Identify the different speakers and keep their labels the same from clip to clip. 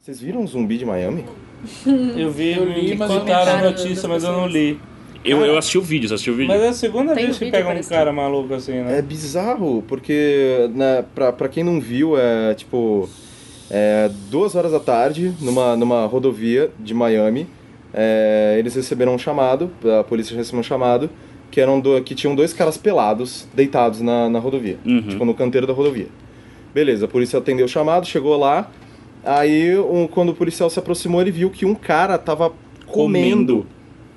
Speaker 1: Vocês viram o zumbi de Miami?
Speaker 2: Eu vi,
Speaker 3: Eu li,
Speaker 2: me
Speaker 3: mas
Speaker 2: contaram a
Speaker 3: comentaram das
Speaker 2: notícia, mas eu não li.
Speaker 4: Eu,
Speaker 3: É.
Speaker 4: eu assisti o vídeo, você assistiu o vídeo?
Speaker 2: Mas é a segunda
Speaker 5: Tem
Speaker 2: vez
Speaker 5: um
Speaker 2: que
Speaker 5: vídeo,
Speaker 2: pega um
Speaker 5: parece
Speaker 2: cara maluco assim, né?
Speaker 1: É bizarro, porque né, pra, pra quem não viu, é tipo. É, duas horas da tarde, numa, numa rodovia de Miami, é, eles receberam um chamado, a polícia recebeu um chamado, que, eram do, que tinham dois caras pelados, deitados na, na rodovia.
Speaker 4: Uhum.
Speaker 1: Tipo, no canteiro da rodovia. Beleza, a polícia atendeu o chamado, chegou lá. Aí, um- quando o policial se aproximou, ele viu que um cara tava comendo,
Speaker 4: Comendo.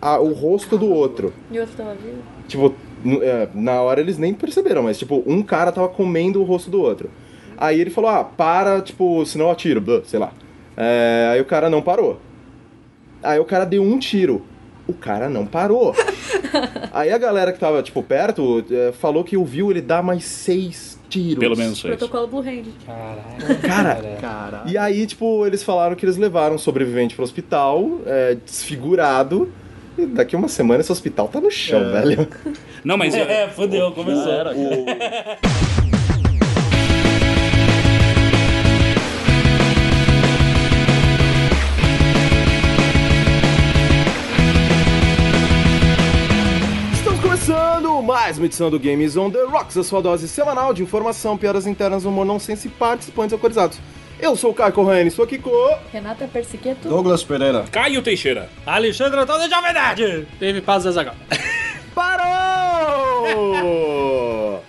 Speaker 1: a- o rosto do outro.
Speaker 5: E o outro tava vivo?
Speaker 1: Tipo, n- é, na hora eles nem perceberam, mas tipo, um cara tava comendo o rosto do outro. Aí ele falou, ah, para, tipo, senão eu atiro, blá, sei lá. É, aí o cara não parou. Aí o cara deu um tiro. O cara não parou. aí a galera que tava, tipo, perto é, falou que ouviu ele dar mais seis tiros.
Speaker 4: Pelo menos foi isso.
Speaker 5: Protocolo Blue Hand.
Speaker 2: Caralho.
Speaker 1: Cara,
Speaker 3: Caralho.
Speaker 1: E aí, tipo, eles falaram que eles levaram o sobrevivente pro hospital, é, desfigurado. E daqui uma semana esse hospital tá no chão, velho.
Speaker 4: Não, mas eu-
Speaker 2: É, fodeu, começou.
Speaker 1: Estamos começando mais uma edição do Games on the Rocks, a sua dose semanal de informação, piadas internas, humor nonsense e participantes autorizados. Eu sou o Caio Corrêa, estou aqui com...
Speaker 5: Renata Persiqueto.
Speaker 3: Douglas Pereira.
Speaker 4: Caio Teixeira.
Speaker 2: Alexandre Antônio de Jovem Nerd!
Speaker 3: Teve paz Azagal.
Speaker 1: Parou!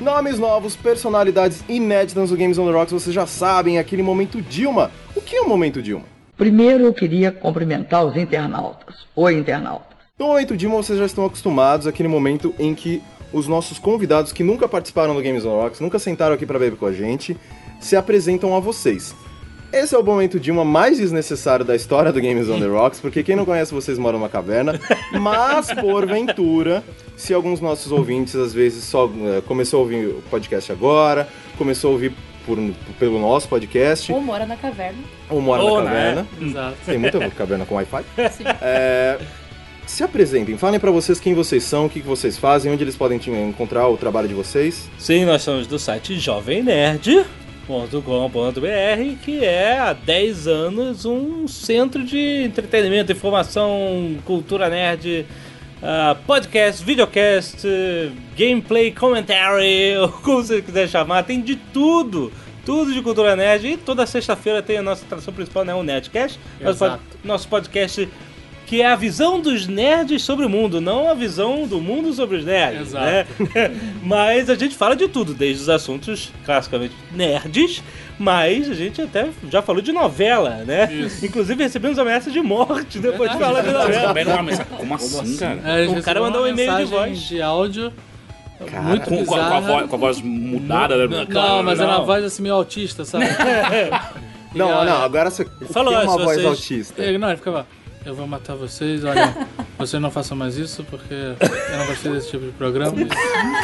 Speaker 1: Nomes novos, personalidades inéditas do Games on the Rocks, vocês já sabem, aquele momento Dilma. O que é o momento Dilma?
Speaker 6: Primeiro eu queria cumprimentar os internautas. Oi, internauta.
Speaker 1: No Então, momento Dilma, vocês já estão acostumados àquele momento em que os nossos convidados que nunca participaram do Games on Rocks, nunca sentaram aqui pra beber com a gente, se apresentam a vocês. Esse é o momento Dilma mais desnecessário da história do Games on the Rocks, porque quem não conhece vocês mora numa caverna, mas porventura, se alguns nossos ouvintes às vezes só eh, começou a ouvir o podcast agora, começou a ouvir por- pelo nosso podcast,
Speaker 5: Ou mora na caverna.
Speaker 1: ou mora na
Speaker 2: Ou, né?
Speaker 1: caverna,
Speaker 3: Exato.
Speaker 1: tem muita caverna com Wi-Fi.
Speaker 5: Sim.
Speaker 1: É, se apresentem, falem pra vocês quem vocês são, o que, que vocês fazem, onde eles podem te encontrar o trabalho de vocês.
Speaker 2: Sim, nós somos do site jovemnerd.com.br, que é há 10 anos um centro de entretenimento, informação, cultura nerd, ah, podcast, videocast, eh, gameplay, commentary, ou como você quiser chamar, tem de tudo. Tudo de cultura nerd e toda sexta-feira tem a nossa atração principal, né? O Nerdcast. Nosso, pod-
Speaker 3: Exato.
Speaker 2: nosso podcast que é a visão dos nerds sobre o mundo, não a visão do mundo sobre os nerds.
Speaker 3: Exato.
Speaker 2: né? mas a gente fala de tudo, desde os assuntos classicamente nerds, mas a gente até já falou de novela, né?
Speaker 3: Isso.
Speaker 2: Inclusive recebemos ameaça de morte depois de falar de
Speaker 4: Vocês
Speaker 2: novela.
Speaker 4: souberam? Ah, mas como assim, cara?
Speaker 3: É, eles
Speaker 2: O cara mandou um
Speaker 3: receberam
Speaker 2: e-mail
Speaker 3: uma
Speaker 2: de
Speaker 3: mensagem
Speaker 2: voz.
Speaker 3: de áudio. muito
Speaker 4: Com, com a- com a
Speaker 3: bizarra.
Speaker 4: voz, com a voz mudada. né?
Speaker 3: É Não, mas era uma voz assim meio autista, sabe? E
Speaker 1: Não,
Speaker 3: ela-
Speaker 1: não, agora você
Speaker 2: falou,
Speaker 1: tem uma
Speaker 2: se
Speaker 1: voz
Speaker 2: vocês-
Speaker 1: autista.
Speaker 3: Ele, não, ele ficava, eu vou matar vocês, olha, vocês não façam mais isso porque eu não gostei desse tipo de programa.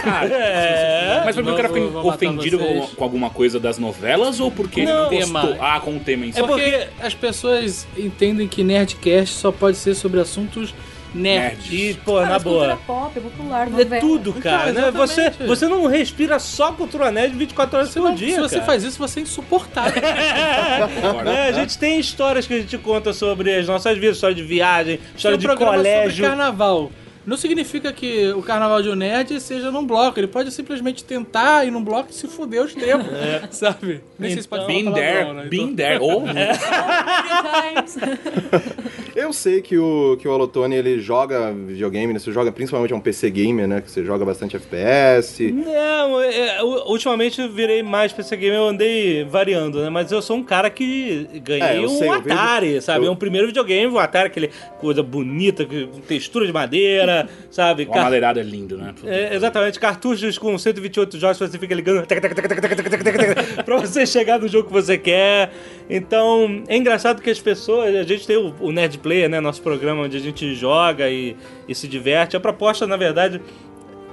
Speaker 4: Cara,
Speaker 2: É.
Speaker 4: Mas foi porque o cara
Speaker 3: Vou-
Speaker 4: ficou
Speaker 3: vou matar
Speaker 4: ofendido
Speaker 3: vocês.
Speaker 4: com, com alguma coisa das novelas ou porque
Speaker 2: Não.
Speaker 4: ele não gostou?
Speaker 3: Tema.
Speaker 4: Ah, com o tema em si.
Speaker 3: É porque as pessoas entendem que Nerdcast só pode ser sobre assuntos nerds.
Speaker 2: E, pô,
Speaker 5: Ah,
Speaker 2: na
Speaker 5: mas
Speaker 2: boa.
Speaker 5: cultura pop, popular,
Speaker 2: É
Speaker 5: novela.
Speaker 2: tudo, cara.
Speaker 3: Então,
Speaker 2: né? você,
Speaker 3: exatamente.
Speaker 2: você não respira só cultura nerd 24 horas
Speaker 3: Se,
Speaker 2: por
Speaker 3: não-
Speaker 2: dia.
Speaker 3: se você
Speaker 2: cara.
Speaker 3: faz isso, você é insuportável.
Speaker 4: Concordo.
Speaker 2: É, a
Speaker 3: tá?
Speaker 2: gente tem histórias que a gente conta sobre as nossas vidas, história de viagem, história
Speaker 3: Tem um
Speaker 2: de
Speaker 3: programa sobre
Speaker 2: colégio.
Speaker 3: carnaval. Não significa que o carnaval de um nerd seja num bloco. Ele pode simplesmente tentar ir num bloco e se fuder os tempos. Sabe? Nem sei se pode falar
Speaker 4: É. Então, Been there,
Speaker 3: palavrão, né? É.
Speaker 4: been there. Ou
Speaker 1: Eu sei que o, que o Alotone, ele joga videogame, né? Você joga principalmente é um PC gamer, né? Que você joga bastante FPS.
Speaker 2: Não, é, é, u- ultimamente eu virei mais PC Gamer, eu andei variando, né? Mas eu sou um cara que
Speaker 1: É,
Speaker 2: ganhei
Speaker 1: eu
Speaker 2: um
Speaker 1: sei, eu vejo-
Speaker 2: Atari, sabe?
Speaker 1: eu-
Speaker 2: É um primeiro videogame, um Atari, aquele coisa bonita, que- com textura de madeira, sabe?
Speaker 4: Uma
Speaker 2: Car-
Speaker 4: madeirada é lindo, né?
Speaker 2: É, exatamente, cartuchos com 128 jogos, você fica ligando tac, tac, tac, tac, tac, tac, tac, tac, pra você chegar no jogo que você quer. Então, é engraçado que as pessoas. A gente tem o, o Nerd Player, né? Nosso programa onde a gente joga e, e se diverte. A proposta, na verdade,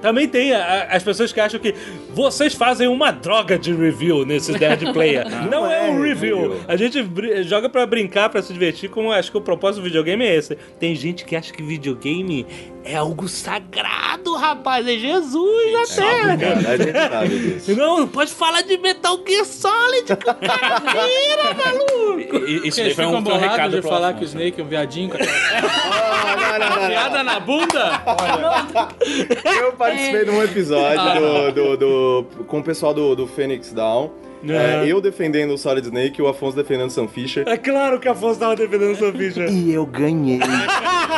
Speaker 2: Também tem a- a- as pessoas que acham que vocês fazem uma droga de review nesses Nerd Player. Não, é, um
Speaker 1: é
Speaker 2: review.
Speaker 1: review.
Speaker 2: A gente br- joga pra brincar, pra se divertir, como acho que o propósito do videogame é esse. Tem gente que acha que videogame é algo sagrado, rapaz. É Jesus até.
Speaker 1: Cara, a gente sabe disso.
Speaker 2: Não, não pode falar de Metal Gear Solid, cara.
Speaker 4: E- e- Isso
Speaker 3: Eles
Speaker 4: daí foi um
Speaker 3: ficam
Speaker 4: foi um
Speaker 3: bolados
Speaker 4: recado
Speaker 3: de
Speaker 4: pro
Speaker 3: falar
Speaker 4: Afonso.
Speaker 3: que o Snake é um viadinho com aquela
Speaker 1: Ah, não, não, não, não.
Speaker 3: piada na bunda.
Speaker 1: Eu participei de um episódio do, do- do- com o pessoal do, do Phoenix Down.
Speaker 2: É.
Speaker 1: É, eu defendendo o Solid Snake e o Afonso defendendo o Sam Fisher.
Speaker 2: É claro que a Afonso tava defendendo sua ficha.
Speaker 1: E eu ganhei.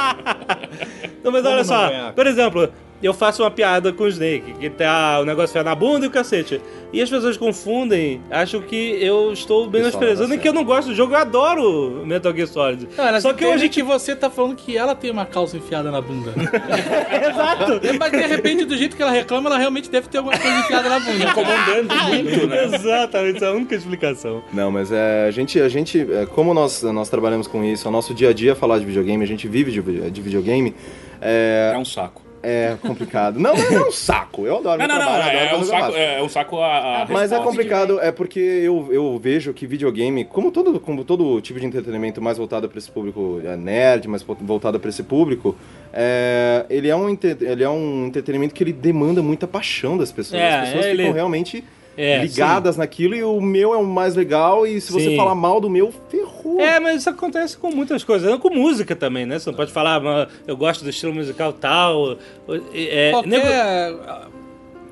Speaker 2: Não, mas
Speaker 3: Como
Speaker 2: olha
Speaker 3: não
Speaker 2: só,
Speaker 3: ganhar?
Speaker 2: por exemplo, eu faço uma piada com o Snake, que tá o negócio fica na bunda e o cacete. E as pessoas confundem, acham que eu estou menosprezando
Speaker 1: tá
Speaker 2: e que eu não gosto do jogo, eu adoro Metal Gear Solid.
Speaker 3: Não, elas
Speaker 2: Só que
Speaker 3: entendem
Speaker 2: hoje.
Speaker 3: que você tá falando que ela tem uma calça enfiada na bunda. É,
Speaker 2: Exato!
Speaker 3: Mas de repente, do jeito que ela reclama, ela realmente deve ter alguma coisa enfiada na bunda.
Speaker 4: Incomodando muito, né?
Speaker 2: Exatamente, essa é a única explicação.
Speaker 1: Não, mas é, a gente, a gente é, como nós, nós trabalhamos com isso, é o nosso dia a dia é falar de videogame, a gente vive de, vi- de videogame, é,
Speaker 4: É um saco.
Speaker 1: é complicado. Não, não é um saco. Eu adoro
Speaker 4: Não,
Speaker 1: meu
Speaker 4: não, não.
Speaker 1: trabalho, adoro
Speaker 4: É é um
Speaker 1: fazer
Speaker 4: saco,
Speaker 1: trabalho.
Speaker 4: é um saco a, a
Speaker 1: Mas é
Speaker 4: resposta.
Speaker 1: complicado, é porque eu, eu vejo que videogame, como todo, como todo tipo de entretenimento mais voltado para esse público é, nerd, mais po- voltado para esse público, é, ele, é um, entre- ele é um entretenimento que ele demanda muita paixão das pessoas.
Speaker 2: É,
Speaker 1: As pessoas
Speaker 2: ele-
Speaker 1: ficam realmente
Speaker 2: É,
Speaker 1: ligadas naquilo e o meu é o mais legal e se
Speaker 2: Sim.
Speaker 1: você falar mal do meu, ferrou.
Speaker 2: É, mas isso acontece com muitas coisas, não com música também, né? Você não pode falar, "Ah, eu gosto do estilo musical tal. É, nem-
Speaker 3: Qualquer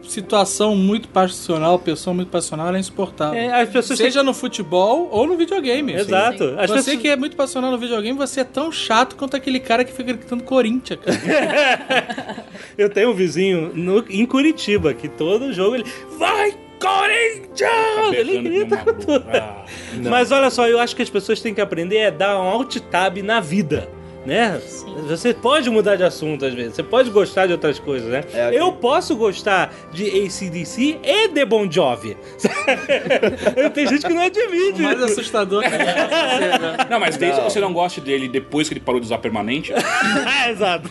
Speaker 3: situação muito passional, pessoa muito passional, ela é insuportável.
Speaker 2: é, as pessoas têm-
Speaker 3: Seja no futebol ou no videogame.
Speaker 2: Exato. As
Speaker 3: você
Speaker 2: pessoas-
Speaker 3: que é muito passional no videogame, você é tão chato quanto aquele cara que fica gritando Corinthians, cara.
Speaker 2: Eu tenho um vizinho no- em Curitiba que todo jogo ele. Vai,
Speaker 3: Tá
Speaker 2: Corinthians! Ele
Speaker 4: Berrando que nem um
Speaker 2: grita com
Speaker 4: maluco.
Speaker 2: tudo.
Speaker 4: Ah, não.
Speaker 2: Mas olha só, eu acho que as pessoas têm que aprender é dar um alt tab na vida. Né? Você pode mudar de assunto às vezes, você pode gostar de outras coisas, né?
Speaker 1: É,
Speaker 2: eu posso gostar de ACDC e de Bon Jovi. Tem gente que não
Speaker 3: É O
Speaker 2: admite.
Speaker 3: mais assustador que é você, né?
Speaker 4: Não, mas desde
Speaker 1: Não.
Speaker 4: que você não goste dele depois que ele parou de usar permanente, é
Speaker 2: Ah, Exato.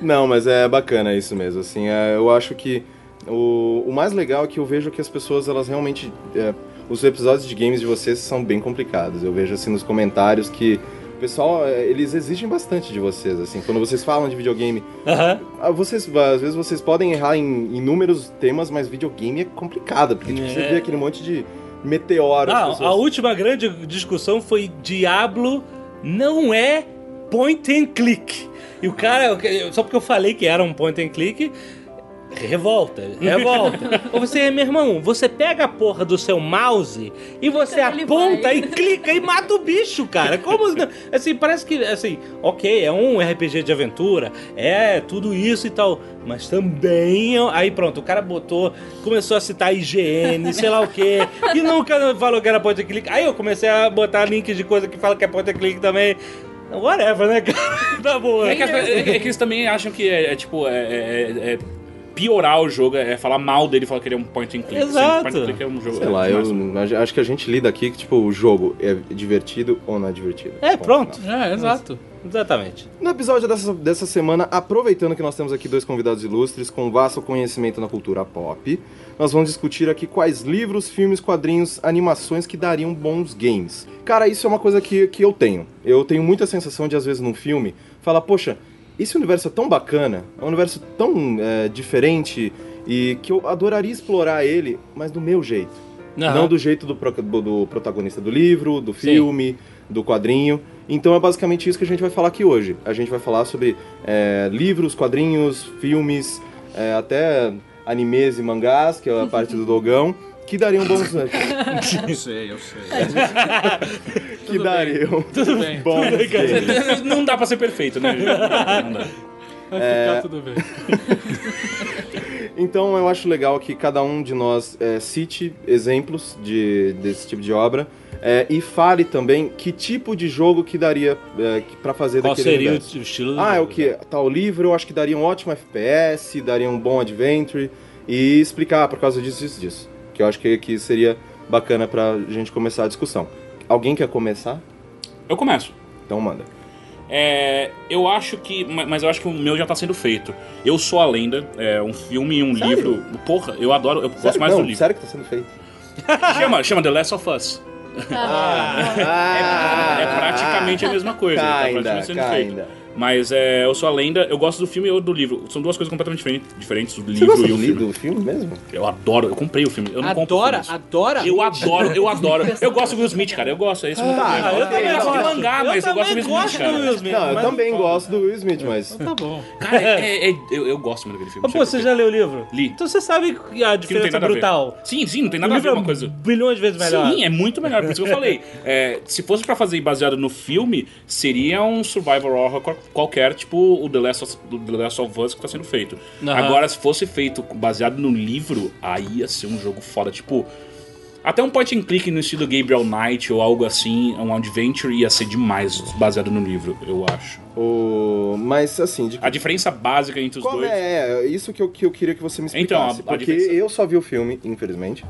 Speaker 1: Não, mas é bacana isso mesmo, assim, é, eu acho que o, o mais legal é que eu vejo que as pessoas, elas realmente, é, os episódios de games de vocês são bem complicados, eu vejo assim nos comentários que o pessoal, é, eles exigem bastante de vocês, assim, quando vocês falam de videogame,
Speaker 2: Aham.
Speaker 1: ah, vocês, às vezes vocês podem errar em inúmeros temas, mas videogame é complicado, porque tipo, você
Speaker 2: É.
Speaker 1: vê aquele monte de meteoros,
Speaker 2: Ah, a última grande discussão foi Diablo não é point and click. E o cara, só porque eu falei que era um point and click, revolta, revolta. Ou você é, meu irmão, você pega a porra do seu mouse e você
Speaker 5: Então ele
Speaker 2: aponta
Speaker 5: vai.
Speaker 2: e clica e mata o bicho, cara. Como assim, parece que assim, OK, é um RPG de aventura, é tudo isso e tal, mas também é- aí pronto, o cara botou, começou a citar IGN, sei lá o quê, e nunca falou que era point and click. Aí eu comecei a botar links de coisa que fala que é point and click também. Whatever, né, cara? Tá boa.
Speaker 4: É que, as- é que- é que eles também acham que é, é tipo. É, é- é piorar o jogo, é falar mal dele falar que ele é um point and click.
Speaker 2: Exato.
Speaker 4: Sendo que Point and click é um jogo.
Speaker 1: Sei lá,
Speaker 4: é
Speaker 1: eu
Speaker 4: mais-
Speaker 1: a- acho que a gente lida aqui que, tipo, o jogo é divertido ou não é divertido.
Speaker 2: É,
Speaker 1: Ponto,
Speaker 2: pronto.
Speaker 3: É, exato.
Speaker 2: Exatamente.
Speaker 1: No episódio dessa, dessa semana, aproveitando que nós temos aqui dois convidados ilustres com vasto conhecimento na cultura pop, nós vamos discutir aqui quais livros, filmes, quadrinhos, animações que dariam bons games. Cara, isso é uma coisa que, que eu tenho. Eu tenho muita sensação de, às vezes, num filme, falar, poxa, esse universo é tão bacana, é um universo tão é, diferente e que eu adoraria explorar ele, mas do meu jeito. Não do jeito do, pro- do- do protagonista do livro, do filme, do quadrinho. Então é basicamente isso que a gente vai falar aqui hoje. A gente vai falar sobre é, livros, quadrinhos, filmes, é, até animes e mangás, que é a parte do Dogão, que dariam bons.
Speaker 3: Eu sei, eu sei.
Speaker 1: que dariam.
Speaker 3: Tudo bem.
Speaker 1: bons games.
Speaker 4: Não dá pra ser perfeito, né? Não dá.
Speaker 3: Vai
Speaker 1: É,
Speaker 3: ficar tudo bem.
Speaker 1: Então eu acho legal que cada um de nós é, cite exemplos de- desse tipo de obra é, e fale também que tipo de jogo que daria é, para fazer
Speaker 2: Qual
Speaker 1: daquele
Speaker 2: seria o
Speaker 1: universo.
Speaker 2: t- o estilo do
Speaker 1: Ah, é o
Speaker 2: jogo?
Speaker 1: que? Tal livro, eu acho que daria um ótimo FPS, daria um bom adventure e explicar ah, por causa disso, disso, disso. Que eu acho que, que seria bacana pra gente começar a discussão. Alguém quer começar?
Speaker 4: Eu começo.
Speaker 1: Então manda.
Speaker 4: É, eu acho que. ma- Mas eu acho que o meu já tá sendo feito. Eu Sou a Lenda, é um filme e um
Speaker 1: Sério?
Speaker 4: livro. Porra, eu adoro, eu gosto
Speaker 1: Sério?
Speaker 4: mais
Speaker 1: não,
Speaker 4: do livro.
Speaker 1: sério que tá sendo feito?
Speaker 4: Chama, chama The Last of Us.
Speaker 1: Ah,
Speaker 4: é praticamente a mesma coisa. tá
Speaker 1: Kinda,
Speaker 4: praticamente sendo feito.
Speaker 1: kinda.
Speaker 4: Mas é, eu sou a lenda, eu gosto do filme e do livro. São duas coisas completamente diferentes, diferentes o
Speaker 1: Você
Speaker 4: livro
Speaker 1: gosta
Speaker 4: e
Speaker 1: do
Speaker 4: o filme.
Speaker 1: livro, do filme mesmo?
Speaker 4: Eu adoro, eu comprei o filme. Eu não compro
Speaker 3: Adora,
Speaker 4: filmes.
Speaker 3: adora.
Speaker 4: Eu adoro, eu adoro. Eu gosto do Will Smith, cara. Eu gosto. É esse meu problema.
Speaker 1: eu
Speaker 4: eu
Speaker 1: também
Speaker 4: gosto de
Speaker 2: Ah, gosto.
Speaker 4: mangá, mas eu, gosto do Will Smith, cara.
Speaker 2: do Will Smith.
Speaker 1: Não, eu
Speaker 2: mas-
Speaker 1: também gosto do Will Smith, mas...
Speaker 3: Tá bom.
Speaker 4: Cara, é- é- eu, eu gosto muito daquele filme.
Speaker 2: Mas,
Speaker 4: não
Speaker 2: pô,
Speaker 4: sei
Speaker 2: você
Speaker 4: porquê.
Speaker 2: já leu o livro?
Speaker 4: Li.
Speaker 2: Então você sabe a
Speaker 4: Que não tem
Speaker 2: diferença é
Speaker 4: nada a ver.
Speaker 2: brutal.
Speaker 4: Sim, sim, não tem
Speaker 2: o
Speaker 4: nada a ver
Speaker 2: livro é
Speaker 4: uma coisa.
Speaker 2: bilhões de vezes melhor.
Speaker 4: Sim, é muito melhor, por isso que eu falei. É, se fosse pra fazer baseado no filme, seria um survival horror qual- qualquer, tipo o The Last of, do The Last of Us que tá sendo feito.
Speaker 2: Aham.
Speaker 4: Agora, se fosse feito baseado no livro, aí ia ser um jogo foda. Tipo, até um point and click no estilo Gabriel Knight ou algo assim, um adventure, ia ser demais baseado no livro, eu acho.
Speaker 1: O... Mas, assim, de
Speaker 4: A diferença básica entre os
Speaker 1: Qual
Speaker 4: dois.
Speaker 1: é? É, Isso que eu, que eu queria que você me
Speaker 4: Então, a-
Speaker 1: explicasse.
Speaker 4: a
Speaker 1: porque
Speaker 4: diferença.
Speaker 1: eu só vi o filme, infelizmente.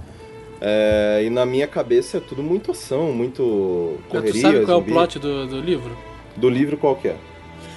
Speaker 1: É, e na minha cabeça é tudo muito ação, muito correria.
Speaker 3: tu sabe qual é o
Speaker 1: zumbi.
Speaker 3: plot do, do livro?
Speaker 1: Do livro qualquer.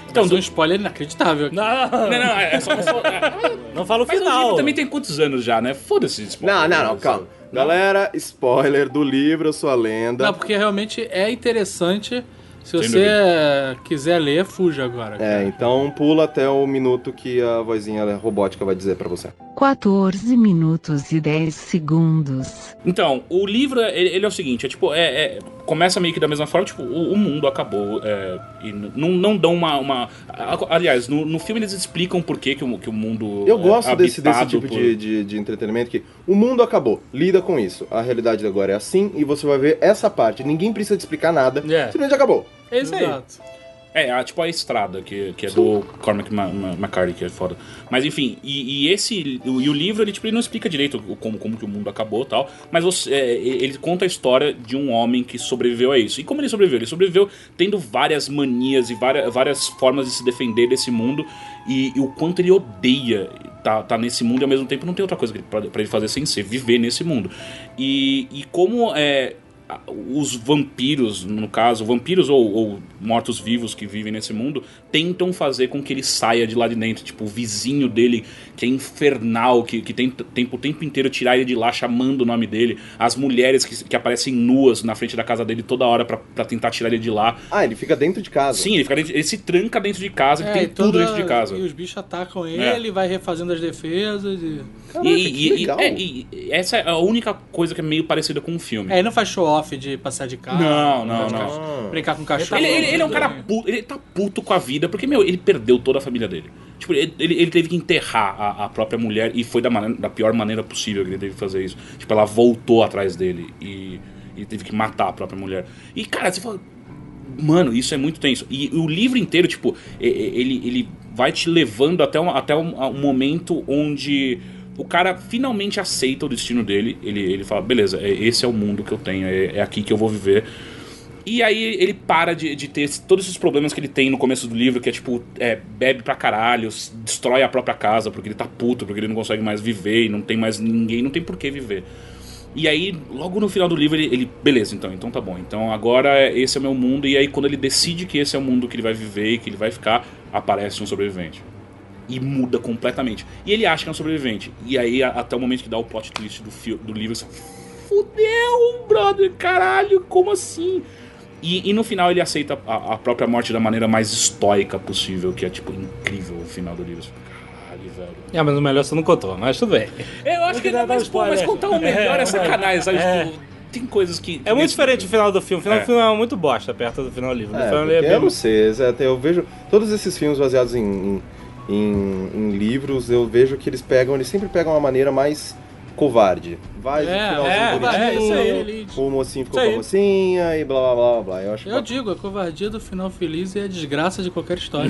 Speaker 4: Então,
Speaker 3: Então,
Speaker 4: do-
Speaker 3: um spoiler inacreditável. aqui.
Speaker 2: Não,
Speaker 4: Não, não, é só. só é.
Speaker 2: não fala o
Speaker 4: Mas o
Speaker 2: final.
Speaker 4: livro também tem quantos anos já, né? Foda-se. esse
Speaker 1: Não,
Speaker 4: ponto.
Speaker 1: não, não, calma. Galera, spoiler do livro A Sua Lenda.
Speaker 3: Não, porque realmente é interessante. Se
Speaker 4: Sem
Speaker 3: você eh, quiser ler, fuja agora.
Speaker 1: É, então pula até o minuto que a vozinha robótica vai dizer pra você.
Speaker 7: 14 minutos e 10 segundos.
Speaker 4: Então, o livro, ele, ele é o seguinte, é tipo, é, é- começa meio que da mesma forma, tipo, o, o mundo acabou, é, e n- não, não dão uma... uma- a- aliás, no, no filme eles explicam por que que o, que o mundo
Speaker 1: Eu
Speaker 4: é
Speaker 1: gosto desse, desse
Speaker 4: habitado
Speaker 1: tipo
Speaker 4: por-
Speaker 1: de, de, de entretenimento que o mundo acabou, lida com isso. A realidade agora é assim e você vai ver essa parte. Ninguém precisa te explicar nada,
Speaker 2: É.
Speaker 1: simplesmente acabou.
Speaker 3: É isso aí.
Speaker 4: É, a- tipo a estrada, que, que é do Cormac Ma- Ma- McCarthy, que é foda. Mas enfim, e, e esse. o- E o livro, ele, tipo, ele não explica direito o- como, como que o mundo acabou e tal. Mas você- é, e- ele conta a história de um homem que sobreviveu a isso. E como ele sobreviveu? Ele sobreviveu tendo várias manias e várias, várias formas de se defender desse mundo. E, e o quanto ele odeia tá, tá nesse mundo e ao mesmo tempo não tem outra coisa que- pra, pra ele fazer sem ser viver nesse mundo. E, e como é, a- os vampiros, no caso, vampiros ou, ou mortos-vivos que vivem nesse mundo, tentam fazer com que ele saia de lá de dentro. Tipo, o vizinho dele, que é infernal, que, que tenta tempo, o tempo inteiro tirar ele de lá, chamando o nome dele. As mulheres que, que aparecem nuas na frente da casa dele toda hora pra- pra tentar tirar ele de lá.
Speaker 1: Ah, ele fica dentro de casa.
Speaker 4: Sim, ele, fica dentro- ele se tranca dentro de casa,
Speaker 3: É,
Speaker 4: ele tem
Speaker 3: e
Speaker 4: tudo
Speaker 3: toda-
Speaker 4: dentro de casa.
Speaker 3: E os bichos atacam
Speaker 4: É.
Speaker 3: ele, vai refazendo as defesas. E...
Speaker 1: Caraca,
Speaker 4: E-
Speaker 1: que
Speaker 4: e, e-
Speaker 1: legal.
Speaker 4: é, e- e essa é a única coisa que é meio parecida com o filme.
Speaker 3: É, Ah, ele não faz show-off de passar de carro.
Speaker 4: Não, não,
Speaker 3: andar de
Speaker 4: não.
Speaker 3: cachorro, Brincar com cachorro.
Speaker 4: Ele, ele- ele é um cara puto, ele tá puto com a vida, porque, meu, ele perdeu toda a família dele. Tipo, ele, ele- ele teve que enterrar a, a própria mulher e foi da, mane- da pior maneira possível que ele teve que fazer isso. Tipo, ela voltou atrás dele e ele teve que matar a própria mulher. E, cara, você fala. Mano, isso é muito tenso. E o livro inteiro, tipo, e- e- ele, ele vai te levando até um, até um, a um momento onde o cara finalmente aceita o destino dele. Ele, ele fala, beleza, é- esse é o mundo que eu tenho, é- é aqui que eu vou viver. E aí ele para de, de ter esse- todos esses problemas que ele tem no começo do livro, que é tipo, é, bebe pra caralho, s- destrói a própria casa, porque ele tá puto, porque ele não consegue mais viver, e não tem mais ninguém, não tem por que viver. E aí, logo no final do livro, ele, ele, beleza, então, então tá bom. Então agora esse é o meu mundo, e aí quando ele decide que esse é o mundo que ele vai viver e que ele vai ficar, aparece um sobrevivente. E muda completamente. E ele acha que é um sobrevivente. E aí, a- até o momento que dá o plot twist do, fio, do livro, você fudeu, brother, caralho, como assim? E, e no final ele aceita a, a própria morte da maneira mais estoica possível, que é tipo incrível o final do livro. Você fica, Caralho, velho.
Speaker 2: É, mas o melhor você não contou, mas tudo bem.
Speaker 4: Eu acho que
Speaker 2: que dar
Speaker 4: ainda mais, pô,
Speaker 2: spoiler.
Speaker 4: mas contar o melhor é,
Speaker 2: É,
Speaker 4: sacanagem, sabe?
Speaker 2: é.
Speaker 4: Tipo, tem coisas que. que
Speaker 2: É muito
Speaker 4: nesse-
Speaker 2: diferente o final do filme. O final
Speaker 4: É.
Speaker 2: do filme é muito bosta perto do final do livro. O
Speaker 1: É,
Speaker 2: final
Speaker 1: porque
Speaker 2: é bem-
Speaker 1: eu não sei, é, até eu vejo todos esses filmes baseados em, em, em- em livros, eu vejo que eles pegam, eles sempre pegam uma maneira mais covarde. Vai no finalzinho
Speaker 2: é,
Speaker 1: bonitinho,
Speaker 2: é, isso aí,
Speaker 1: o mocinho ficou
Speaker 2: Isso
Speaker 1: com a
Speaker 2: aí.
Speaker 1: mocinha e blá blá blá blá. Eu acho
Speaker 3: Eu
Speaker 1: que
Speaker 3: digo, a covardia do final feliz é a desgraça de qualquer história.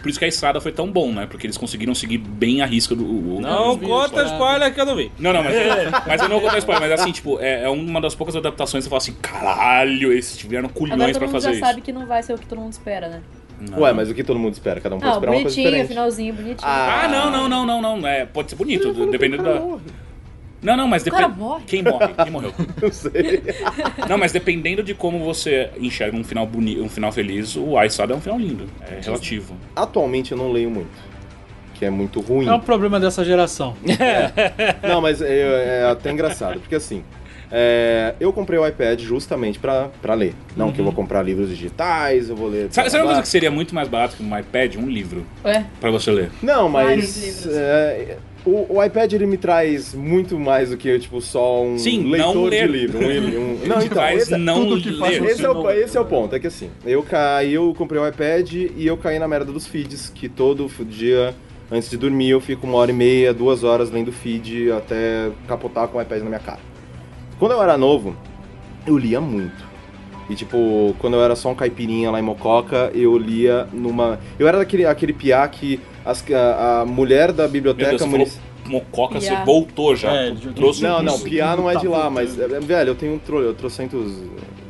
Speaker 4: Por isso que a estrada foi tão bom, né? Porque eles conseguiram seguir bem a risca do. o- o-
Speaker 2: Não É.
Speaker 3: vi,
Speaker 2: conta
Speaker 3: cara.
Speaker 2: spoiler que eu não vi.
Speaker 4: Não, não, mas, mas eu não vou contar spoiler, mas assim, tipo, é, é uma das poucas adaptações que você fala assim, caralho, eles tiveram
Speaker 5: Agora
Speaker 4: culhões
Speaker 5: todo
Speaker 4: pra
Speaker 5: mundo
Speaker 4: fazer
Speaker 5: já
Speaker 4: isso.
Speaker 5: sabe que não vai ser o que todo mundo espera, né?
Speaker 4: Não.
Speaker 1: Ué, mas o que todo mundo espera? Cada um pode
Speaker 5: Ah,
Speaker 1: esperar uma coisa
Speaker 5: bonitinho,
Speaker 1: diferente.
Speaker 5: finalzinho, bonitinho.
Speaker 1: Ah,
Speaker 4: Ah, não, não, não, não, não. É, pode ser bonito, dependendo da. Não, não, mas depois.
Speaker 5: cara morre?
Speaker 4: Quem morre? Quem morreu?
Speaker 1: Não sei.
Speaker 4: Não, mas dependendo de como você enxerga um final bonito, um final feliz, o Ice Side é um final lindo. É relativo.
Speaker 1: Atualmente eu não leio muito. Que é muito ruim.
Speaker 3: É o problema dessa geração.
Speaker 1: Não, mas é, é até engraçado, porque assim. é, eu comprei o iPad justamente pra, pra ler. Não que eu vou comprar livros digitais, eu vou ler.
Speaker 4: Uhum. Sabe, sabe
Speaker 1: blá,
Speaker 4: uma coisa
Speaker 1: blá.
Speaker 4: que seria muito mais barato que um iPad? Um livro
Speaker 5: Ué?
Speaker 4: pra você ler.
Speaker 1: Não,
Speaker 5: Vários
Speaker 1: mas.
Speaker 5: livros.
Speaker 1: é, o, o iPad ele me traz muito mais do que tipo, só um
Speaker 4: Sim, não
Speaker 1: leitor de
Speaker 4: ler.
Speaker 1: livro. Um, um,
Speaker 4: Ele
Speaker 1: não,
Speaker 4: te
Speaker 1: então,
Speaker 4: faz
Speaker 1: esse,
Speaker 4: não
Speaker 8: tudo que faz
Speaker 4: ler.
Speaker 1: Esse é,
Speaker 8: Você
Speaker 1: o,
Speaker 8: não-
Speaker 1: esse é o ponto, é que assim, eu caí, eu comprei o iPad e eu caí na merda dos feeds, que todo f- dia, antes de dormir, eu fico uma hora e meia, duas horas lendo feed até capotar com o iPad na minha cara. Quando eu era novo, eu lia muito. E tipo, quando eu era só um caipirinha lá em Mococa, eu lia numa. Eu era daquele aquele piá que as- a, a mulher da
Speaker 4: Meu
Speaker 1: biblioteca
Speaker 4: Deus, você
Speaker 1: munici-
Speaker 4: falou mococa, você
Speaker 5: Yeah.
Speaker 4: voltou já.
Speaker 8: É,
Speaker 4: tu
Speaker 8: eu-
Speaker 4: trouxe
Speaker 1: não,
Speaker 4: um-
Speaker 1: não,
Speaker 8: isso.
Speaker 1: piá não é de lá,
Speaker 8: Tá
Speaker 1: mas. é, Velho, eu tenho um tro, eu trocentos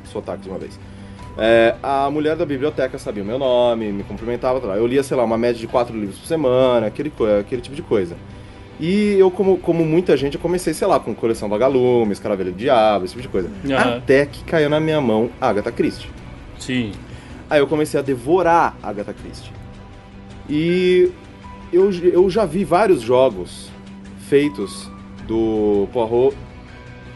Speaker 1: sotaques de uma vez. É, a mulher da biblioteca sabia o meu nome, me cumprimentava, tal. eu lia, sei lá, uma média de quatro livros por semana, aquele, co- aquele tipo de coisa. E eu, como, como muita gente, eu comecei, sei lá, com Coleção Vagalume, Escaravelho do Diabo, esse tipo de coisa.
Speaker 2: Aham.
Speaker 1: Até que caiu na minha mão Agatha Christie.
Speaker 8: Sim.
Speaker 1: Aí eu comecei a devorar Agatha Christie. E eu, eu já vi vários jogos feitos do Poirot.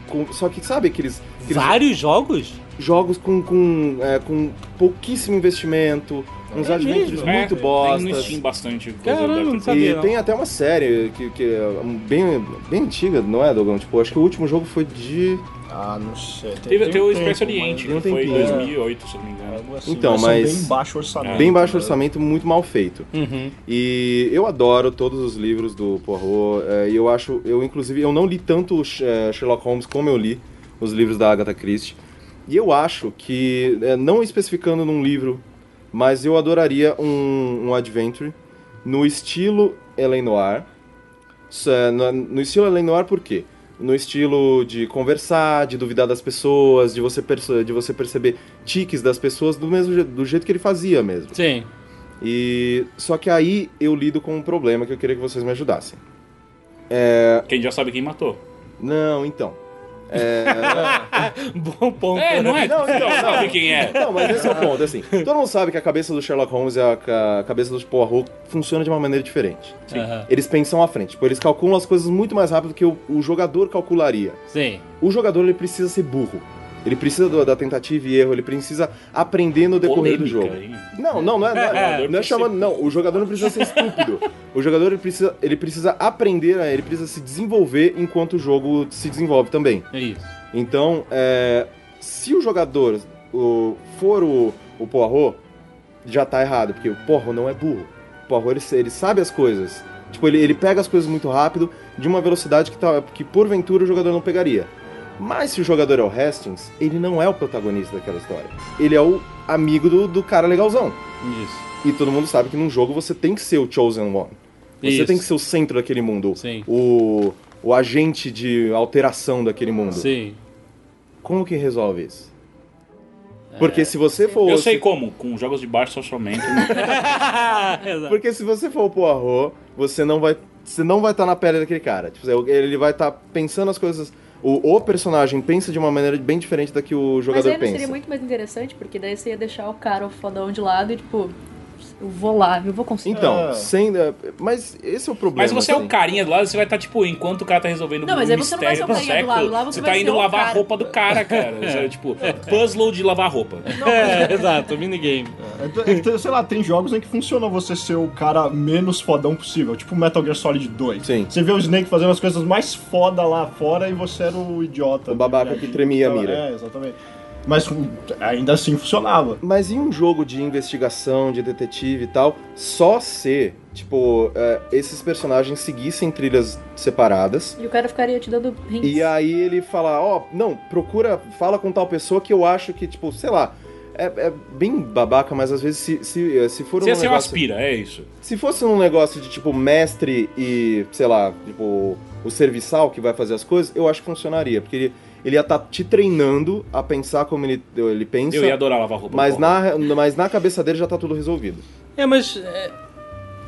Speaker 1: com- só que sabe aqueles, aqueles
Speaker 2: Vários jogos?
Speaker 1: jogos com, com, é, com pouquíssimo investimento, uns
Speaker 2: É
Speaker 1: adventures
Speaker 2: mesmo?
Speaker 1: muito
Speaker 4: É, Tem no
Speaker 1: bostas.
Speaker 4: Steam bastante coisa.
Speaker 2: Caramba,
Speaker 4: da-
Speaker 2: não sabia.
Speaker 1: E
Speaker 2: não.
Speaker 1: tem até uma série que, que é um- bem, bem antiga, não é, Dogão? Tipo, acho que o último jogo foi de.
Speaker 8: Ah, não sei. Tem,
Speaker 4: Teve até
Speaker 8: tem um
Speaker 4: o
Speaker 8: tempo,
Speaker 4: Expresso
Speaker 8: mas
Speaker 4: Oriente,
Speaker 1: não
Speaker 4: que
Speaker 1: tem
Speaker 4: foi em
Speaker 1: tempo.
Speaker 4: 2008, se eu não me engano. É.
Speaker 8: algo assim,
Speaker 1: Então,
Speaker 8: são
Speaker 1: mas-
Speaker 8: Bem baixo
Speaker 4: Ah,
Speaker 8: orçamento.
Speaker 1: Bem baixo
Speaker 8: né?
Speaker 1: orçamento, muito mal feito.
Speaker 2: Uhum.
Speaker 1: E eu adoro todos os livros do Poirot, é, e eu acho, eu inclusive, eu não li tanto é, Sherlock Holmes como eu li os livros da Agatha Christie. E eu acho que, é, não especificando num livro, mas eu adoraria um, um adventure no estilo Eleanor. eh, No, no estilo Eleanor por quê? No estilo de conversar, de duvidar das pessoas, de você, perce- de você perceber tiques das pessoas do mesmo je- do jeito que ele fazia mesmo.
Speaker 2: Sim.
Speaker 1: E só que aí eu lido com um problema que eu queria que vocês me ajudassem.
Speaker 4: Quem já sabe quem matou.
Speaker 1: Não, então.
Speaker 2: Bom ponto.
Speaker 4: É, não é?
Speaker 1: Não,
Speaker 4: Não,
Speaker 1: não, não.
Speaker 4: sabe quem é.
Speaker 1: Não, mas esse é o ponto, assim. Todo mundo sabe que a cabeça do Sherlock Holmes e a ca- cabeça do Poirot funciona de uma maneira diferente.
Speaker 2: Aham.
Speaker 1: Eles pensam à frente, tipo, eles calculam as coisas muito mais rápido que o, o jogador calcularia.
Speaker 2: Sim.
Speaker 1: O jogador ele precisa ser burro. Ele precisa do- da tentativa e erro, ele precisa aprender no decorrer do
Speaker 4: Polêmica,
Speaker 1: jogo.
Speaker 4: hein?
Speaker 1: Não, não, não é, não é,
Speaker 4: É.
Speaker 1: não é chamando, não. O jogador não precisa ser estúpido. O jogador ele precisa, ele precisa aprender, né, ele precisa se desenvolver enquanto o jogo se desenvolve também.
Speaker 2: É isso.
Speaker 1: Então, é, se o jogador o- for o, o Poirot, já tá errado, porque o Poirot não é burro. O Poirot, ele, ele sabe as coisas. Tipo, ele, ele pega as coisas muito rápido, de uma velocidade que, tá, que porventura o jogador não pegaria. Mas se o jogador é o Hastings, ele não é o protagonista daquela história. Ele é o amigo do, do cara legalzão.
Speaker 2: Isso.
Speaker 1: E todo mundo sabe que num jogo você tem que ser o Chosen One. Você
Speaker 2: Isso.
Speaker 1: tem que ser o centro daquele mundo.
Speaker 2: Sim.
Speaker 1: O, o agente de alteração daquele mundo.
Speaker 2: Sim.
Speaker 1: Como que resolve isso? Porque se você for.
Speaker 4: É. Eu
Speaker 1: se-
Speaker 4: sei como, com jogos de baixo orçamento.
Speaker 2: Exato.
Speaker 1: Porque se você for o Poirot, você não vai. Você não vai estar na pele daquele cara. Tipo, ele vai estar pensando as coisas. O, o personagem pensa de uma maneira bem diferente da que o
Speaker 5: Mas
Speaker 1: jogador
Speaker 5: aí não
Speaker 1: pensa.
Speaker 5: seria muito mais interessante, porque daí você ia deixar o cara, o fodão de lado e tipo, eu vou lá, eu vou conseguir.
Speaker 1: Então,
Speaker 8: Ah.
Speaker 1: sem. é, Mas esse é o problema.
Speaker 4: Mas você é o
Speaker 1: assim.
Speaker 4: carinha do lado, você vai estar, tipo, enquanto o cara tá resolvendo
Speaker 5: Não, mas
Speaker 4: um
Speaker 5: aí você não vai
Speaker 4: mistério
Speaker 5: ser o
Speaker 4: do
Speaker 5: carinha do lado,
Speaker 4: século,
Speaker 5: lá você
Speaker 4: você
Speaker 5: vai
Speaker 4: tá
Speaker 5: ser
Speaker 4: indo
Speaker 5: o
Speaker 4: lavar a
Speaker 5: cara.
Speaker 4: roupa do cara, cara. Sabe, tipo, puzzle de lavar roupa.
Speaker 2: É, exato, minigame.
Speaker 8: É, t- é que tem- sei lá, tem jogos em que funciona você ser o cara menos fodão possível, tipo Metal Gear Solid 2.
Speaker 1: Sim.
Speaker 8: Você vê o Snake fazendo as coisas mais foda lá fora e você era o idiota.
Speaker 1: O babaca
Speaker 8: né?
Speaker 1: que tremia a mira.
Speaker 8: É, exatamente. Mas hum, ainda assim funcionava.
Speaker 1: Mas em um jogo de investigação, de detetive e tal, só se, tipo, é, esses personagens seguissem trilhas separadas.
Speaker 5: E o cara ficaria te dando hints.
Speaker 1: E aí ele fala, ó, não, procura, fala com tal pessoa que eu acho que, tipo, sei lá, é, é bem babaca, mas às vezes se, se, se for um
Speaker 4: Você ia ser um
Speaker 1: negócio-
Speaker 4: aspira, é isso.
Speaker 1: Se fosse um negócio de, tipo, mestre e, sei lá, tipo, o serviçal que vai fazer as coisas, eu acho que funcionaria, porque ele, ele ia estar te treinando a pensar como ele, ele pensa,
Speaker 4: Eu ia adorar lavar roupa.
Speaker 1: mas,
Speaker 4: porra.
Speaker 1: na, mas na cabeça dele já tá tudo resolvido.
Speaker 2: É, mas é,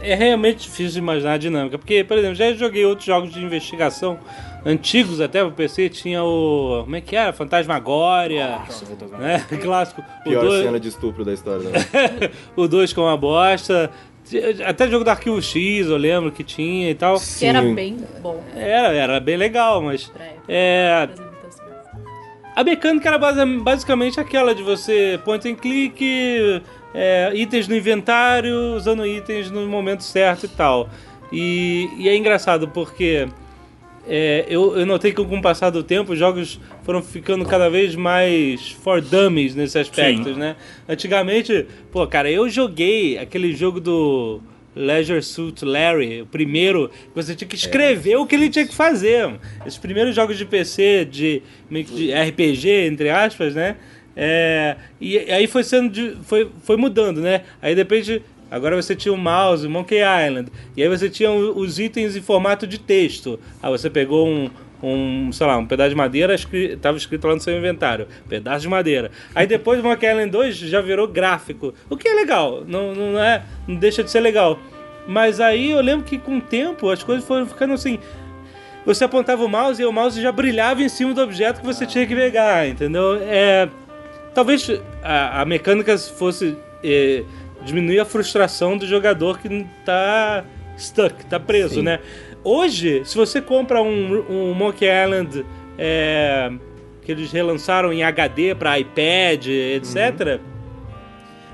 Speaker 2: é realmente difícil de imaginar a dinâmica. Porque, por exemplo, já joguei outros jogos de investigação antigos até pro PC. Tinha o. Como é que era? Fantasmagória. né? Clássico. O
Speaker 1: Pior
Speaker 2: dois-
Speaker 1: cena de estupro da história. Né?
Speaker 2: o 2 com uma bosta. Até jogo do Arquivo X, eu lembro que tinha e tal.
Speaker 5: Que era bem bom.
Speaker 2: Era, era bem legal, mas.
Speaker 5: Pra época.
Speaker 2: É,
Speaker 5: das imitações.
Speaker 2: a mecânica era basa- basicamente aquela de você point and click, é, itens no inventário, usando itens no momento certo e tal. E, e é engraçado porque é, eu, eu notei que com o passar do tempo os jogos foram ficando cada vez mais for dummies nesse aspecto, né? Antigamente, pô, cara, eu joguei aquele jogo do Leisure Suit Larry, o primeiro, que você tinha que escrever o que ele tinha que fazer. Esses primeiros jogos de PC, de, meio que de RPG, entre aspas, né? É, e aí foi sendo de- foi, foi mudando, né? Aí de repente, agora você tinha o mouse, o Monkey Island, e aí você tinha o- os itens em formato de texto. Aí você pegou um, um sei lá, um pedaço de madeira, escri- tava escrito lá no seu inventário, pedaço de madeira. Aí depois o Monkey Island 2 já virou gráfico, o que é legal, não, não é, não deixa de ser legal. Mas aí eu lembro que com o tempo as coisas foram ficando assim, você apontava o mouse e o mouse já brilhava em cima do objeto que você tinha que pegar, entendeu? É, talvez a, a mecânica fosse é, diminuir a frustração do jogador que n- tá stuck, tá preso, né? Hoje, se você compra um, um Monkey Island é, que eles relançaram em HD para iPad, etc.,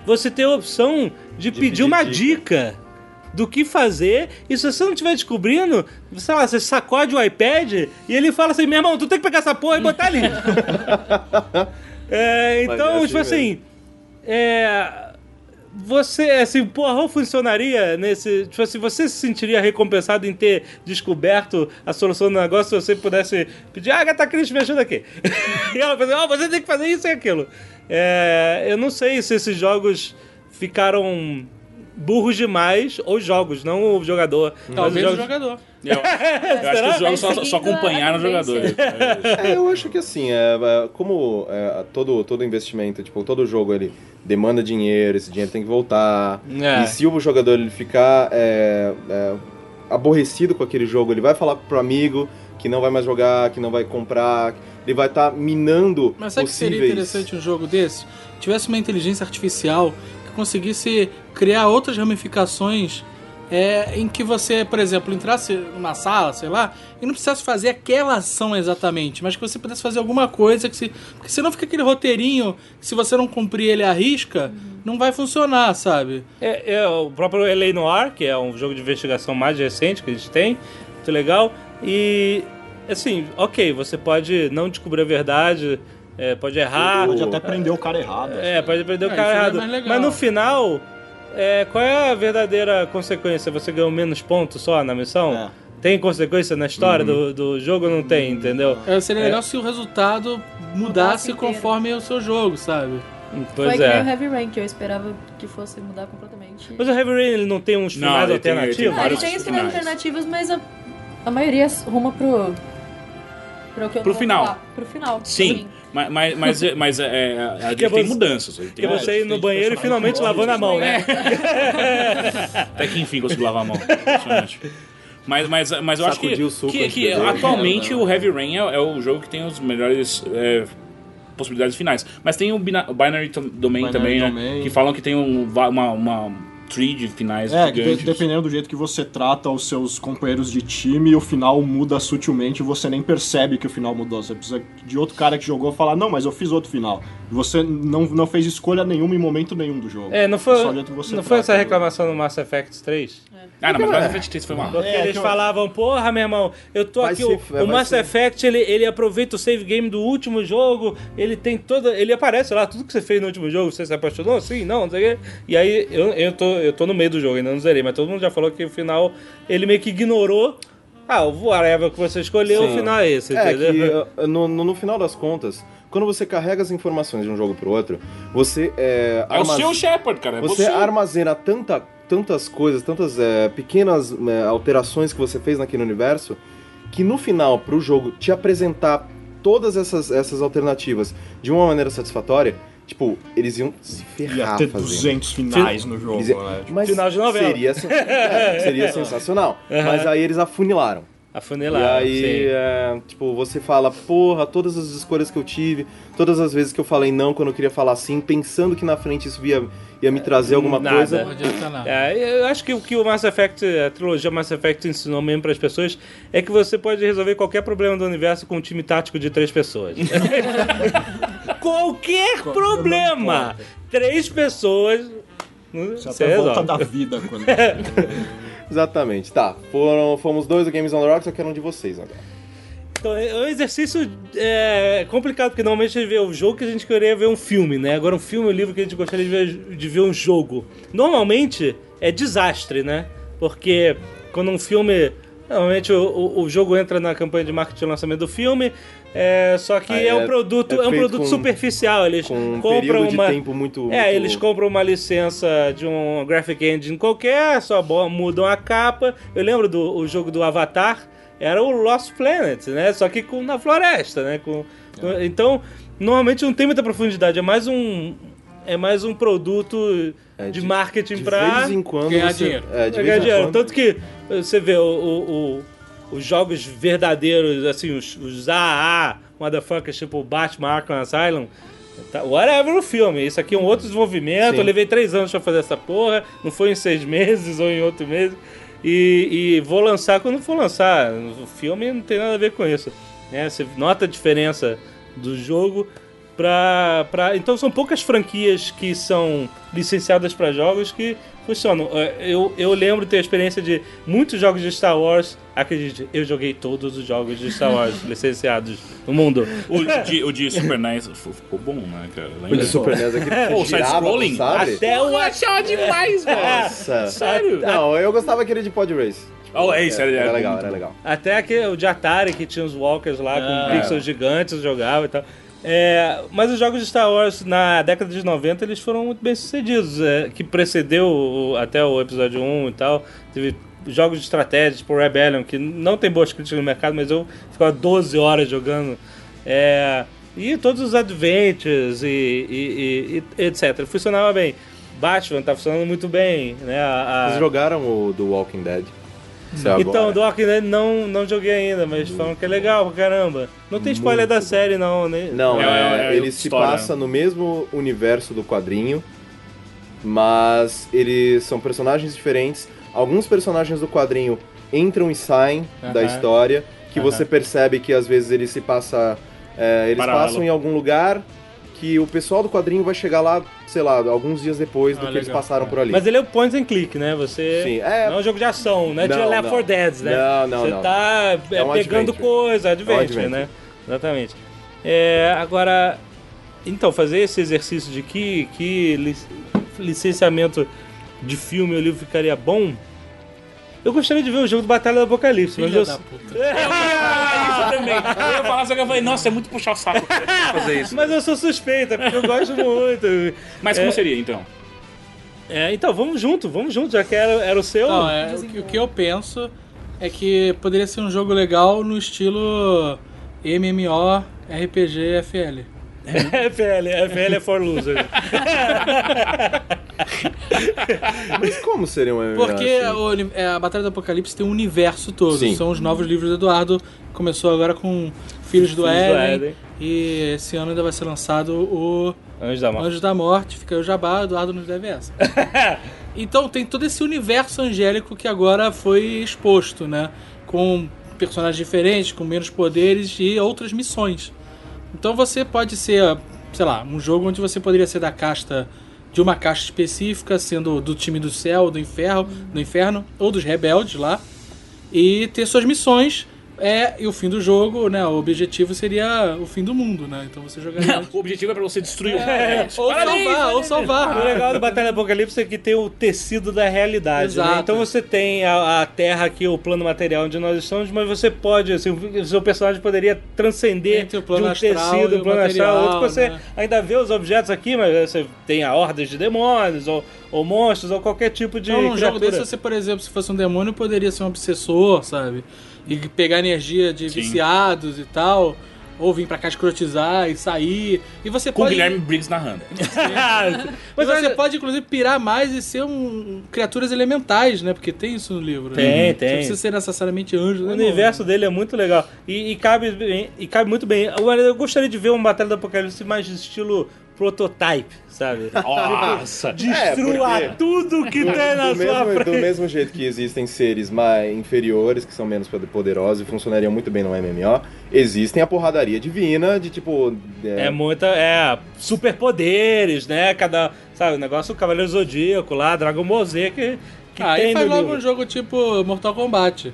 Speaker 2: você tem a opção de, pedir,
Speaker 1: pedir
Speaker 2: uma
Speaker 1: dica.
Speaker 2: dica do que fazer. E se você não estiver descobrindo, sei lá, você sacode o iPad e ele fala assim: meu irmão, tu tem que pegar essa porra e botar ali. É,
Speaker 1: Mas
Speaker 2: então,
Speaker 1: é assim
Speaker 2: tipo assim. É. Você, assim, porra, ou funcionaria nesse. Tipo assim, você se sentiria recompensado em ter descoberto a solução do negócio se você pudesse pedir, ah, Agatha Christie, me ajuda aqui. e ela fazia, ó, você tem que fazer isso e aquilo. É, eu não sei se esses jogos ficaram burros demais, ou os jogos, não o jogador. mas os
Speaker 3: Talvez o
Speaker 2: jogos-
Speaker 3: jogador.
Speaker 4: Eu, eu acho que os jogos só,
Speaker 5: é
Speaker 4: só acompanharam os jogadores.
Speaker 1: É, eu acho que assim, é, é, como é, todo, todo investimento, tipo, todo jogo ele demanda dinheiro, esse dinheiro tem que voltar.
Speaker 2: É.
Speaker 1: E se o jogador ele ficar é, é, aborrecido com aquele jogo, ele vai falar pro amigo que não vai mais jogar, que não vai comprar, ele vai estar minando
Speaker 3: Mas sabe que
Speaker 1: possíveis...
Speaker 3: seria interessante um jogo desse? Tivesse uma inteligência artificial que conseguisse criar outras ramificações é, em que você, por exemplo, entrasse numa sala, sei lá, e não precisasse fazer aquela ação exatamente, mas que você pudesse fazer alguma coisa que se. Porque senão fica aquele roteirinho que se você não cumprir ele à risca,
Speaker 5: Uhum.
Speaker 3: não vai funcionar, sabe?
Speaker 2: É, é, o próprio L.A. Noir, que é um jogo de investigação mais recente que a gente tem, muito legal. E, assim, ok, você pode não descobrir a verdade, é, pode errar,
Speaker 8: Pode até prender o cara errado. assim.
Speaker 2: é, pode perder o
Speaker 3: É,
Speaker 2: cara
Speaker 3: isso é
Speaker 2: errado.
Speaker 3: mais legal.
Speaker 2: Mas no final, é, qual é a verdadeira consequência? Você ganhou menos pontos só na missão?
Speaker 8: É.
Speaker 2: Tem consequência na história
Speaker 4: Uhum.
Speaker 2: do, do jogo? Não tem, entendeu?
Speaker 3: É, seria legal se o resultado
Speaker 5: Mudasse
Speaker 3: mudasse
Speaker 5: inteiro.
Speaker 3: conforme o seu jogo, sabe?
Speaker 2: Pois
Speaker 5: Foi que nem o
Speaker 2: é.
Speaker 5: Heavy Rain, que eu esperava que fosse mudar completamente.
Speaker 2: Mas o Heavy Rain ele não tem uns
Speaker 4: Não,
Speaker 2: finais
Speaker 4: ele tem- ele tem
Speaker 2: alternativos?
Speaker 5: Ah, ele
Speaker 4: vários
Speaker 5: tem esses
Speaker 4: finais.
Speaker 5: alternativas, mas a, a maioria ruma pro. Pro, que eu
Speaker 4: Pro
Speaker 5: vou
Speaker 4: final.
Speaker 5: falar. Pro final.
Speaker 4: Sim, mas, mas, mas, é- mas é, é, a gente
Speaker 2: você-
Speaker 4: tem mudanças. a gente
Speaker 2: Porque
Speaker 4: tem-
Speaker 2: você ir no banheiro e finalmente lavando a mão,
Speaker 5: é.
Speaker 2: né?
Speaker 4: Até que enfim consigo lavar a mão. Impressionante. Mas, mas, mas eu acho que,
Speaker 1: Sacudiu o suco
Speaker 4: que,
Speaker 1: antes
Speaker 4: que
Speaker 1: de beber.
Speaker 4: atualmente o Heavy Rain é, é o jogo que tem as melhores é, possibilidades finais. Mas tem o Bina- Binary Tom- Domain
Speaker 8: Binary
Speaker 4: também, né?
Speaker 8: Domain.
Speaker 4: Que falam que tem um, va- uma, uma tree de finais
Speaker 8: É, de-
Speaker 4: gigantes.
Speaker 8: dependendo do jeito que você trata os seus companheiros de time, o final muda sutilmente e você nem percebe que o final mudou. Você precisa de outro cara que jogou falar, não, mas eu fiz outro final. E Você não, não fez escolha nenhuma em momento nenhum do jogo.
Speaker 2: É, não foi,
Speaker 8: só o jeito que você
Speaker 2: não foi
Speaker 8: trata
Speaker 2: essa
Speaker 8: o
Speaker 2: reclamação no Mass Effect 3?
Speaker 4: Ah, não, mas Mass Effect 3 foi uma...
Speaker 2: Porque eles falavam, porra, meu irmão, eu tô
Speaker 1: É, Vai
Speaker 2: aqui,
Speaker 1: se
Speaker 2: o,
Speaker 1: f-
Speaker 2: o
Speaker 1: vai
Speaker 2: Mass
Speaker 1: se-
Speaker 2: Effect, ele, ele aproveita o save game do último jogo, ele tem toda... Ele aparece lá, tudo que você fez no último jogo, você se apaixonou? Sim, não, não sei o quê. E aí, eu, eu, tô, eu tô no meio do jogo, ainda não zerei, mas todo mundo já falou que o final, ele meio que ignorou. Ah, o whatever que você escolheu, o
Speaker 1: Sim.
Speaker 2: final é esse,
Speaker 1: É
Speaker 2: entendeu?
Speaker 3: né?
Speaker 1: que uh, no, no, no final das contas, quando você carrega as informações de um jogo pro outro, você é,
Speaker 4: É o
Speaker 1: armazena-
Speaker 4: seu Shepard, cara. é
Speaker 1: você
Speaker 4: você.
Speaker 1: armazena tanta, tantas coisas, tantas é, pequenas né, alterações que você fez naquele universo, que no final, pro jogo te apresentar todas essas, essas alternativas de uma maneira satisfatória, Tipo, eles iam se
Speaker 8: Ia
Speaker 1: ferrar
Speaker 8: ter
Speaker 1: fazendo.
Speaker 8: 200 finais no jogo,
Speaker 1: Eles-
Speaker 8: né?
Speaker 1: Mas
Speaker 2: Final de novela.
Speaker 1: Seria, sen- é, seria sensacional. Mas aí eles afunilaram.
Speaker 2: A funilada,
Speaker 1: e aí,
Speaker 2: sim.
Speaker 1: é, tipo, você fala, porra, todas as escolhas que eu tive, todas as vezes que eu falei não quando eu queria falar sim, pensando que na frente isso ia, ia me trazer alguma
Speaker 2: nada.
Speaker 1: coisa.
Speaker 3: Não adianta nada.
Speaker 2: É, eu acho que o que o Mass Effect, a trilogia Mass Effect ensinou mesmo para as pessoas é que você pode resolver qualquer problema do universo com um time tático de três pessoas. qualquer problema! Três pessoas.
Speaker 8: Você
Speaker 2: Você
Speaker 8: até volta
Speaker 2: resolve.
Speaker 8: da vida quando.
Speaker 1: Exatamente, tá. Foram, fomos dois do Games on the Rocks, eu quero um de vocês agora.
Speaker 2: Então, é um exercício é, complicado, porque normalmente a gente vê o jogo que a gente queria ver um filme, né? Agora um filme, um livro que a gente gostaria de ver, de ver um jogo. Normalmente é desastre, né? Porque quando um filme. Normalmente o, o- o jogo entra na campanha de marketing de lançamento do filme, é, só que
Speaker 1: Aí
Speaker 2: é, um
Speaker 1: é-
Speaker 2: produto,
Speaker 1: é
Speaker 2: é, um
Speaker 1: feito
Speaker 2: produto
Speaker 1: com-
Speaker 2: superficial. Eles
Speaker 1: Com um
Speaker 2: compram
Speaker 1: período de
Speaker 2: uma.
Speaker 1: tempo muito.
Speaker 2: É,
Speaker 1: muito-
Speaker 2: eles compram uma licença de um graphic engine qualquer, só bo- mudam a capa. Eu lembro do o jogo do Avatar, era o Lost Planet, né? Só que com, na floresta, né? Com, com-
Speaker 1: É.
Speaker 2: Então, normalmente não tem muita profundidade, é mais um é mais um produto
Speaker 1: É, de-
Speaker 2: de, marketing
Speaker 1: De
Speaker 2: pra
Speaker 1: vez em quando.
Speaker 3: ganhar
Speaker 1: você-
Speaker 3: dinheiro.
Speaker 1: É, de
Speaker 2: pegar
Speaker 1: vez em
Speaker 2: dinheiro.
Speaker 1: quando.
Speaker 2: Tanto que eh, você vê o- o- o- os jogos verdadeiros, assim, os, os AA, motherfuckers, tipo o Batman Arkham Asylum, tá, whatever o filme. Isso aqui é um outro desenvolvimento,
Speaker 1: Sim.
Speaker 2: eu levei três anos pra fazer essa porra, não foi em seis meses ou em oito meses. E, e vou lançar quando for lançar. O filme não tem nada a ver com isso. Né? Você nota a diferença do jogo pra, pra... Então são poucas franquias que são licenciadas para jogos que funcionam. Eh, Eu, eu lembro de ter a experiência de muitos jogos de Star Wars. Acredite, eu joguei todos os jogos de Star Wars licenciados no mundo.
Speaker 4: O de, o de Super NES ficou ficou bom, né, cara?
Speaker 1: O
Speaker 4: Lembra?
Speaker 1: de Super NES aqui
Speaker 4: Pô,
Speaker 1: que girava,
Speaker 4: side-scrolling?
Speaker 1: sabe?
Speaker 2: Até o achar demais,
Speaker 1: Nossa. Não, eu gostava aquele de Pod Race.
Speaker 4: Oh, é isso, era,
Speaker 1: Era
Speaker 4: era
Speaker 1: legal,
Speaker 4: muito
Speaker 1: era
Speaker 4: bom.
Speaker 1: legal.
Speaker 2: Até que o de Atari, que tinha os walkers lá
Speaker 3: Ah.
Speaker 2: com pixels gigantes, jogava e tal. É, mas os jogos de Star Wars na década de 90 eles foram muito bem sucedidos, é, que precedeu o- até o episódio 1 e tal. Teve jogos de estratégia, tipo Rebellion, que não tem boas críticas no mercado, mas eu ficava 12 horas jogando. É, e todos os adventures e, e- e- e etc. Funcionava bem. Batman tá funcionando muito bem, né? A- a-
Speaker 1: Vocês jogaram o do Walking Dead? Saiu
Speaker 2: então,
Speaker 1: agora.
Speaker 2: do Walking Dead não, não joguei ainda, mas falam que é legal pra caramba. Não tem spoiler da série, não, né?
Speaker 1: Não,
Speaker 4: É,
Speaker 1: é,
Speaker 4: é, é
Speaker 1: ele
Speaker 4: outra
Speaker 1: se
Speaker 4: história.
Speaker 1: passa no mesmo universo do quadrinho, mas eles são personagens diferentes. Alguns personagens do quadrinho entram e saem da
Speaker 2: Aham.
Speaker 1: história, que
Speaker 2: Aham.
Speaker 1: você percebe que às vezes ele se passa. é, eles
Speaker 4: Paralelo.
Speaker 1: passam em algum lugar que o pessoal do quadrinho vai chegar lá, sei lá, alguns dias depois do
Speaker 3: Ah,
Speaker 1: que eles
Speaker 3: legal.
Speaker 1: passaram por ali.
Speaker 2: Mas ele é o point and click, né? Você.
Speaker 1: Sim, é.
Speaker 2: Não é um jogo de ação, não é de
Speaker 1: Não,
Speaker 2: Left
Speaker 1: não.
Speaker 2: 4 Dead, né?
Speaker 1: Não, não,
Speaker 2: Você
Speaker 1: não.
Speaker 2: tá é,
Speaker 1: É um
Speaker 2: pegando
Speaker 1: adventure.
Speaker 2: coisa, adventure,
Speaker 1: adventure.
Speaker 2: né? Exatamente. É, agora, então, fazer esse exercício de que, que li- licenciamento de filme ou livro ficaria bom. Eu gostaria de ver o jogo do Batalha do Apocalipse, mas eu.
Speaker 3: Filha da puta.
Speaker 4: Ah, isso também. Eu ia falar, só que eu falei, nossa, é muito puxar o saco fazer isso.
Speaker 2: Mas eu sou suspeita, porque eu gosto muito.
Speaker 4: Mas como
Speaker 2: É.
Speaker 4: seria, então?
Speaker 2: É, então, vamos junto, vamos junto, já que era, era o seu.
Speaker 3: Não, é, o, que- o que eu penso é que poderia ser um jogo legal no estilo MMO, RPG, FL.
Speaker 2: FL, FL é for loser.
Speaker 1: Mas como seria um MMO
Speaker 3: Porque
Speaker 1: assim?
Speaker 3: o uni- é, a Batalha do Apocalipse tem um universo todo.
Speaker 1: Sim.
Speaker 3: São os novos livros do Eduardo. Começou agora com
Speaker 2: Filhos
Speaker 3: Filhos do
Speaker 2: do
Speaker 3: Éden.
Speaker 2: Éden.
Speaker 3: E esse ano ainda vai ser lançado o
Speaker 2: Anjo da mão.
Speaker 3: Anjo da Morte. Fica aí o Jabá, Eduardo nos deve essa. então tem todo esse universo angélico que agora foi exposto, né? Com personagens diferentes, com menos poderes e outras missões. Então você pode ser, sei lá, um jogo onde você poderia ser da casta de uma casta específica, sendo do time do céu, do inferno, do inferno ou dos rebeldes lá, e ter suas missões. É, e o fim do jogo, né? O objetivo seria o fim do mundo, né? Então você jogaria.
Speaker 4: O objetivo é pra você destruir o
Speaker 3: É,
Speaker 4: planeta.
Speaker 3: ou
Speaker 4: Parabéns!
Speaker 3: salvar, ou salvar.
Speaker 2: O legal do Batalha do Apocalipse é que tem o tecido da realidade. né?
Speaker 3: Exato.
Speaker 2: Então você tem a, a Terra aqui, o plano material onde nós estamos, mas você pode, assim, o seu personagem poderia transcender
Speaker 3: Entre o plano
Speaker 2: de um
Speaker 3: astral
Speaker 2: tecido,
Speaker 3: e
Speaker 2: o
Speaker 3: o
Speaker 2: plano astral,
Speaker 3: material,
Speaker 2: outro que você
Speaker 3: né?
Speaker 2: ainda vê os objetos aqui, mas você tem a hordas de demônios, ou, ou monstros, ou qualquer tipo de.
Speaker 3: Então, num jogo
Speaker 2: criatura.
Speaker 3: desse, você, por exemplo, se fosse um demônio, poderia ser um obsessor, sabe? E pegar energia de
Speaker 4: Sim.
Speaker 3: viciados e tal. ou vir pra cá escrotizar e sair. E você
Speaker 4: Com o
Speaker 3: pode.
Speaker 4: Guilherme Briggs narrando.
Speaker 3: Mas
Speaker 2: Mas
Speaker 3: você
Speaker 2: olha-
Speaker 3: pode, inclusive, pirar mais e ser um criaturas elementais, né? Porque tem isso no livro.
Speaker 2: Tem,
Speaker 3: né?
Speaker 2: tem.
Speaker 3: Você não precisa ser necessariamente anjo.
Speaker 2: O
Speaker 3: né?
Speaker 2: universo dele é muito legal. E, e cabe, bem- e cabe muito bem. Agora, eu gostaria de ver uma Batalha do Apocalipse mais estilo prototype, sabe?
Speaker 4: Nossa. É.
Speaker 2: Destrua
Speaker 1: É, porque-
Speaker 2: tudo que tem na
Speaker 1: do,
Speaker 2: sua
Speaker 1: mesmo, do
Speaker 2: frente.
Speaker 1: mesmo jeito que existem seres mais inferiores, que são menos poderosos e funcionariam muito bem no MMO, existem a porradaria divina de tipo.
Speaker 2: É muita. É. Superpoderes, né? Cada. Sabe, o negócio do Cavaleiro Zodíaco lá, Dragon Ball Z, que. que
Speaker 3: Ah,
Speaker 2: tem
Speaker 3: aí faz
Speaker 2: no
Speaker 3: logo
Speaker 2: livro.
Speaker 3: um jogo tipo Mortal Kombat.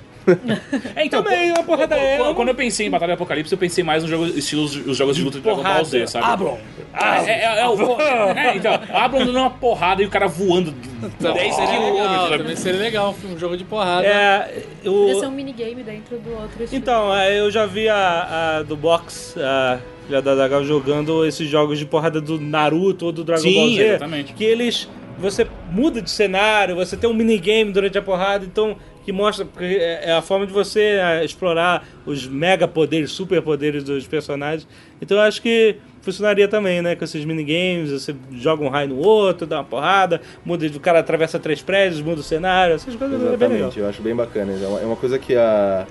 Speaker 4: É, então,
Speaker 2: Também,
Speaker 4: pô-
Speaker 2: uma porrada
Speaker 4: pô-
Speaker 2: é,
Speaker 4: pô-
Speaker 2: uma-
Speaker 4: Quando eu pensei em Batalha do Apocalipse, eu pensei mais nos jogos, estilos, os jogos de luta de Dragon Ball
Speaker 2: Porrada.
Speaker 4: Z, sabe?
Speaker 3: Abram!
Speaker 4: Ah, é, é, é o. É, então, Abram dando uma porrada e o cara voando 10
Speaker 3: Legal,
Speaker 4: quilômetros.
Speaker 3: também seria legal um jogo de porrada.
Speaker 2: É.
Speaker 5: Podia ser um
Speaker 2: O,
Speaker 5: minigame dentro do outro. estilo.
Speaker 2: então, é, eu já vi a, a do box, a filha da Dagal, jogando esses jogos de porrada do Naruto ou do Dragon
Speaker 4: Sim,
Speaker 2: Ball Z.
Speaker 4: exatamente.
Speaker 2: Que eles. Você muda de cenário, você tem um minigame durante a porrada, então. Que mostra. Porque é é a forma de você é, explorar os mega poderes, super poderes dos personagens. Então eu acho que funcionaria também, né? Com esses minigames, você joga um raio no outro, dá uma porrada, muda, o cara atravessa três prédios, muda o cenário, essas coisas é bem legal.
Speaker 1: Exatamente, eu acho bem bacana. É uma- É uma coisa que a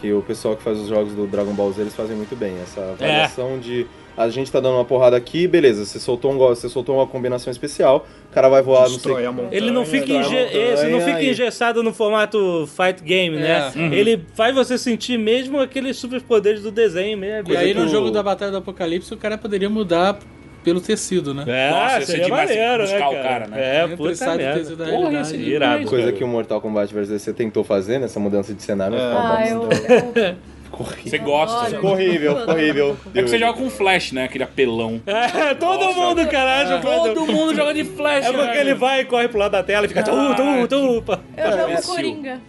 Speaker 1: que o pessoal que faz os jogos do Dragon Ball Z eles fazem muito bem, essa
Speaker 2: É.
Speaker 1: avaliação de a gente tá dando uma porrada aqui, beleza, você soltou um go- você soltou uma combinação especial, o cara vai voar, não sei.
Speaker 8: Destrói a montanha.
Speaker 2: Ele não fica,
Speaker 1: dói,
Speaker 2: enge-
Speaker 1: dói,
Speaker 2: esse não fica
Speaker 1: Então, é aí.
Speaker 2: engessado no formato fight game, né?
Speaker 3: É.
Speaker 4: Uhum.
Speaker 2: Ele faz você sentir mesmo aqueles superpoderes do desenho mesmo. Tipo,
Speaker 3: e aí no
Speaker 1: do-
Speaker 3: jogo da Batalha do Apocalipse o cara poderia mudar pelo tecido, né?
Speaker 2: É,
Speaker 4: Nossa, ia ser
Speaker 2: seria
Speaker 4: demais
Speaker 2: maneiro, né,
Speaker 4: buscar
Speaker 2: cara?
Speaker 4: o cara, né?
Speaker 2: É,
Speaker 3: Ele
Speaker 2: puta
Speaker 3: sai do tecido
Speaker 2: merda.
Speaker 3: da
Speaker 4: Porra, ia
Speaker 3: realidade.
Speaker 4: ser
Speaker 2: Irado.
Speaker 4: demais.
Speaker 1: Coisa que o Mortal Kombat vs DC tentou fazer nessa mudança de cenário, tá
Speaker 8: É.
Speaker 1: ficou uma
Speaker 5: Ah,
Speaker 1: bosta.
Speaker 5: eu. eu-
Speaker 1: Ficou horrível.
Speaker 4: né? Você gosta.
Speaker 5: Olha,
Speaker 1: Ficou horrível, ficou horrível.
Speaker 4: É que você joga com flash, né? Aquele apelão.
Speaker 2: É, todo
Speaker 4: Nossa. É.
Speaker 2: mundo, caralho. faz- um-
Speaker 4: Todo mundo joga de flash,
Speaker 2: É porque
Speaker 4: velho.
Speaker 2: ele vai e corre pro lado da tela e fica tu, tu, tu, pá.
Speaker 5: Eu jogo
Speaker 4: Imbecil.
Speaker 5: Coringa.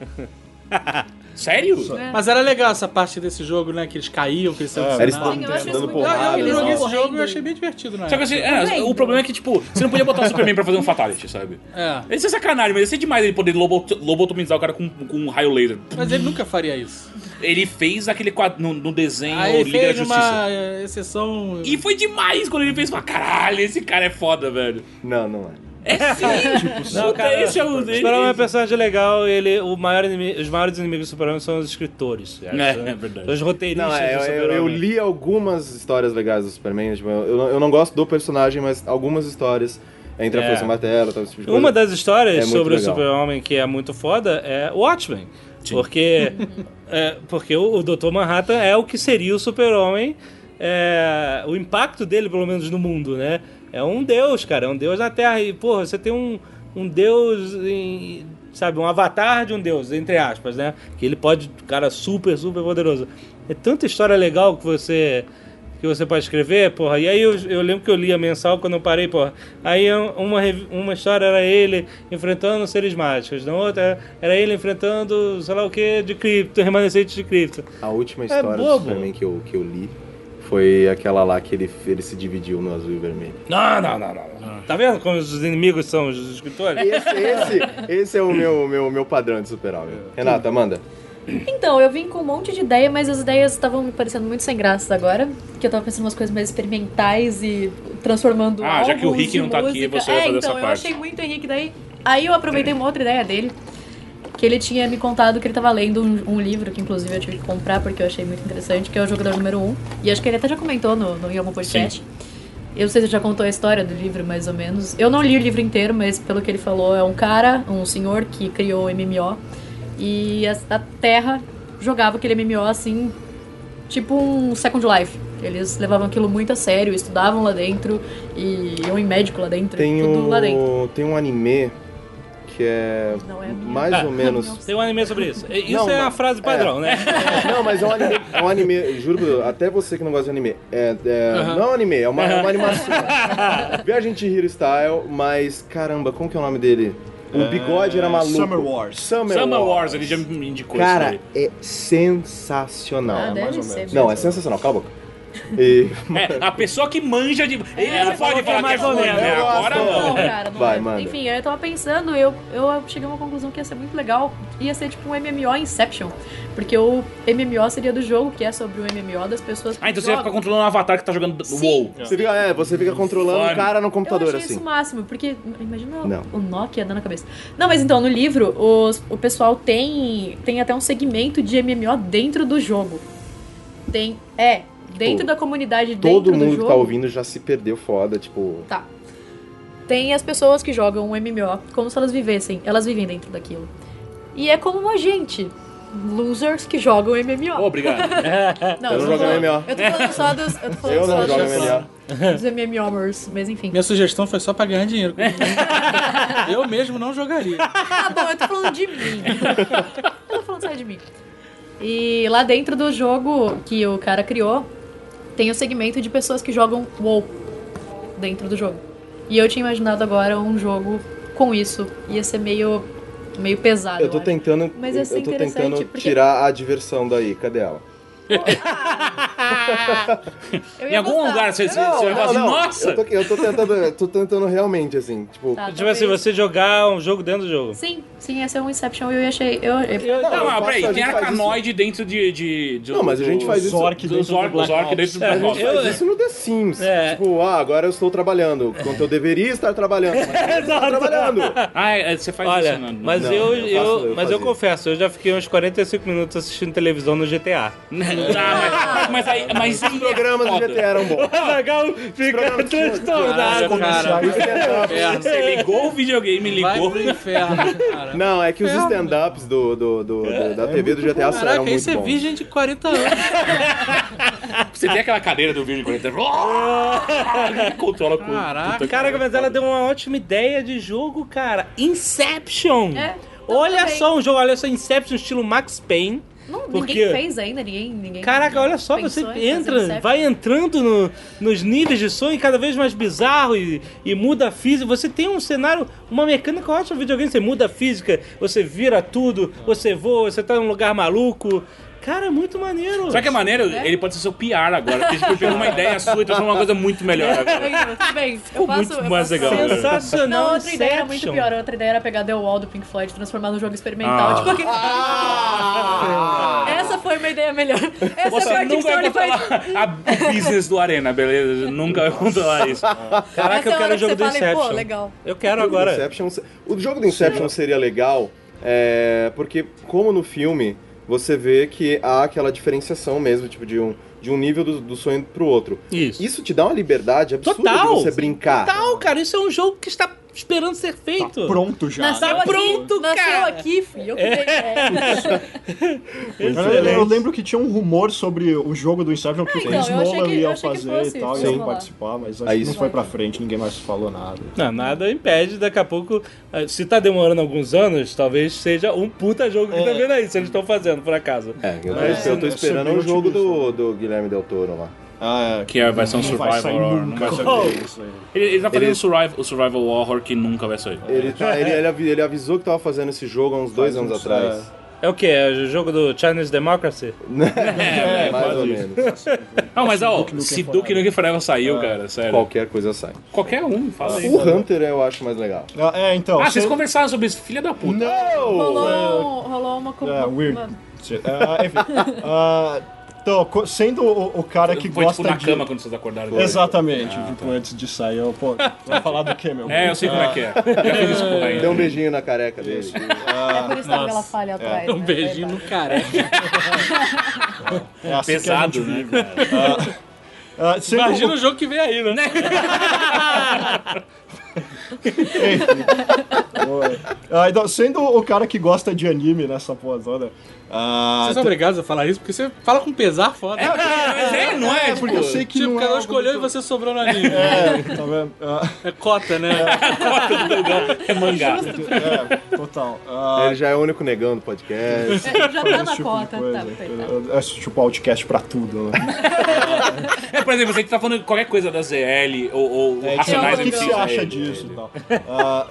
Speaker 4: Sério?
Speaker 3: Mas era legal essa parte desse jogo, né? Que eles caíam, que eles saíam do
Speaker 1: Era
Speaker 3: cenário.
Speaker 5: Sim, eu acho isso
Speaker 1: Tá, dando
Speaker 5: muito
Speaker 1: porrada.
Speaker 3: Eu, Ah, eu
Speaker 5: Eles
Speaker 3: joguei
Speaker 5: vão
Speaker 3: esse jogo e
Speaker 5: correndo.
Speaker 3: eu achei bem divertido, né?
Speaker 4: Só que assim, é, o problema é que, tipo, você não podia botar o Superman pra fazer um fatality, sabe?
Speaker 3: É.
Speaker 4: Isso é sacanagem, mas isso é demais ele poder lobo- lobotomizar o cara com, com um raio laser.
Speaker 3: Mas ele nunca faria isso.
Speaker 4: Ele fez aquele quadro no, no desenho
Speaker 3: Aí
Speaker 4: Liga da
Speaker 3: fez
Speaker 4: Justiça.
Speaker 3: uma é, exceção.
Speaker 4: E foi demais quando ele fez pra caralho, esse cara é foda, velho.
Speaker 1: Não, não é.
Speaker 4: É sim!
Speaker 2: Não,
Speaker 4: Puta,
Speaker 2: cara,
Speaker 4: esse é o ele-
Speaker 2: Superman é um personagem legal, ele, o maior inimi- os maiores inimigos do Superman são os escritores. acho,
Speaker 4: É,
Speaker 2: né?
Speaker 4: é verdade.
Speaker 2: Os roteiristas
Speaker 1: Não, é,
Speaker 2: do
Speaker 1: eu, eu-
Speaker 2: Superman.
Speaker 1: eu li algumas histórias legais do Superman. Tipo, eu, eu não- eu não gosto do personagem, mas algumas histórias. é, Entre
Speaker 2: É.
Speaker 1: a força e o martelo, tal, esse tipo de
Speaker 2: Uma
Speaker 1: coisa.
Speaker 2: das histórias
Speaker 1: É muito
Speaker 2: sobre
Speaker 1: legal.
Speaker 2: o Super-Homem que é muito foda é o Watchmen. Porque, é, porque o, o Dr. Manhattan é o que seria o Super-Homem, é, o impacto dele, pelo menos, no mundo, né? É um deus, cara, é um deus na Terra. E, porra, você tem um, um deus em- Sabe, um avatar de um deus, entre aspas, né? Que ele pode. Cara, super, super poderoso. É tanta história legal que você que você pode escrever, porra. E aí eu, eu lembro que eu li a mensal quando eu parei, porra. Aí um- uma, rev- uma história era ele enfrentando seres mágicos, na outra era ele enfrentando, sei lá o que, de cripto, remanescentes de cripto.
Speaker 1: A última história do
Speaker 2: É bobo.
Speaker 1: Superman que eu, que eu li foi aquela lá que ele, ele se dividiu no azul e vermelho.
Speaker 2: Não, não, não, não. não. Tá vendo como os inimigos são os escritores?
Speaker 1: Esse, esse, esse é o meu, meu, meu padrão de super-homem. Renata, manda.
Speaker 5: Então, eu vim com um monte de ideia, mas as ideias estavam me parecendo muito sem graça agora. Que eu tava pensando umas coisas mais experimentais e transformando
Speaker 4: Ah, já que o
Speaker 5: álbuns
Speaker 4: Rick
Speaker 5: de
Speaker 4: não tá aqui,
Speaker 5: música.
Speaker 4: você vai
Speaker 5: é,
Speaker 4: fazer
Speaker 5: então,
Speaker 4: essa
Speaker 5: eu
Speaker 4: parte.
Speaker 5: achei muito o Henrique daí. Aí eu aproveitei uma outra ideia dele. Que ele tinha me contado que ele tava lendo um, um livro, que inclusive eu tive que comprar porque eu achei muito interessante, que é o Jogador Número 1. E acho que ele até já comentou no, no, em algum podcast. Eu não sei se ele já contou a história do livro, mais ou menos. Eu não li o livro inteiro, mas pelo que ele falou, é um cara, um senhor que criou o MMO. E a, a Terra jogava aquele MMO assim, tipo um Second Life. Eles levavam aquilo muito a sério, estudavam lá dentro, e iam em médico lá dentro,
Speaker 1: Tem
Speaker 5: tudo lá dentro.
Speaker 1: um, tem um anime que é
Speaker 5: Não é a minha.
Speaker 1: mais ou menos
Speaker 2: Tem um anime sobre isso. E- Isso
Speaker 1: Não,
Speaker 2: é a
Speaker 1: mas-
Speaker 2: frase padrão, né?
Speaker 1: Não, mas é um anime, é um anime juro, por Deus, até você que não gosta de anime. É, é-
Speaker 3: Aham.
Speaker 1: Não é um anime, é uma, é uma animação. Viagem de Hero Style, mas caramba, como que é o nome dele?
Speaker 2: É,
Speaker 1: O bigode era maluco.
Speaker 8: Summer Wars.
Speaker 1: Summer,
Speaker 4: Summer
Speaker 1: Wars.
Speaker 4: Wars, ele já me indicou
Speaker 1: Cara,
Speaker 4: isso
Speaker 1: é sensacional.
Speaker 5: Ah,
Speaker 8: mais
Speaker 5: deve
Speaker 8: ou
Speaker 5: ser.
Speaker 8: menos.
Speaker 1: não, é sensacional, calma. a boca. E,
Speaker 4: daí. É, a pessoa que manja de. Ele não pode
Speaker 2: falou que é
Speaker 4: falar que é
Speaker 2: mais ou
Speaker 4: ruim,
Speaker 2: menos.
Speaker 4: né?
Speaker 1: Eu
Speaker 4: Agora
Speaker 1: gosto.
Speaker 4: não.
Speaker 5: cara, não
Speaker 1: Vai,
Speaker 5: é.
Speaker 1: manda.
Speaker 5: Enfim, eu tava pensando, eu, eu cheguei a uma conclusão que ia ser muito legal. Ia ser tipo um MMO Inception. Porque o MMO seria do jogo, que é sobre o MMO das pessoas que
Speaker 4: Ah, então você vai
Speaker 5: jogam.
Speaker 4: ficar controlando um avatar que tá jogando
Speaker 5: Sim.
Speaker 4: WoW.
Speaker 1: Você fica, é, você fica controlando
Speaker 4: Fone.
Speaker 1: o cara no
Speaker 5: Eu
Speaker 1: computador,
Speaker 5: achei
Speaker 1: assim.
Speaker 5: isso o máximo, porque imagina o-
Speaker 1: Não.
Speaker 5: o Nokia dando a cabeça. Não, mas então, no livro, os- o pessoal tem, tem até um segmento de MMO dentro do jogo. Tem, é, dentro
Speaker 1: Tipo,
Speaker 5: da comunidade,
Speaker 1: Todo
Speaker 5: dentro do
Speaker 1: mundo que
Speaker 5: jogo.
Speaker 1: tá ouvindo já se perdeu foda, tipo.
Speaker 5: Tá. Tem as pessoas que jogam um MMO como se elas vivessem, elas vivem dentro daquilo. E é como a gente, losers que jogam MMO.
Speaker 4: Obrigado.
Speaker 5: não,
Speaker 1: eu não
Speaker 5: tô
Speaker 1: jogo
Speaker 5: falando-
Speaker 1: MMO.
Speaker 5: Eu tô falando só dos, eu tô falando
Speaker 1: Eu não
Speaker 5: só
Speaker 1: jogo
Speaker 5: dos,
Speaker 1: MMO.
Speaker 5: dos MMOers, mas enfim.
Speaker 3: Minha sugestão foi só pra ganhar dinheiro. Eu mesmo não jogaria.
Speaker 5: Tá bom, eu tô falando de mim. Eu tô falando só de mim. E lá dentro do jogo que o cara criou, tem o segmento de pessoas que jogam WoW dentro do jogo. E eu tinha imaginado agora um jogo com isso. Ia ser meio, meio pesado.
Speaker 1: Eu tô
Speaker 5: acho.
Speaker 1: tentando.
Speaker 5: Mas ia ser
Speaker 1: eu tô
Speaker 5: interessante,
Speaker 1: tentando
Speaker 5: porque-
Speaker 1: tirar a diversão daí. Cadê ela?
Speaker 5: Eu ia
Speaker 4: em algum
Speaker 5: gostar.
Speaker 4: lugar você, você vai falar assim, nossa!
Speaker 1: Eu tô, eu tô tentando, eu tô tentando realmente, assim, tipo.
Speaker 5: Tá,
Speaker 2: Tipo assim,
Speaker 5: talvez.
Speaker 2: você jogar um jogo dentro do jogo.
Speaker 5: Sim, sim, esse é um Inception e eu achei. Eu, eu-
Speaker 2: Eu-
Speaker 1: Não,
Speaker 4: Não,
Speaker 1: eu
Speaker 4: mas
Speaker 1: faço-
Speaker 4: peraí,
Speaker 1: a
Speaker 4: tem
Speaker 1: gente faz
Speaker 4: arcanoide dentro de, de, de.
Speaker 1: Não, mas a gente faz isso-
Speaker 4: Zork
Speaker 8: Zork
Speaker 4: dentro
Speaker 8: dentro
Speaker 4: do Zork,
Speaker 8: do Black
Speaker 4: Zork
Speaker 8: Ops.
Speaker 4: dentro do
Speaker 2: É, a
Speaker 4: Black
Speaker 2: gente
Speaker 1: A
Speaker 4: Ops.
Speaker 1: gente
Speaker 2: Eu-
Speaker 1: faz isso no The Sims.
Speaker 2: É.
Speaker 1: Tipo, ah, agora eu estou trabalhando. Quando eu deveria estar trabalhando. Mas eu estou
Speaker 2: Exato.
Speaker 1: trabalhando.
Speaker 4: Ah, é, é, você faz
Speaker 2: Olha,
Speaker 4: isso. não- não-
Speaker 2: mas
Speaker 1: não,
Speaker 2: eu,
Speaker 1: eu
Speaker 2: eu,
Speaker 1: faço- eu
Speaker 2: mas eu
Speaker 1: fazia.
Speaker 2: confesso, eu já fiquei uns 45 minutos assistindo televisão no GTA.
Speaker 4: Ah, mas, mas aí. Mas aí
Speaker 1: Os programas do GTA eram bons.
Speaker 2: Legal, fica
Speaker 1: Programa-
Speaker 2: transtornado.
Speaker 3: Cara,
Speaker 1: Os stand-ups.
Speaker 3: inferno.
Speaker 4: É, Você ligou o videogame,
Speaker 3: Vai
Speaker 4: ligou.
Speaker 3: pro inferno, cara.
Speaker 1: Não, é que os stand-ups do, do, do- do- da TV do GTA eram
Speaker 3: Caraca,
Speaker 1: muito
Speaker 3: isso é
Speaker 1: bons.
Speaker 3: virgem de 40 anos.
Speaker 4: Você tem aquela cadeira do vídeo 40. Ele controla com.
Speaker 3: Caraca.
Speaker 4: puta que
Speaker 2: Caraca, mas ela
Speaker 4: pariu.
Speaker 2: deu uma ótima ideia de jogo, cara. Inception!
Speaker 5: É, então
Speaker 2: olha
Speaker 5: também.
Speaker 2: só um jogo, olha só Inception estilo Max Payne.
Speaker 5: não,
Speaker 2: Porque-
Speaker 5: ninguém fez ainda, ninguém. ninguém
Speaker 2: Caraca, olha só, você
Speaker 5: pensou em fazer
Speaker 2: entra,
Speaker 5: Inception.
Speaker 2: vai entrando no- nos níveis de sonho cada vez mais bizarro e, e muda a física. Você tem um cenário, uma mecânica ótima de videogame. Você muda a física, você vira tudo, você voa, você tá num lugar maluco. Cara, é muito maneiro.
Speaker 4: Sabe que é maneiro?
Speaker 5: É.
Speaker 4: Ele pode ser seu PR agora, porque a gente pegou uma ideia sua e transformou uma coisa muito melhor agora.
Speaker 5: Bem, tudo bem, eu faço,
Speaker 4: muito
Speaker 5: eu
Speaker 4: mais
Speaker 5: faço
Speaker 4: legal.
Speaker 5: isso.
Speaker 2: Sensacional,
Speaker 5: Não, a outra ideia era muito
Speaker 2: Inception.
Speaker 5: pior. A outra ideia era pegar The Wall do Pink Floyd e transformar num jogo experimental.
Speaker 4: Ah.
Speaker 5: Tipo, aquele...
Speaker 8: Ah.
Speaker 1: Ah!
Speaker 5: Essa foi uma ideia melhor. Essa foi
Speaker 4: Você
Speaker 5: a
Speaker 4: nunca vai
Speaker 5: Kickstarter
Speaker 4: controlar
Speaker 5: faz.
Speaker 4: a, o business do Arena, beleza? Nunca vai controlar isso.
Speaker 2: Caraca,
Speaker 5: Essa
Speaker 2: eu
Speaker 5: é a
Speaker 2: quero
Speaker 5: hora
Speaker 2: o jogo do
Speaker 5: que você fala,
Speaker 2: Inception.
Speaker 5: Pô, legal.
Speaker 2: Eu quero
Speaker 1: O jogo do
Speaker 2: agora.
Speaker 1: Inception se- o jogo do Inception seria legal, é, porque como no filme você vê que há aquela diferenciação mesmo, tipo, de um, de um nível do, do sonho pro outro.
Speaker 2: Isso.
Speaker 1: Isso te dá uma liberdade absurda
Speaker 2: Total.
Speaker 1: de você brincar.
Speaker 2: Total, cara, isso é um jogo que está esperando ser feito.
Speaker 8: Pronto já. né?
Speaker 5: Nasceu
Speaker 2: Tá
Speaker 5: aqui,
Speaker 2: pronto,
Speaker 5: nasceu
Speaker 2: cara.
Speaker 5: aqui, filho. Eu que dei é,
Speaker 8: É.
Speaker 5: ideia.
Speaker 8: Eu,
Speaker 4: é.
Speaker 2: Excelente.
Speaker 8: eu lembro que tinha um rumor sobre o jogo do Inception que o
Speaker 5: então,
Speaker 8: Chris
Speaker 5: eu achei
Speaker 8: Nolan
Speaker 5: que- eu
Speaker 8: ia
Speaker 5: achei que
Speaker 8: fazer
Speaker 5: fosse
Speaker 8: e tal,
Speaker 5: isso,
Speaker 8: ia
Speaker 5: vamos lá.
Speaker 8: participar, mas acho
Speaker 1: Aí
Speaker 8: que não
Speaker 1: isso-
Speaker 8: foi pra frente, ninguém mais falou nada.
Speaker 2: Não, nada impede, daqui a pouco, eh, se tá demorando alguns anos, talvez seja um puta jogo que tá vendo aí, se eles estão fazendo, por acaso.
Speaker 1: É, eu, tô-
Speaker 8: É,
Speaker 1: eu tô
Speaker 8: é
Speaker 1: esperando
Speaker 8: bem
Speaker 1: o jogo do,
Speaker 8: otimista.
Speaker 1: do Guilherme Del Toro lá.
Speaker 8: Ah, é.
Speaker 4: Que é- vai ser um
Speaker 8: não vai
Speaker 4: survival
Speaker 8: sair
Speaker 4: horror. Não
Speaker 8: nunca.
Speaker 4: vai sair.
Speaker 8: Oh. Isso aí.
Speaker 4: Ele, ele tá fazendo
Speaker 1: Ele-
Speaker 4: o survival, o survival horror que nunca vai sair.
Speaker 1: Ele, tá- ele, ele avi- ele avisou que tava fazendo esse jogo há uns dois
Speaker 8: Faz
Speaker 1: anos
Speaker 8: uns-
Speaker 1: atrás.
Speaker 2: É o que? É o jogo do Chinese Democracy?
Speaker 4: É, é,
Speaker 1: Mais
Speaker 4: quase
Speaker 1: ou
Speaker 4: isso.
Speaker 1: menos.
Speaker 4: Não, mas ó,
Speaker 8: Duke Nukem
Speaker 4: se
Speaker 8: Forever.
Speaker 4: Duke Nukem Forever saiu, cara, sério.
Speaker 1: Qualquer coisa sai.
Speaker 4: Qualquer um, fala aí.
Speaker 1: O Hunter eu acho mais legal.
Speaker 8: Ah, é, então.
Speaker 4: Ah,
Speaker 8: você-
Speaker 4: vocês conversaram sobre isso, filha da puta.
Speaker 5: Rolou,
Speaker 1: Não!
Speaker 5: um- rolou uma... co-
Speaker 8: É, weird.
Speaker 5: uma-
Speaker 8: Você- ah, enfim. Ah, então, co- sendo o, o cara que
Speaker 4: Foi
Speaker 8: gosta
Speaker 4: tipo na
Speaker 8: de...
Speaker 4: cama quando vocês acordaram.
Speaker 8: Exatamente, tipo, antes de sair, eu, pô, vai falar do quê, meu?
Speaker 4: tá. É, eu sei como é que é. Já fiz isso por aí.
Speaker 1: Deu um beijinho na careca dele.
Speaker 5: É por isso que ela falha atrás.
Speaker 3: Um
Speaker 5: né?
Speaker 3: beijinho no careca.
Speaker 8: É assim que a
Speaker 4: Pesado,
Speaker 8: gente
Speaker 4: né?
Speaker 8: vive.
Speaker 4: cara?
Speaker 8: Ah, sendo-
Speaker 3: Imagina o jogo que vem aí, né?
Speaker 8: Oi. Ah, então, sendo o cara que gosta de anime nessa porra toda. ah,
Speaker 2: tá.
Speaker 3: Vocês são obrigados a falar isso, porque você fala com pesar foda.
Speaker 4: Mas é, não é?
Speaker 8: é, porque eu sei que
Speaker 3: tipo, o
Speaker 8: não é
Speaker 3: cara
Speaker 8: algo
Speaker 3: escolheu e
Speaker 8: muito-
Speaker 3: você sobrou no anime.
Speaker 8: É, tá vendo? Ah,
Speaker 3: É cota, né?
Speaker 4: É mangá.
Speaker 8: é, total. Ah,
Speaker 1: Ele já é o único negão do podcast.
Speaker 5: É, já tá
Speaker 8: esse
Speaker 5: na
Speaker 8: tipo de
Speaker 5: cota. Tá,
Speaker 8: coisa.
Speaker 5: perfeito.
Speaker 8: Eu assisto, tipo podcast pra tudo, né?
Speaker 4: É, por exemplo, você que tá falando qualquer coisa da ZL ou, ou
Speaker 8: É, tipo,
Speaker 4: Racionais
Speaker 8: o que que
Speaker 4: MCs,
Speaker 8: você
Speaker 5: Ah.
Speaker 4: né?
Speaker 8: acha
Speaker 4: Ele,
Speaker 8: disso e
Speaker 4: ele.
Speaker 8: tal? Ah,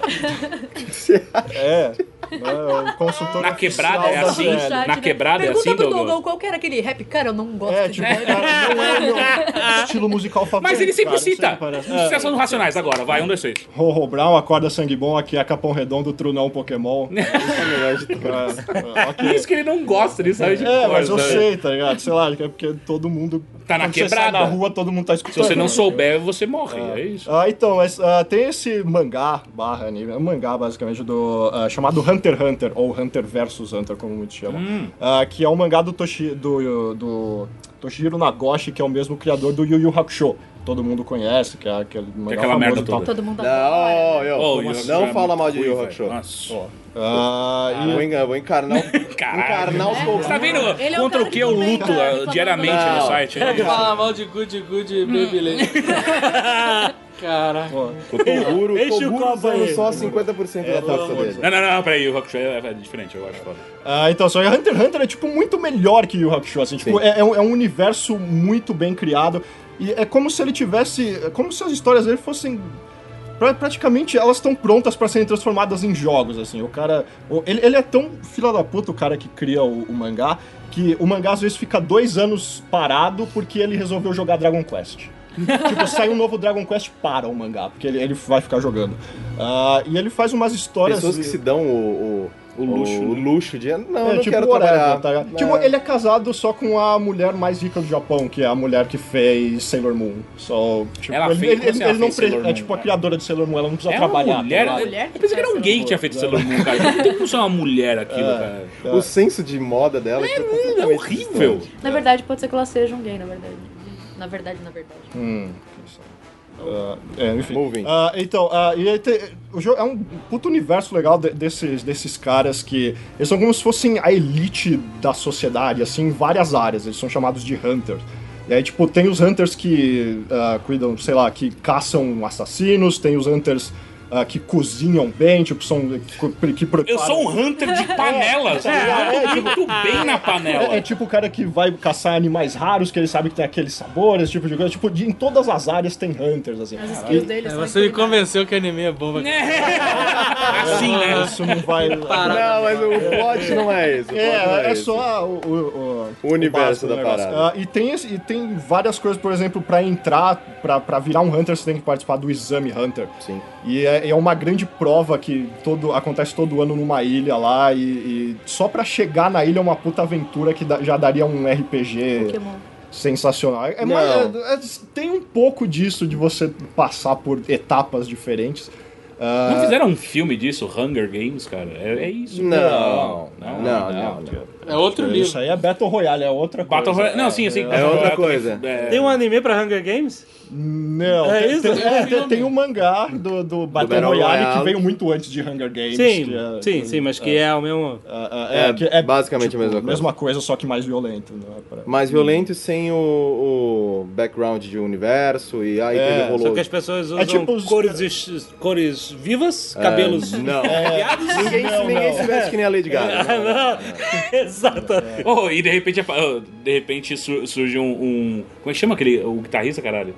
Speaker 8: é. né? O consultor
Speaker 4: Na quebrada é
Speaker 8: oficial
Speaker 4: assim?
Speaker 8: da Zé.
Speaker 5: Chat,
Speaker 4: Na
Speaker 5: né?
Speaker 4: quebrada é
Speaker 5: Pergunta
Speaker 4: assim,
Speaker 5: pro
Speaker 4: Douglas?
Speaker 5: Douglas qual que era aquele rap. Cara, eu não gosto
Speaker 8: É,
Speaker 5: de
Speaker 8: tipo,
Speaker 5: rap.
Speaker 8: cara, não é o meu estilo musical favorito.
Speaker 4: Mas ele sempre
Speaker 8: cara,
Speaker 4: cita.
Speaker 8: parece.
Speaker 4: É. Sucesso dos Racionais agora, vai, um, dois, três.
Speaker 8: Rorro Brown, Acorda Sangue Bom, aqui é Capão Redondo, Trunão Pokémon. É,
Speaker 1: É melhor de tudo.
Speaker 8: é,
Speaker 4: Por
Speaker 8: ok.
Speaker 4: isso que ele não gosta disso, sabe? de
Speaker 8: É, mas
Speaker 4: cor,
Speaker 8: eu
Speaker 4: sabe?
Speaker 8: sei, tá ligado? Sei lá, é porque todo mundo.
Speaker 4: Tá na
Speaker 8: quando você sai
Speaker 4: quebrada.
Speaker 8: na rua, todo mundo tá
Speaker 4: Se
Speaker 8: escutando.
Speaker 4: você não
Speaker 8: né?
Speaker 4: souber, você morre, é isso.
Speaker 8: Ah, então, mas, ah, tem esse mangá, barra anime, é um mangá basicamente, do, ah, chamado Hunter x Hunter, ou Hunter vs Hunter, como muitos chamam,
Speaker 4: Hum.
Speaker 8: ah, que é um mangá do, Toshi, do, do Toshihiro Nagoshi, que é o mesmo criador do Yu Yu Hakusho. Todo mundo conhece, que é aquele mangá
Speaker 4: aquela
Speaker 8: famoso
Speaker 4: merda
Speaker 8: e tal.
Speaker 4: toda.
Speaker 5: Todo mundo adora.
Speaker 1: Não, ó, ó,
Speaker 4: Ô, Yu-
Speaker 1: não fala mal de
Speaker 4: Ui,
Speaker 1: Yu
Speaker 4: velho.
Speaker 1: Hakusho.
Speaker 4: Nossa.
Speaker 8: Ah, e-
Speaker 1: Vou engan- vou encarnar o-
Speaker 4: Caralho.
Speaker 1: encarnar os poucos.
Speaker 4: Você tá vendo
Speaker 5: Ele é um
Speaker 4: contra
Speaker 5: cara
Speaker 4: o que eu
Speaker 5: que também
Speaker 4: luto
Speaker 5: tá
Speaker 4: ah,
Speaker 5: reclamando
Speaker 4: diariamente
Speaker 1: da-
Speaker 4: no site? É isso.
Speaker 3: Fala mal de good, good, Beyblade. Caraca.
Speaker 1: O Toguro,
Speaker 2: Enche o
Speaker 1: Toguro
Speaker 2: copo
Speaker 1: usando
Speaker 2: aí.
Speaker 1: só 50% da taça dele.
Speaker 4: Não, não, não, peraí, o Hakusho é, é diferente, eu acho foda.
Speaker 8: Ah, então, só que Hunter x Hunter é, tipo, muito melhor que Yu Hakusho, assim, tipo, é, é um, é um universo muito bem criado, e é como se ele tivesse, é como se as histórias dele fossem, pra- praticamente, elas estão prontas pra serem transformadas em jogos, assim, o cara, o- ele, ele é tão fila da puta, o cara que cria o, o mangá, que o mangá às vezes fica dois anos parado porque ele resolveu jogar Dragon Quest. tipo, sai um novo Dragon Quest para o mangá, porque ele, ele vai ficar jogando. Ah, e ele faz umas histórias...
Speaker 1: Pessoas que se dão o, o,
Speaker 4: O luxo,
Speaker 1: o
Speaker 4: né?
Speaker 1: luxo de. Não,
Speaker 8: É,
Speaker 1: eu não
Speaker 8: tipo,
Speaker 1: quero
Speaker 8: whatever,
Speaker 1: trabalhar.
Speaker 8: tá ligado?
Speaker 1: Não.
Speaker 8: Tipo, ele é casado só com a mulher mais rica do Japão, que é a mulher que fez Sailor Moon. Só, tipo,
Speaker 4: Ela
Speaker 8: ele,
Speaker 4: fez-
Speaker 8: ele,
Speaker 4: como assim
Speaker 8: ele
Speaker 4: ela
Speaker 8: não
Speaker 4: fez
Speaker 8: pre-
Speaker 4: Sailor
Speaker 8: é
Speaker 4: Moon,
Speaker 8: tipo a
Speaker 4: cara?
Speaker 8: criadora de Sailor Moon, ela não precisa
Speaker 4: É uma
Speaker 8: trabalhar. tá
Speaker 4: mulher?
Speaker 8: ligado?
Speaker 5: Mulher que
Speaker 4: eu pensei que
Speaker 5: faz
Speaker 4: era um gay
Speaker 5: Sailor
Speaker 4: que
Speaker 5: Moon.
Speaker 4: tinha feito Sailor Moon, cara. Como tem que funcionar uma mulher aquilo,
Speaker 1: É.
Speaker 4: cara?
Speaker 1: O senso de moda dela é,
Speaker 4: É
Speaker 1: completamente
Speaker 4: horrível.
Speaker 1: distante.
Speaker 5: Na verdade, pode ser que ela seja um gay, na verdade. Na verdade, na verdade.
Speaker 8: Hum, que isso. Ah, é, enfim.
Speaker 1: Moving.
Speaker 8: Ah, então, ah, e aí tem- o jogo é um puto universo legal de- desses, desses caras que. Eles são como se fossem a elite da sociedade, assim, em várias áreas. Eles são chamados de Hunters. E aí, tipo, tem os Hunters que ah, cuidam, sei lá, que caçam assassinos, tem os Hunters ah, que cozinham bem, tipo, são. que, que preparam.
Speaker 4: Eu sou um hunter de panelas. Eu mando muito bem na
Speaker 8: tipo, É, é
Speaker 4: panela.
Speaker 8: tipo o cara que vai caçar animais raros, que ele sabe que tem aqueles sabores, tipo de coisa. Tipo, de- em todas as áreas tem hunters, assim.
Speaker 5: As
Speaker 8: E-
Speaker 5: skills dele
Speaker 3: É,
Speaker 5: são
Speaker 3: você me
Speaker 5: incríveis.
Speaker 3: convenceu que anime é bom, vai
Speaker 4: Assim, né?
Speaker 8: Isso não vai.
Speaker 3: parar.
Speaker 1: Não, mas o plot não é esse. o plot não
Speaker 8: É, é
Speaker 1: esse.
Speaker 8: só o, o- o-
Speaker 1: O universo
Speaker 8: básico
Speaker 1: da
Speaker 8: do negócio.
Speaker 1: parada.
Speaker 8: Ah, e, tem, esse- e tem várias coisas, por exemplo, pra entrar, pra, pra virar um Hunter, você tem que participar do exame Hunter.
Speaker 1: Sim.
Speaker 8: E é, é uma grande prova que todo, acontece todo ano numa ilha lá. E, e só pra chegar na ilha é uma puta aventura que dá- já daria um RPG
Speaker 5: Pokémon.
Speaker 8: sensacional. É,
Speaker 1: Não.
Speaker 8: mas é- é- tem um pouco disso de você passar por etapas diferentes. Ah,
Speaker 4: Não fizeram um filme disso, Hunger Games, cara? É, é isso.
Speaker 1: Não, não, não.
Speaker 3: É outro
Speaker 8: Isso
Speaker 3: livro.
Speaker 8: aí é Battle Royale, é outra coisa.
Speaker 4: Battle Royale. Não, sim, assim.
Speaker 1: É outra coisa.
Speaker 4: É.
Speaker 2: Tem um anime pra Hunger Games?
Speaker 8: Não,
Speaker 2: É
Speaker 8: tem,
Speaker 2: isso?
Speaker 8: Tem, é, tem, tem um mangá do, do Battle
Speaker 1: Battle
Speaker 8: Royale,
Speaker 1: Royale.
Speaker 8: que veio muito antes de Hunger Games.
Speaker 2: Sim,
Speaker 8: que é-
Speaker 2: sim, sim, mas que é o mesmo.
Speaker 8: Ah, ah,
Speaker 1: É, basicamente a mesma coisa.
Speaker 8: tipo, Mesma coisa, só que mais violento. Né? Pra-
Speaker 1: Mais violento e sem o, o background de universo. E aí
Speaker 8: É,
Speaker 1: teve
Speaker 2: Só
Speaker 1: rolou.
Speaker 2: que as pessoas usam
Speaker 8: tipo os-
Speaker 2: cores, es- cores vivas,
Speaker 1: É.
Speaker 8: É,
Speaker 2: cabelos.
Speaker 1: Não.
Speaker 2: arrepiados.
Speaker 1: Ninguém, se-
Speaker 8: Não,
Speaker 1: ninguém
Speaker 8: não.
Speaker 1: se veste que nem a Lady Gaga.
Speaker 2: Ah, não. Exato.
Speaker 4: Oh, e de repente, apa- oh, de repente sur- surge um, um- Como é que chama aquele. O guitarrista, caralho?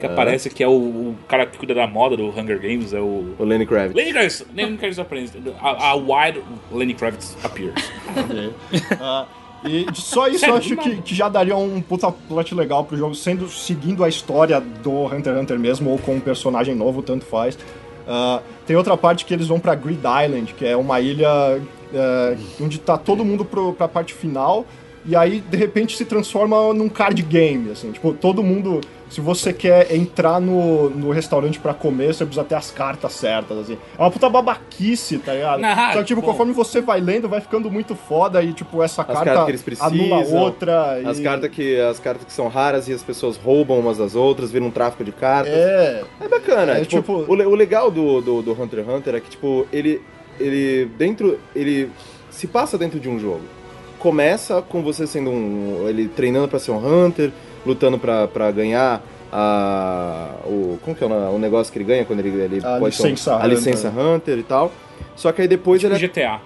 Speaker 4: Que aparece que é o, o cara que cuida da moda do Hunger Games, é o.
Speaker 1: O Lenny Kravitz.
Speaker 4: Lenny Kravitz! Lenny Kravitz appears. A, a wide Lenny Kravitz appears.
Speaker 8: Ah, e só isso eu
Speaker 4: Sério,
Speaker 8: acho
Speaker 4: do
Speaker 8: que,
Speaker 4: nada.
Speaker 8: que já daria um puta plot legal pro jogo, sendo seguindo a história do Hunter x Hunter mesmo, ou com um personagem novo, tanto faz. Ah, tem outra parte que eles vão pra Grid Island, que é uma ilha ah, onde tá todo mundo pro, pra parte final, e aí de repente se transforma num card game, assim, tipo, todo mundo. Se você quer entrar no, no restaurante pra comer, você precisa ter as cartas certas, assim. É uma puta babaquice, tá ligado?
Speaker 4: Ah,
Speaker 8: Só que, tipo,
Speaker 4: bom.
Speaker 8: conforme você vai lendo, vai ficando muito foda e, tipo, essa
Speaker 1: cartas
Speaker 8: carta
Speaker 1: que eles precisam,
Speaker 8: anula outra.
Speaker 1: As
Speaker 8: e...
Speaker 1: cartas, que, as cartas que são raras e as pessoas roubam umas das outras, viram um tráfico de cartas.
Speaker 8: É,
Speaker 1: É bacana.
Speaker 8: É,
Speaker 1: tipo,
Speaker 8: tipo-
Speaker 1: O, le- o legal do, do, do Hunter x Hunter é que, tipo, ele. Ele. Dentro. Ele se passa dentro de um jogo. Começa com você sendo um. Ele treinando pra ser um Hunter, lutando pra, pra ganhar a. O, como que é o, nome- o negócio que ele ganha quando ele, ele
Speaker 8: A
Speaker 1: pode ser um-
Speaker 8: licença
Speaker 1: a
Speaker 8: Hunter. Tipo
Speaker 1: licença Hunter e tal. Só que aí depois ele é
Speaker 4: GTA.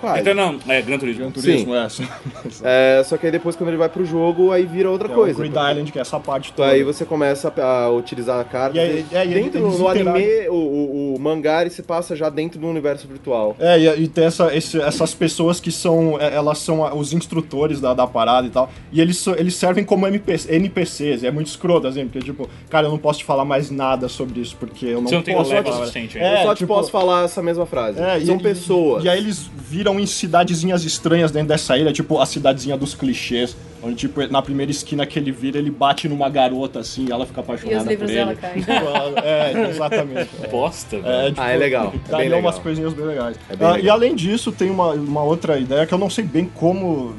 Speaker 1: Quase.
Speaker 4: Então não, é Gran Turismo.
Speaker 8: Gran Turismo,
Speaker 1: Sim.
Speaker 8: essa.
Speaker 1: É, só que aí depois, quando ele vai pro jogo, aí vira outra
Speaker 8: É o
Speaker 1: coisa.
Speaker 8: Grid
Speaker 1: porque-
Speaker 8: Island, que é essa parte
Speaker 1: Então
Speaker 8: toda.
Speaker 1: aí você começa a a utilizar a carta.
Speaker 8: E aí- é, e aí
Speaker 1: dentro
Speaker 8: eles
Speaker 1: do anime,
Speaker 8: interagem.
Speaker 1: o, o, o mangá, ele se passa já dentro do universo virtual.
Speaker 8: É, e, e tem essa, esse- essas pessoas que são. é, Elas são a- os instrutores da, da parada e tal. E eles, so- eles servem como NPC, NPCs. E é muito escroto, assim, porque, tipo, cara, eu não posso te falar mais nada sobre isso, porque eu não
Speaker 4: Você não tem o
Speaker 8: posso.
Speaker 4: level
Speaker 8: falar.
Speaker 4: suficiente
Speaker 8: É,
Speaker 4: ainda.
Speaker 1: eu só te
Speaker 8: tipo-
Speaker 1: posso falar essa mesma frase.
Speaker 8: É,
Speaker 1: São
Speaker 8: e-
Speaker 1: pessoas.
Speaker 8: E aí eles viram em cidadezinhas estranhas dentro dessa ilha, tipo a cidadezinha dos clichês, onde, tipo, na primeira esquina que ele vira, ele bate numa garota assim e ela fica
Speaker 5: E
Speaker 8: apaixonada
Speaker 5: os livros
Speaker 8: por ele.
Speaker 5: dela caem.
Speaker 8: É, exatamente.
Speaker 4: Bosta, velho.
Speaker 8: É, tipo,
Speaker 1: Ah, é legal. É
Speaker 8: Daí
Speaker 1: bem
Speaker 8: é umas
Speaker 1: legal.
Speaker 8: coisinhas bem legais.
Speaker 1: É bem
Speaker 8: Ah,
Speaker 1: legal.
Speaker 8: E além disso, tem uma, uma outra ideia que eu não sei bem como.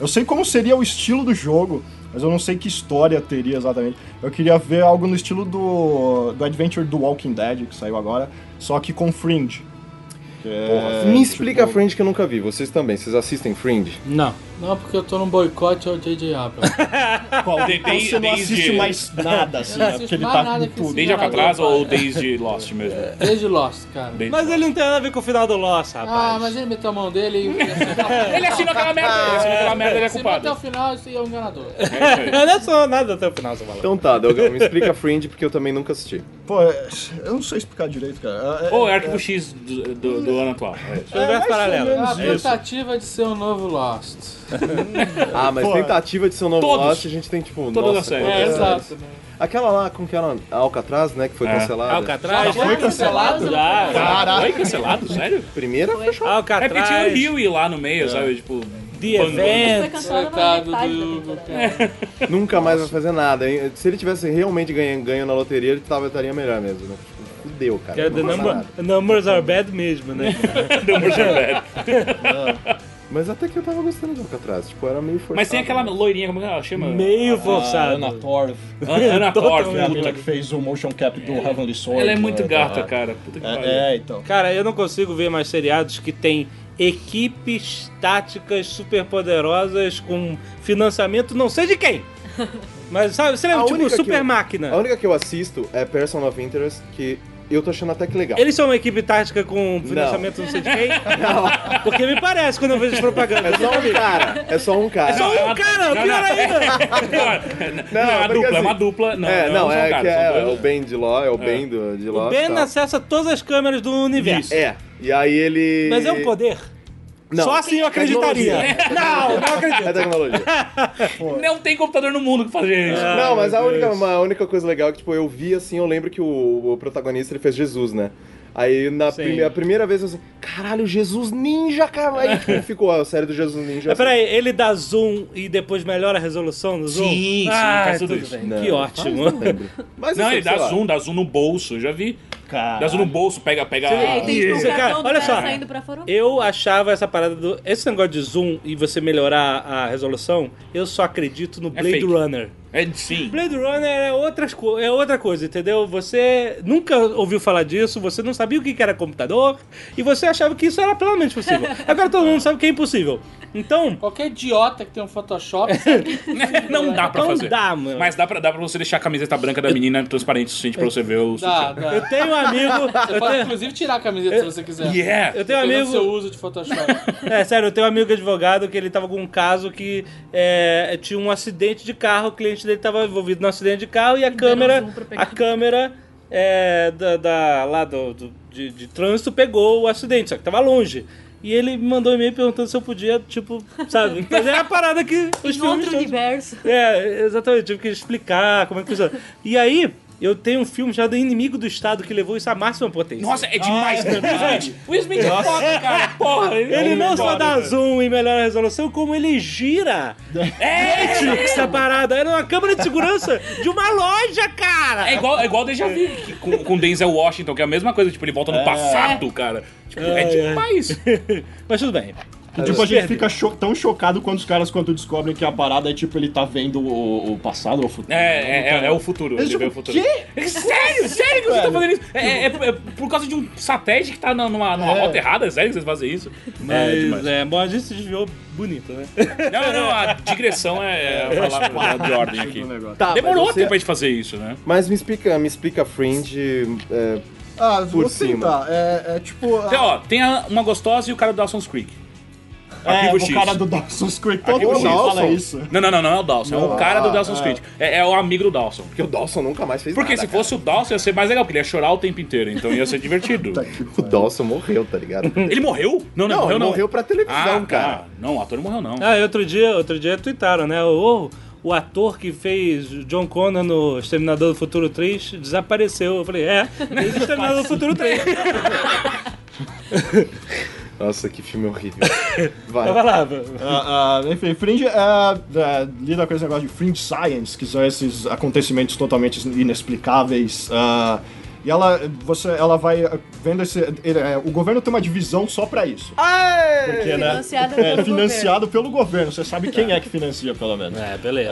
Speaker 8: Eu sei como seria o estilo do jogo, mas eu não sei que história teria exatamente. Eu queria ver algo no estilo do, do Adventure do Walking Dead, que saiu agora, só que com Fringe. Que é,
Speaker 1: Me
Speaker 8: tipo,
Speaker 1: explica a Fringe que eu nunca vi. Vocês também. Vocês assistem Fringe?
Speaker 3: Não. Não, porque eu tô num boicote ao J.J. Abrams.
Speaker 8: qual-
Speaker 4: Tem-
Speaker 8: qual
Speaker 4: tem-
Speaker 8: você não
Speaker 4: tem
Speaker 8: É assiste
Speaker 4: de-
Speaker 8: mais nada, assim,
Speaker 3: Eu não
Speaker 8: né? Porque
Speaker 3: assisto
Speaker 8: ele
Speaker 3: mais
Speaker 8: tá
Speaker 3: nada
Speaker 8: com
Speaker 3: que esse
Speaker 8: tudo.
Speaker 4: Desde
Speaker 3: cara-
Speaker 4: Alcatraz ou desde Lost mesmo?
Speaker 3: Desde Lost, cara.
Speaker 4: Desde
Speaker 2: Mas
Speaker 4: Lost.
Speaker 2: ele não tem nada a ver com o final do Lost, rapaz.
Speaker 3: Ah, mas ele meteu a mão dele e...
Speaker 4: Ele assinou aquela merda, ele assinou aquela merda, ele é
Speaker 3: Se não até o
Speaker 4: culpado.
Speaker 3: final, isso aí é um enganador.
Speaker 4: É isso aí.
Speaker 2: Eu não sou nada até o final, você fala.
Speaker 1: Então tá, Delgão, me explica a Fringe porque eu também nunca assisti.
Speaker 8: Pô, é- eu não sei explicar direito, cara. É- é-
Speaker 4: Ou é arquivo X do, do- do ano atual. É isso.
Speaker 2: Universo
Speaker 8: mais ou
Speaker 2: paralelo.
Speaker 3: É uma
Speaker 8: menos isso.
Speaker 3: tentativa de ser um novo Lost.
Speaker 1: Ah, mas
Speaker 8: Pô,
Speaker 1: tentativa de ser um novo
Speaker 4: todos.
Speaker 1: Lost, a gente tem tipo.
Speaker 4: Todas
Speaker 1: nossa,
Speaker 4: as séries.
Speaker 1: quantas
Speaker 4: É,
Speaker 1: séries. Aquela lá, como que era? A Alcatraz, né? Que foi
Speaker 4: É.
Speaker 1: cancelada.
Speaker 2: Alcatraz?
Speaker 8: Já foi cancelado?
Speaker 2: Já.
Speaker 4: Caraca. Foi cancelado, sério?
Speaker 1: Primeira fechou.
Speaker 4: É porque tinha o
Speaker 2: Alcatraz,
Speaker 4: Huey lá no meio, sabe? Tipo,
Speaker 2: The
Speaker 4: bangando.
Speaker 5: Foi
Speaker 2: Event.
Speaker 5: cancelada na
Speaker 3: Coitado
Speaker 5: metade
Speaker 3: do-
Speaker 5: da temporada.
Speaker 1: Nunca mais vai fazer nada. hein? Se ele tivesse realmente ganho, ganho na loteria, ele tava, estaria melhor mesmo. Né? Tipo, Fudeu, cara.
Speaker 2: Que é The
Speaker 1: Não passa
Speaker 2: number,
Speaker 1: nada.
Speaker 2: numbers are bad mesmo, né?
Speaker 4: Deu um burro velho.
Speaker 1: Mas até que eu tava gostando de Alcatraz. Tipo, era meio forçado.
Speaker 4: Mas tem aquela loirinha, como é que ela chama?
Speaker 1: Ah,
Speaker 2: Meio forçado.
Speaker 8: Ah, Ana Torv.
Speaker 4: Ana Ana Torv,
Speaker 8: Foi a
Speaker 4: puta
Speaker 8: mina
Speaker 4: que
Speaker 8: que fez o motion cap do Heavenly Sword.
Speaker 4: Ela é muito
Speaker 8: né?
Speaker 4: gata, cara. Puta que pariu.
Speaker 8: É, é, então.
Speaker 2: Cara, eu não consigo ver mais seriados que tem equipes táticas superpoderosas com financiamento não sei de quem. Mas sabe, você lembra,
Speaker 1: A
Speaker 2: tipo,
Speaker 1: única que
Speaker 2: Super
Speaker 1: eu-
Speaker 2: Máquina.
Speaker 1: A única que eu assisto é Person of Interest, que eu tô achando até que legal.
Speaker 2: Eles são uma equipe tática com financiamento não, sei de quem? Porque me parece quando eu vejo as propagandas.
Speaker 1: É só um cara. É só um cara.
Speaker 2: É só um cara,
Speaker 4: não,
Speaker 2: pior
Speaker 4: não.
Speaker 2: ainda.
Speaker 4: Não, é uma
Speaker 1: porque
Speaker 4: dupla, é
Speaker 1: assim-
Speaker 4: uma dupla. Não,
Speaker 1: é, não,
Speaker 4: são
Speaker 1: é,
Speaker 4: caras,
Speaker 1: que
Speaker 4: são
Speaker 1: é,
Speaker 4: dois.
Speaker 1: o Ben de Ló, é o Ben do, de Ló.
Speaker 2: O Ben
Speaker 1: tal.
Speaker 2: acessa todas as câmeras do universo.
Speaker 1: É, e aí ele...
Speaker 2: Mas é um poder.
Speaker 1: Não,
Speaker 2: Só assim eu acreditaria.
Speaker 1: tecnologia.
Speaker 2: Não, não
Speaker 1: É
Speaker 2: acredito.
Speaker 1: tecnologia.
Speaker 4: Não tem computador no mundo que fazer isso.
Speaker 1: Não, mas a única, uma- a única coisa legal é que, tipo, eu vi assim, eu lembro que o, o protagonista ele fez Jesus, né? Aí na
Speaker 2: Sim.
Speaker 1: prime- a primeira vez eu assim, caralho, Jesus Ninja, cara! Aí tipo, ficou a série do Jesus
Speaker 4: É,
Speaker 1: Ninja. assim,
Speaker 2: Mas peraí, ele dá zoom e depois melhora a resolução do zoom?
Speaker 4: Sim, sim,
Speaker 2: ah,
Speaker 4: faz tudo
Speaker 2: tudo
Speaker 4: isso.
Speaker 2: bem.
Speaker 1: Não,
Speaker 2: que ótimo.
Speaker 1: Mas
Speaker 4: Não,
Speaker 1: assim,
Speaker 4: ele dá
Speaker 1: sei lá.
Speaker 4: zoom, dá zoom no bolso, eu já vi.
Speaker 8: Cara.
Speaker 4: Dá zoom no bolso, pega, pega.
Speaker 5: É, e tem tipo um
Speaker 2: Isso, cara,
Speaker 5: cartão do
Speaker 2: olha
Speaker 5: cara
Speaker 2: só.
Speaker 5: saindo pra fora.
Speaker 2: Eu achava essa parada do. Esse negócio de zoom e você melhorar a resolução, eu só acredito no Blade
Speaker 4: fake.
Speaker 2: Runner.
Speaker 4: É, sim.
Speaker 2: Blade Runner é, outras co- é outra coisa, entendeu? Você nunca ouviu falar disso, você não sabia o que que era computador e você achava que isso era plenamente possível. Agora todo mundo sabe que é impossível. Então,
Speaker 3: Qualquer idiota que tem um Photoshop sabe?
Speaker 4: Não dá é pra
Speaker 2: Não
Speaker 4: fazer.
Speaker 2: dá, mano.
Speaker 4: Mas dá pra, dá pra você deixar a camiseta branca da menina transparente o suficiente pra você ver o
Speaker 3: dá,
Speaker 4: sutiã.
Speaker 3: dá.
Speaker 2: eu tenho um amigo.
Speaker 3: Você pode inclusive tirar a camiseta se você quiser.
Speaker 4: Yeah!
Speaker 2: Eu tenho um
Speaker 3: Dependendo do seu
Speaker 2: amigo.
Speaker 3: uso de Photoshop.
Speaker 2: É, sério, eu tenho um amigo advogado que ele tava com um caso que é, tinha um acidente de carro, o cliente dele tava envolvido no acidente de carro e a câmera.
Speaker 5: um zoom pra pegar.
Speaker 2: A câmera é, da, da- lá do, do- de, de trânsito pegou o acidente, só que tava longe. E ele me mandou um e-mail perguntando se eu podia, tipo, sabe, fazer a parada que os
Speaker 5: Em
Speaker 2: filmes.
Speaker 5: outro
Speaker 2: todos-
Speaker 5: universo.
Speaker 2: É, exatamente, eu tive que explicar como é que funciona. E aí, eu tenho um filme chamado Inimigo do Estado que levou isso à máxima potência.
Speaker 4: Nossa, é demais, cara. O Will Smith é foda, cara. Porra,
Speaker 2: Ele não só
Speaker 4: foda,
Speaker 2: dá
Speaker 4: velho.
Speaker 2: zoom e melhora a resolução, como ele gira. É, essa parada. Era uma câmera de segurança de uma loja, cara.
Speaker 4: É igual, é igual Deja Vu que com, com Denzel Washington, que é a mesma coisa, tipo, ele volta no passado, cara. Tipo, é, demais.
Speaker 2: Mas tudo bem.
Speaker 8: E, tipo, a gente
Speaker 2: Perde.
Speaker 8: fica cho- tão chocado quando os caras quando descobrem que a parada é tipo, ele tá vendo o, o passado ou o futuro.
Speaker 4: É, é, é, é o futuro, ele
Speaker 8: Eles,
Speaker 4: vê o
Speaker 8: tipo,
Speaker 4: futuro. É Sério, sério que vocês estão fazendo isso? É, é- é por causa de um satélite que tá na- numa, numa rota errada, É sério que vocês fazem isso?
Speaker 2: Mas é, bom, a gente se desviou bonito, né?
Speaker 4: Não, não, não, a digressão é, é a palavra de ordem aqui.
Speaker 8: do negócio.
Speaker 1: Tá, mas
Speaker 4: Demorou
Speaker 1: você-
Speaker 4: tempo pra gente fazer isso, né?
Speaker 1: Mas me explica, me explica Fringe. é,
Speaker 9: Ah,
Speaker 1: Por
Speaker 9: vou
Speaker 1: cima.
Speaker 8: tá-
Speaker 9: tentar. É, é tipo.
Speaker 4: Tem,
Speaker 9: ah,
Speaker 4: ó, tem a- uma gostosa e o cara do Dawson's Creek.
Speaker 8: É,
Speaker 4: um Arquivo
Speaker 8: o
Speaker 4: X.
Speaker 8: cara do Dark Souls Creed, todo
Speaker 1: Arquivo
Speaker 8: mundo
Speaker 1: X.
Speaker 8: fala
Speaker 1: Dawson.
Speaker 8: isso.
Speaker 4: Não, não, não, não é o Dawson. é o
Speaker 1: Não,
Speaker 4: cara do
Speaker 1: ah,
Speaker 4: Dawson's
Speaker 1: é.
Speaker 4: Creed. É, é o amigo do Dawson.
Speaker 1: Porque o Dawson nunca mais fez
Speaker 4: Porque
Speaker 1: nada,
Speaker 4: se fosse o Dawson ia ser mais legal, porque ele ia chorar o tempo inteiro, então ia ser divertido.
Speaker 1: cara. O Dawson morreu, tá ligado?
Speaker 4: ele morreu? Não, não,
Speaker 1: Não,
Speaker 4: morreu
Speaker 1: ele
Speaker 4: não.
Speaker 1: morreu pra televisão,
Speaker 4: ah,
Speaker 1: cara.
Speaker 4: tá. Não, o ator não morreu não.
Speaker 2: Ah, e outro dia, outro dia tweetaram, né? O, o ator que fez John Connor no Exterminador do Futuro 3 desapareceu. Eu falei, é, fez Exterminador do Futuro 3.
Speaker 1: Nossa, que filme horrível. Vai.
Speaker 2: Então vai lá.
Speaker 8: Ah, ah, enfim, Fringe ah, ah, lida com esse negócio de Fringe Science, que são esses acontecimentos totalmente inexplicáveis. ah, e ela, você, ela vai ah, vendo esse. ele, eh, o governo tem uma divisão só pra isso. Porque, né,
Speaker 5: Financiado
Speaker 8: é
Speaker 5: pelo
Speaker 8: financiado pelo governo. Você sabe quem é que financia, pelo menos.
Speaker 2: É, beleza.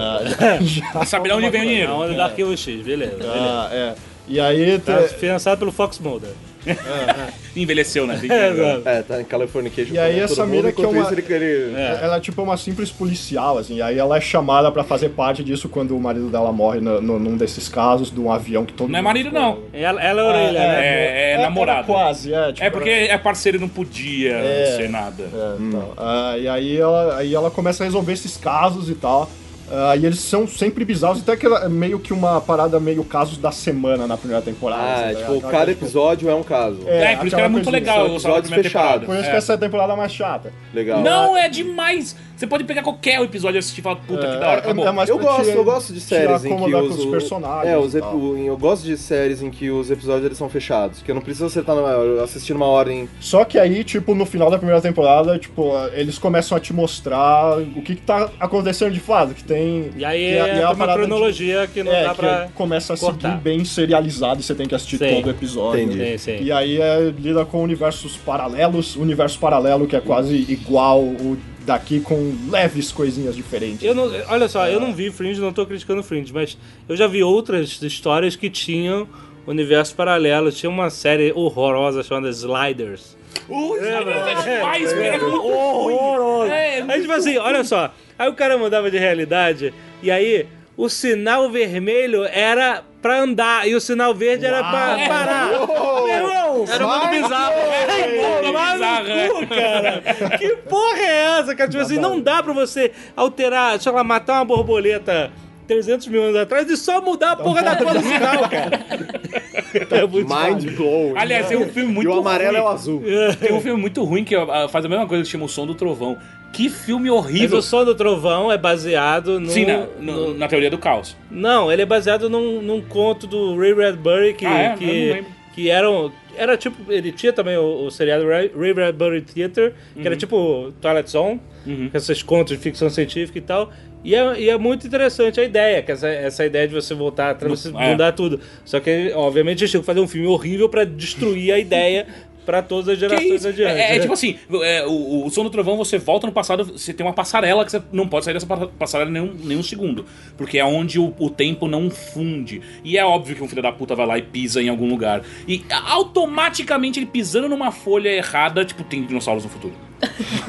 Speaker 4: Pra saber Ah, de onde vem o
Speaker 2: É
Speaker 4: dinheiro.
Speaker 2: a onda do Arquivo X, beleza. beleza.
Speaker 8: Ah, é. E aí.
Speaker 2: Tá
Speaker 8: te-
Speaker 2: financiado pelo Fox Mulder.
Speaker 4: Envelheceu, né? Tem que-
Speaker 2: É, exato.
Speaker 1: É, tá em Californication.
Speaker 8: E aí
Speaker 1: comendo
Speaker 8: essa
Speaker 1: todo mundo,
Speaker 8: mina que é
Speaker 1: enquanto
Speaker 8: uma-
Speaker 1: isso, ele- ele-
Speaker 8: Ela é tipo uma simples policial, assim, e aí ela é chamada pra fazer parte disso quando o marido dela morre no, no- num desses casos, de um avião que todo
Speaker 4: Não é
Speaker 8: mundo-
Speaker 4: marido não.
Speaker 2: Ela, ela é a orelha,
Speaker 8: É,
Speaker 2: né?
Speaker 4: É, é,
Speaker 8: era
Speaker 4: namorado.
Speaker 8: Quase, é. tipo,
Speaker 4: É porque é parceiro e não podia
Speaker 8: É.
Speaker 4: ser nada.
Speaker 8: É, então, ah, e aí ela, aí ela começa a resolver esses casos e tal. ah, e eles são sempre bizarros, até que ela- é meio que uma parada meio casos da semana na primeira temporada.
Speaker 1: Ah,
Speaker 8: assim, tá
Speaker 1: tipo,
Speaker 8: ligado?
Speaker 1: cada
Speaker 8: Aquela coisa-
Speaker 1: episódio é um caso.
Speaker 8: É,
Speaker 4: É, por isso que
Speaker 8: aquela
Speaker 4: era muito
Speaker 8: coisa de-
Speaker 4: legal
Speaker 1: são
Speaker 4: o Salão da
Speaker 1: episódios
Speaker 4: Primeira
Speaker 1: fechados.
Speaker 8: Por
Speaker 4: Temporada.
Speaker 8: isso
Speaker 4: É.
Speaker 8: que essa temporada é mais chata.
Speaker 1: Legal.
Speaker 4: Não, é demais! Você pode pegar qualquer episódio e assistir e falar, puta que da hora,
Speaker 8: É,
Speaker 4: acabou.
Speaker 8: é mais
Speaker 1: eu
Speaker 8: pra
Speaker 1: gosto,
Speaker 8: te-
Speaker 1: eu gosto de
Speaker 8: te
Speaker 1: séries em que
Speaker 8: acomodar com
Speaker 1: os,
Speaker 8: os personagens
Speaker 1: É, os
Speaker 8: e
Speaker 1: epi-
Speaker 8: tal.
Speaker 1: eu gosto de séries em que os episódios eles são fechados, que eu não preciso acertar numa, assistir numa ordem.
Speaker 8: Só que aí, tipo, no final da primeira temporada, tipo, eles começam a te mostrar o que, que tá acontecendo de fato, que tem.
Speaker 2: E aí
Speaker 8: que
Speaker 2: é, uma
Speaker 8: parada de-
Speaker 2: cronologia que não
Speaker 8: é,
Speaker 2: dá
Speaker 8: que
Speaker 2: pra...
Speaker 8: começa a
Speaker 2: cortar.
Speaker 8: seguir bem serializado e você tem que assistir
Speaker 2: Sim.
Speaker 8: todo o episódio.
Speaker 1: Entendi.
Speaker 2: Sim, sim.
Speaker 8: E aí é, lida com universos paralelos, universo paralelo que é quase igual o daqui com leves coisinhas diferentes.
Speaker 2: Eu não, olha só, eu não vi Fringe, não tô criticando Fringe, mas eu já vi outras histórias que tinham universo paralelo. Tinha uma série horrorosa chamada Sliders.
Speaker 4: Uh, Sliders é demais, cara, é muito
Speaker 2: Horrorosa!
Speaker 4: É, é
Speaker 2: aí tipo assim, olha só, aí o cara mudava de realidade e aí o sinal vermelho era pra andar e o sinal verde era pra parar. Meu irmão!
Speaker 3: Era um mundo bizarro.
Speaker 2: Tomar
Speaker 4: bizarro, é.
Speaker 2: no cu, cara. Que porra é essa, cara? Tipo assim, não dá pra você alterar, sei lá, matar uma borboleta 300 mil anos atrás e só mudar a porra da cor do sinal, cara. É muito
Speaker 1: Mind
Speaker 8: né?
Speaker 1: blowing.
Speaker 4: Aliás, tem um filme muito
Speaker 1: E o amarelo é
Speaker 4: ruim.
Speaker 1: o azul.
Speaker 4: Tem um filme muito ruim que ah, faz a mesma coisa que chama O Som do Trovão. Que filme
Speaker 2: Mas
Speaker 4: horrível.
Speaker 2: o som do trovão é baseado no.
Speaker 4: Sim, né? na, no- na teoria do caos.
Speaker 2: Não, ele é baseado num, num conto do Ray Bradbury que.
Speaker 4: Ah, é? Eu
Speaker 2: que,
Speaker 4: não lembro.
Speaker 2: que era um. Era tipo. Ele tinha também o, o seriado Ray, Ray Bradbury Theater, que
Speaker 4: Uhum.
Speaker 2: era tipo Twilight Zone, com esses contos de ficção científica e tal. E é, e é muito interessante a ideia, que essa, essa ideia de você voltar atrás, você
Speaker 4: é.
Speaker 2: mudar tudo. Só que, obviamente, eles tinham que fazer um filme horrível pra destruir a ideia pra todas as
Speaker 4: Que
Speaker 2: gerações
Speaker 4: isso?
Speaker 2: adiante.
Speaker 4: É, é tipo assim, é, o, o Som do Trovão, você volta no passado, você tem uma passarela que você não pode sair dessa pa- passarela nenhum, nenhum segundo. Porque é onde o, o tempo não funde. E é óbvio que um filho da puta vai lá e pisa em algum lugar. E automaticamente ele pisando numa folha errada, tipo, tem dinossauros no futuro.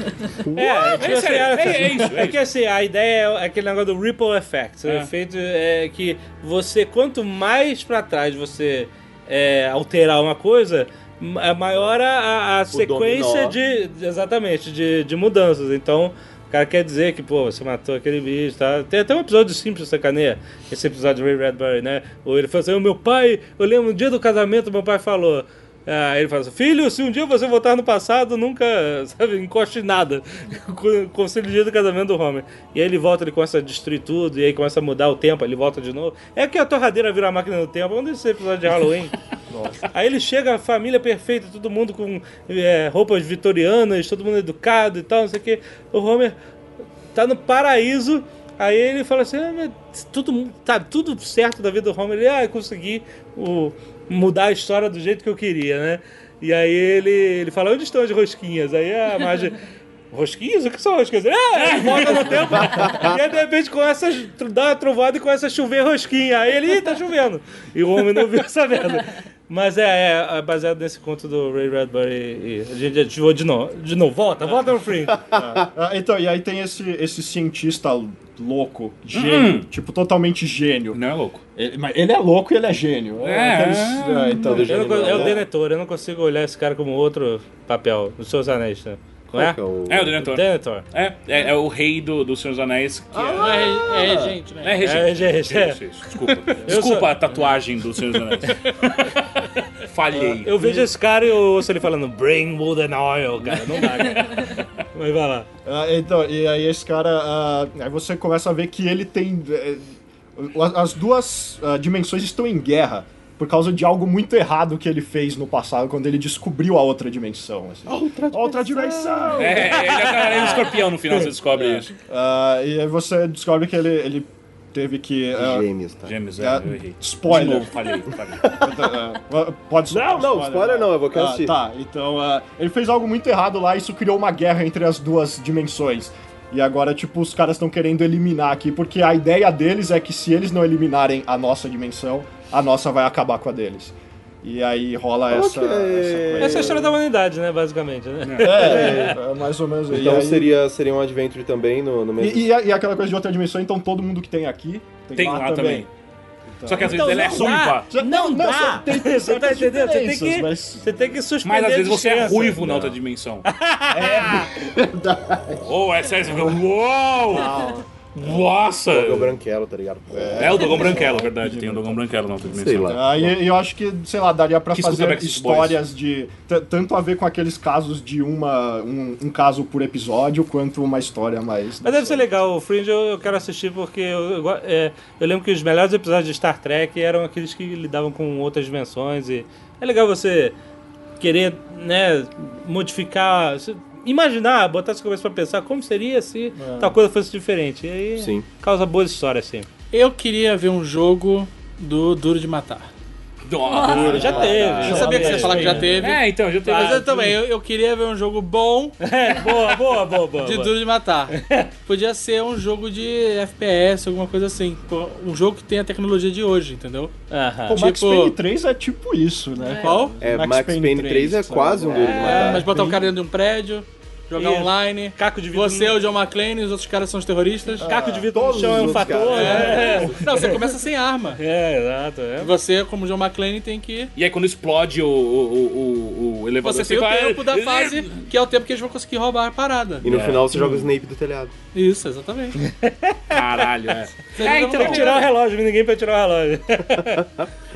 Speaker 2: É, tipo
Speaker 4: É
Speaker 2: assim,
Speaker 4: sério,
Speaker 2: é,
Speaker 4: é- é isso, é
Speaker 2: é que assim, a ideia é aquele negócio do ripple effect. O
Speaker 4: É.
Speaker 2: efeito é que você, quanto mais pra trás você é, alterar uma coisa, ma- maior a- a, a sequência
Speaker 1: dominó.
Speaker 2: de. de- Exatamente, de, de mudanças. Então. O cara quer dizer que, pô, você matou aquele bicho, tá? Tem até um episódio simples sacaneia, esse episódio de Ray Bradbury, né? Ou ele falou assim, o meu pai, eu lembro no dia do casamento, meu pai falou, ah, ele fala assim, filho, se um dia você voltar no passado, nunca, sabe, encoste em nada. Con- Conselho de dia do casamento do Homer. E aí ele volta, ele começa a destruir tudo, e aí começa a mudar o tempo, ele volta de novo. É que a torradeira vira a máquina do tempo, onde esse episódio de Halloween? Aí ele chega, a família perfeita, todo mundo com é, roupas vitorianas, todo mundo educado e tal, não sei o que. O Homer tá no paraíso. Aí ele fala assim, ah, mas tudo, tá tudo certo da vida do Homer. Ele, ah, eu consegui o, mudar a história do jeito que eu queria, né? E aí ele, ele fala, onde estão as rosquinhas? Aí a Marge, rosquinhas? O que são rosquinhas? Ele, Ah, ele volta no tempo. e aí de repente começa a tro- dar uma trovada e começa a chover rosquinha. Aí ele, Ih, tá chovendo. E o homem não viu essa merda. Mas é, é, é baseado nesse conto do Ray Bradbury. E a gente já desviou de novo. De novo, volta, volta no frente.
Speaker 8: Ah, então, e aí tem esse, esse cientista louco,
Speaker 2: Hum.
Speaker 8: gênio, tipo, totalmente gênio.
Speaker 4: Não é louco?
Speaker 8: Ele, mas ele é louco e ele é gênio.
Speaker 4: É,
Speaker 8: aqueles-
Speaker 4: é,
Speaker 8: então.
Speaker 1: todo gênio.
Speaker 2: Eu, não, con-
Speaker 1: Genial,
Speaker 2: é o
Speaker 1: né?
Speaker 2: Denetor, eu não consigo olhar esse cara como outro papel dos seus anéis, né? Não é?
Speaker 1: que é o-
Speaker 4: É, o Denethor.
Speaker 2: Denethor.
Speaker 4: É, é, é o rei do, do Senhor dos Anéis. Que
Speaker 3: Não é, é regente,
Speaker 4: é, é
Speaker 3: né?
Speaker 4: regente.
Speaker 2: É, regente, Ah! é.
Speaker 4: Isso, isso, Desculpa.
Speaker 2: Eu
Speaker 4: Desculpa
Speaker 2: sou-
Speaker 4: a tatuagem do Senhor dos Anéis. Falhei.
Speaker 2: Eu vejo esse cara e eu ouço ele falando Brain Wood and Oil, cara. Não dá, cara. Mas vai lá.
Speaker 8: Ah, então, e aí esse cara. ah, aí você começa a ver que ele tem. eh, as- as duas ah, dimensões estão em guerra. Por causa de algo muito errado que ele fez no passado, quando ele descobriu a outra dimensão. assim. Outra dimensão!
Speaker 4: É, é, ele é o cara- ele é
Speaker 3: Ah.
Speaker 4: um escorpião no final, você descobre isso.
Speaker 8: Ah, e aí você descobre que ele, ele teve que. ah,
Speaker 1: Gêmeos, tá?
Speaker 4: Gêmeos, é,
Speaker 8: ah,
Speaker 4: eu errei.
Speaker 8: spoiler.
Speaker 4: De novo, falhei, falhei.
Speaker 8: Ah, Pode ser.
Speaker 1: Não, não, spoiler não, eu vou querer
Speaker 8: Ah,
Speaker 1: assistir.
Speaker 8: Tá, então ah, ele fez algo muito errado lá, isso criou uma guerra entre as duas dimensões. E agora, tipo, os caras estão querendo eliminar aqui, porque a ideia deles é que se eles não eliminarem a nossa dimensão, a nossa vai acabar com a deles. E aí rola essa,
Speaker 1: Ok.
Speaker 8: essa
Speaker 2: Essa é a
Speaker 8: coisa.
Speaker 2: história da humanidade, né? Basicamente, né?
Speaker 8: É, é mais ou menos.
Speaker 1: Então
Speaker 8: e aí-
Speaker 1: seria, seria um adventure também no, no mesmo...
Speaker 8: E, e, e aquela coisa de outra dimensão, então todo mundo que tem aqui tem,
Speaker 4: Tem
Speaker 8: lá,
Speaker 4: lá
Speaker 8: também.
Speaker 4: também. Só que às vezes
Speaker 2: Então
Speaker 4: ele é
Speaker 2: não
Speaker 4: ruim,
Speaker 2: dá.
Speaker 4: pá.
Speaker 8: Só-
Speaker 2: Não dá.
Speaker 8: Tem, tem
Speaker 2: Você tá
Speaker 8: certas
Speaker 2: entendendo? Você tem
Speaker 8: diferenças,
Speaker 2: que,
Speaker 8: mas-
Speaker 2: você tem que suspender
Speaker 4: Mas às vezes
Speaker 2: a
Speaker 4: você é
Speaker 2: descrença.
Speaker 4: ruivo na outra dimensão.
Speaker 3: É
Speaker 8: Verdade.
Speaker 4: Ou é sério, você fica, uou! Nossa!
Speaker 1: É o branquelo, tá ligado?
Speaker 4: É o Dogão Branquelo, verdade. Tem o Dogão Branquelo na outra dimensão.
Speaker 1: Sei lá.
Speaker 8: Aí eu acho que, sei lá, daria pra
Speaker 4: Que escuta
Speaker 8: fazer
Speaker 4: Backstreet
Speaker 8: histórias de. t- Tanto a ver com aqueles casos de uma. Um, um caso por episódio, quanto uma história mais.
Speaker 2: Mas deve ser legal, o Fringe eu, eu quero assistir porque eu, eu go- é, eu lembro que os melhores episódios de Star Trek eram aqueles que lidavam com outras dimensões e é legal você querer, né, modificar, você imaginar, botar sua cabeça pra pensar como seria se tal coisa fosse diferente. E aí
Speaker 1: Sim.
Speaker 2: causa boas histórias sempre.
Speaker 3: Eu queria ver um jogo do Duro de Matar.
Speaker 4: Nossa.
Speaker 2: já teve.
Speaker 3: Eu sabia que você ia
Speaker 2: teve.
Speaker 3: falar que já teve.
Speaker 4: É, então, já teve.
Speaker 3: Mas eu também, eu, eu queria ver um jogo bom
Speaker 2: É, boa, boa, boa, boa.
Speaker 3: de
Speaker 2: boa.
Speaker 3: Duro de Matar. Podia ser um jogo de FPS, alguma coisa assim. Pô, Um jogo que tem a tecnologia de hoje, entendeu?
Speaker 2: Aham.
Speaker 8: Pô, Max
Speaker 3: tipo-
Speaker 8: Payne 3 é tipo isso, né?
Speaker 3: Qual?
Speaker 1: É, Max, Payne 3 é
Speaker 8: sabe?
Speaker 1: quase um duro de matar.
Speaker 3: mas botar o cara dentro de um prédio, jogar
Speaker 2: Isso.
Speaker 3: online.
Speaker 2: Caco de vidro.
Speaker 3: Você, o John McClane, os outros caras são os terroristas.
Speaker 2: Caco de vidro no
Speaker 1: todos
Speaker 2: chão é
Speaker 1: os
Speaker 2: um
Speaker 1: outros
Speaker 2: fator,
Speaker 1: caras.
Speaker 2: né?
Speaker 3: Não, você começa sem arma.
Speaker 2: É, exato. é.
Speaker 3: Você, como John McClane, tem que.
Speaker 4: E aí quando explode o, o, o, o- o elevador,
Speaker 3: Você tem o
Speaker 4: fala,
Speaker 3: tempo da
Speaker 4: "Ah,
Speaker 3: fase, que é o tempo que eles vão conseguir roubar a parada.
Speaker 1: E no
Speaker 8: É.
Speaker 1: final você joga o Snape do telhado.
Speaker 3: Isso, exatamente.
Speaker 4: Caralho, é.
Speaker 3: É, então,
Speaker 2: Tem que tirar o relógio, ninguém pra tirar o relógio.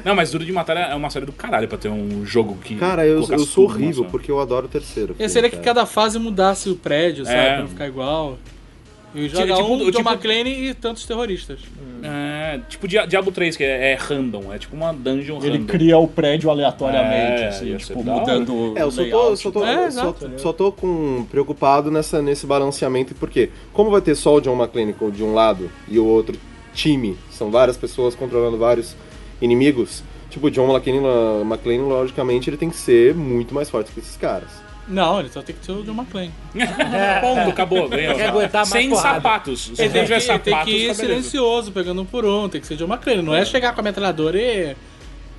Speaker 4: Não, mas Duro de Matar é uma série do caralho pra ter um jogo que. né?
Speaker 1: Cara, eu,
Speaker 4: colocasse
Speaker 1: eu sou
Speaker 4: tudo numa
Speaker 1: horrível
Speaker 4: só.
Speaker 1: porque eu adoro o terceiro.
Speaker 3: E
Speaker 1: filme,
Speaker 3: seria que
Speaker 1: cara.
Speaker 3: cada fase mudasse o prédio, sabe?
Speaker 4: É.
Speaker 3: Pra não ficar igual. E joga
Speaker 4: tipo-
Speaker 3: um John
Speaker 4: tipo-
Speaker 3: McClane e tantos terroristas.
Speaker 4: É, tipo Dia- Diablo 3, que é, é random, é tipo uma dungeon
Speaker 8: Ele
Speaker 4: random.
Speaker 8: cria o prédio aleatoriamente,
Speaker 4: É,
Speaker 8: assim,
Speaker 4: ia ser
Speaker 8: tipo,
Speaker 4: da hora.
Speaker 8: mudando.
Speaker 1: É, eu só tô, só tô,
Speaker 3: É,
Speaker 1: só,
Speaker 3: exato.
Speaker 1: só tô com, preocupado nessa, nesse balanceamento, porque como vai ter só o John McClane com- de um lado e o outro time, são várias pessoas controlando vários inimigos, tipo, o John McClane, lo- McClane, logicamente, ele tem que ser muito mais forte que esses caras.
Speaker 3: Não, ele só tem que ser o John McClane.
Speaker 4: Ponto, É. acabou, ganhou.
Speaker 2: Quer aguentar mais
Speaker 4: Sem
Speaker 2: porrada.
Speaker 4: sapatos. Se
Speaker 3: Ele
Speaker 4: não
Speaker 3: tem que,
Speaker 4: tiver
Speaker 3: ele tem
Speaker 4: sapatos,
Speaker 3: que ir
Speaker 4: tá beleza.
Speaker 3: silencioso, pegando um por um. Tem que ser John McClane. Não é chegar com a metralhadora e.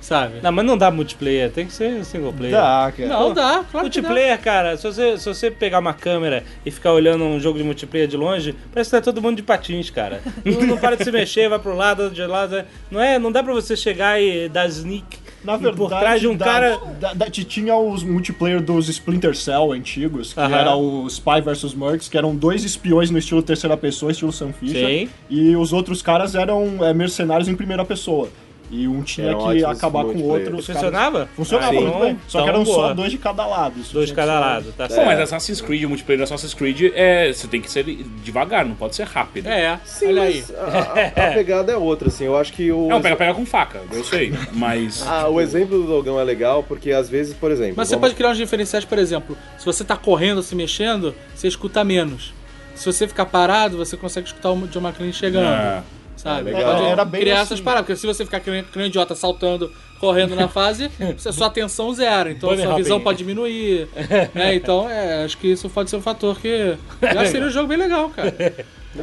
Speaker 3: Sabe?
Speaker 2: Não, mas não dá multiplayer, tem que ser single player.
Speaker 8: Dá, cara.
Speaker 3: Não, dá, claro que dá.
Speaker 2: Multiplayer, cara, se você, se você pegar uma câmera e ficar olhando um jogo de multiplayer de longe, parece que tá todo mundo de patins, cara. Não, não para de se mexer, vai pro lado, de lado. Não é? Não dá pra você chegar e dar sneak
Speaker 8: Na verdade,
Speaker 2: por trás de um
Speaker 8: da-
Speaker 2: cara.
Speaker 8: da- da- tinha os multiplayer dos Splinter Cell antigos, que
Speaker 2: Aham.
Speaker 8: era o Spy vs. Mercs, que eram dois espiões no estilo terceira pessoa, estilo Sam Fisher.
Speaker 2: Sim.
Speaker 8: E os outros caras eram é, mercenários em primeira pessoa. E um tinha
Speaker 1: Eram
Speaker 8: que
Speaker 1: ótimos
Speaker 8: acabar com o
Speaker 1: multiplayer.
Speaker 8: outro. os caras-
Speaker 2: Funcionava?
Speaker 8: Funcionava
Speaker 2: Ah,
Speaker 8: muito
Speaker 2: então-
Speaker 8: bem. Só que
Speaker 2: então
Speaker 8: eram
Speaker 2: boa.
Speaker 8: só dois É. de cada lado. isso
Speaker 2: Dois de
Speaker 8: tinha
Speaker 2: cada
Speaker 8: que ser-
Speaker 2: lado, tá
Speaker 4: Bom,
Speaker 2: certo.
Speaker 4: mas Assassin's Creed, o multiplayer do Assassin's Creed, é, você tem que ser devagar, não pode ser rápido.
Speaker 3: É,
Speaker 1: Sim,
Speaker 3: olha aí. É um
Speaker 1: mas A, a- a pegada é outra, assim, eu acho que o...
Speaker 4: Não, pega, pega com faca, eu sei. Mas.
Speaker 1: Ah, o exemplo do Dogão é legal, porque às vezes, por exemplo...
Speaker 3: Mas você
Speaker 1: vamos-
Speaker 3: pode criar uns diferenciais, por exemplo, se você tá correndo, se mexendo, você escuta menos. Se você ficar parado, você consegue escutar o John McClane chegando.
Speaker 4: ah,
Speaker 3: Sabe?
Speaker 1: É, legal.
Speaker 3: Pode
Speaker 8: Era bem
Speaker 3: criar
Speaker 8: assim.
Speaker 3: essas paradas, porque se você ficar que nem que nem um idiota saltando, correndo na fase, você- sua atenção zero, então
Speaker 2: Bunny
Speaker 3: sua
Speaker 2: hopping.
Speaker 3: visão pode diminuir. né? Então, é, acho que isso pode ser um fator que já seria um jogo bem legal, cara.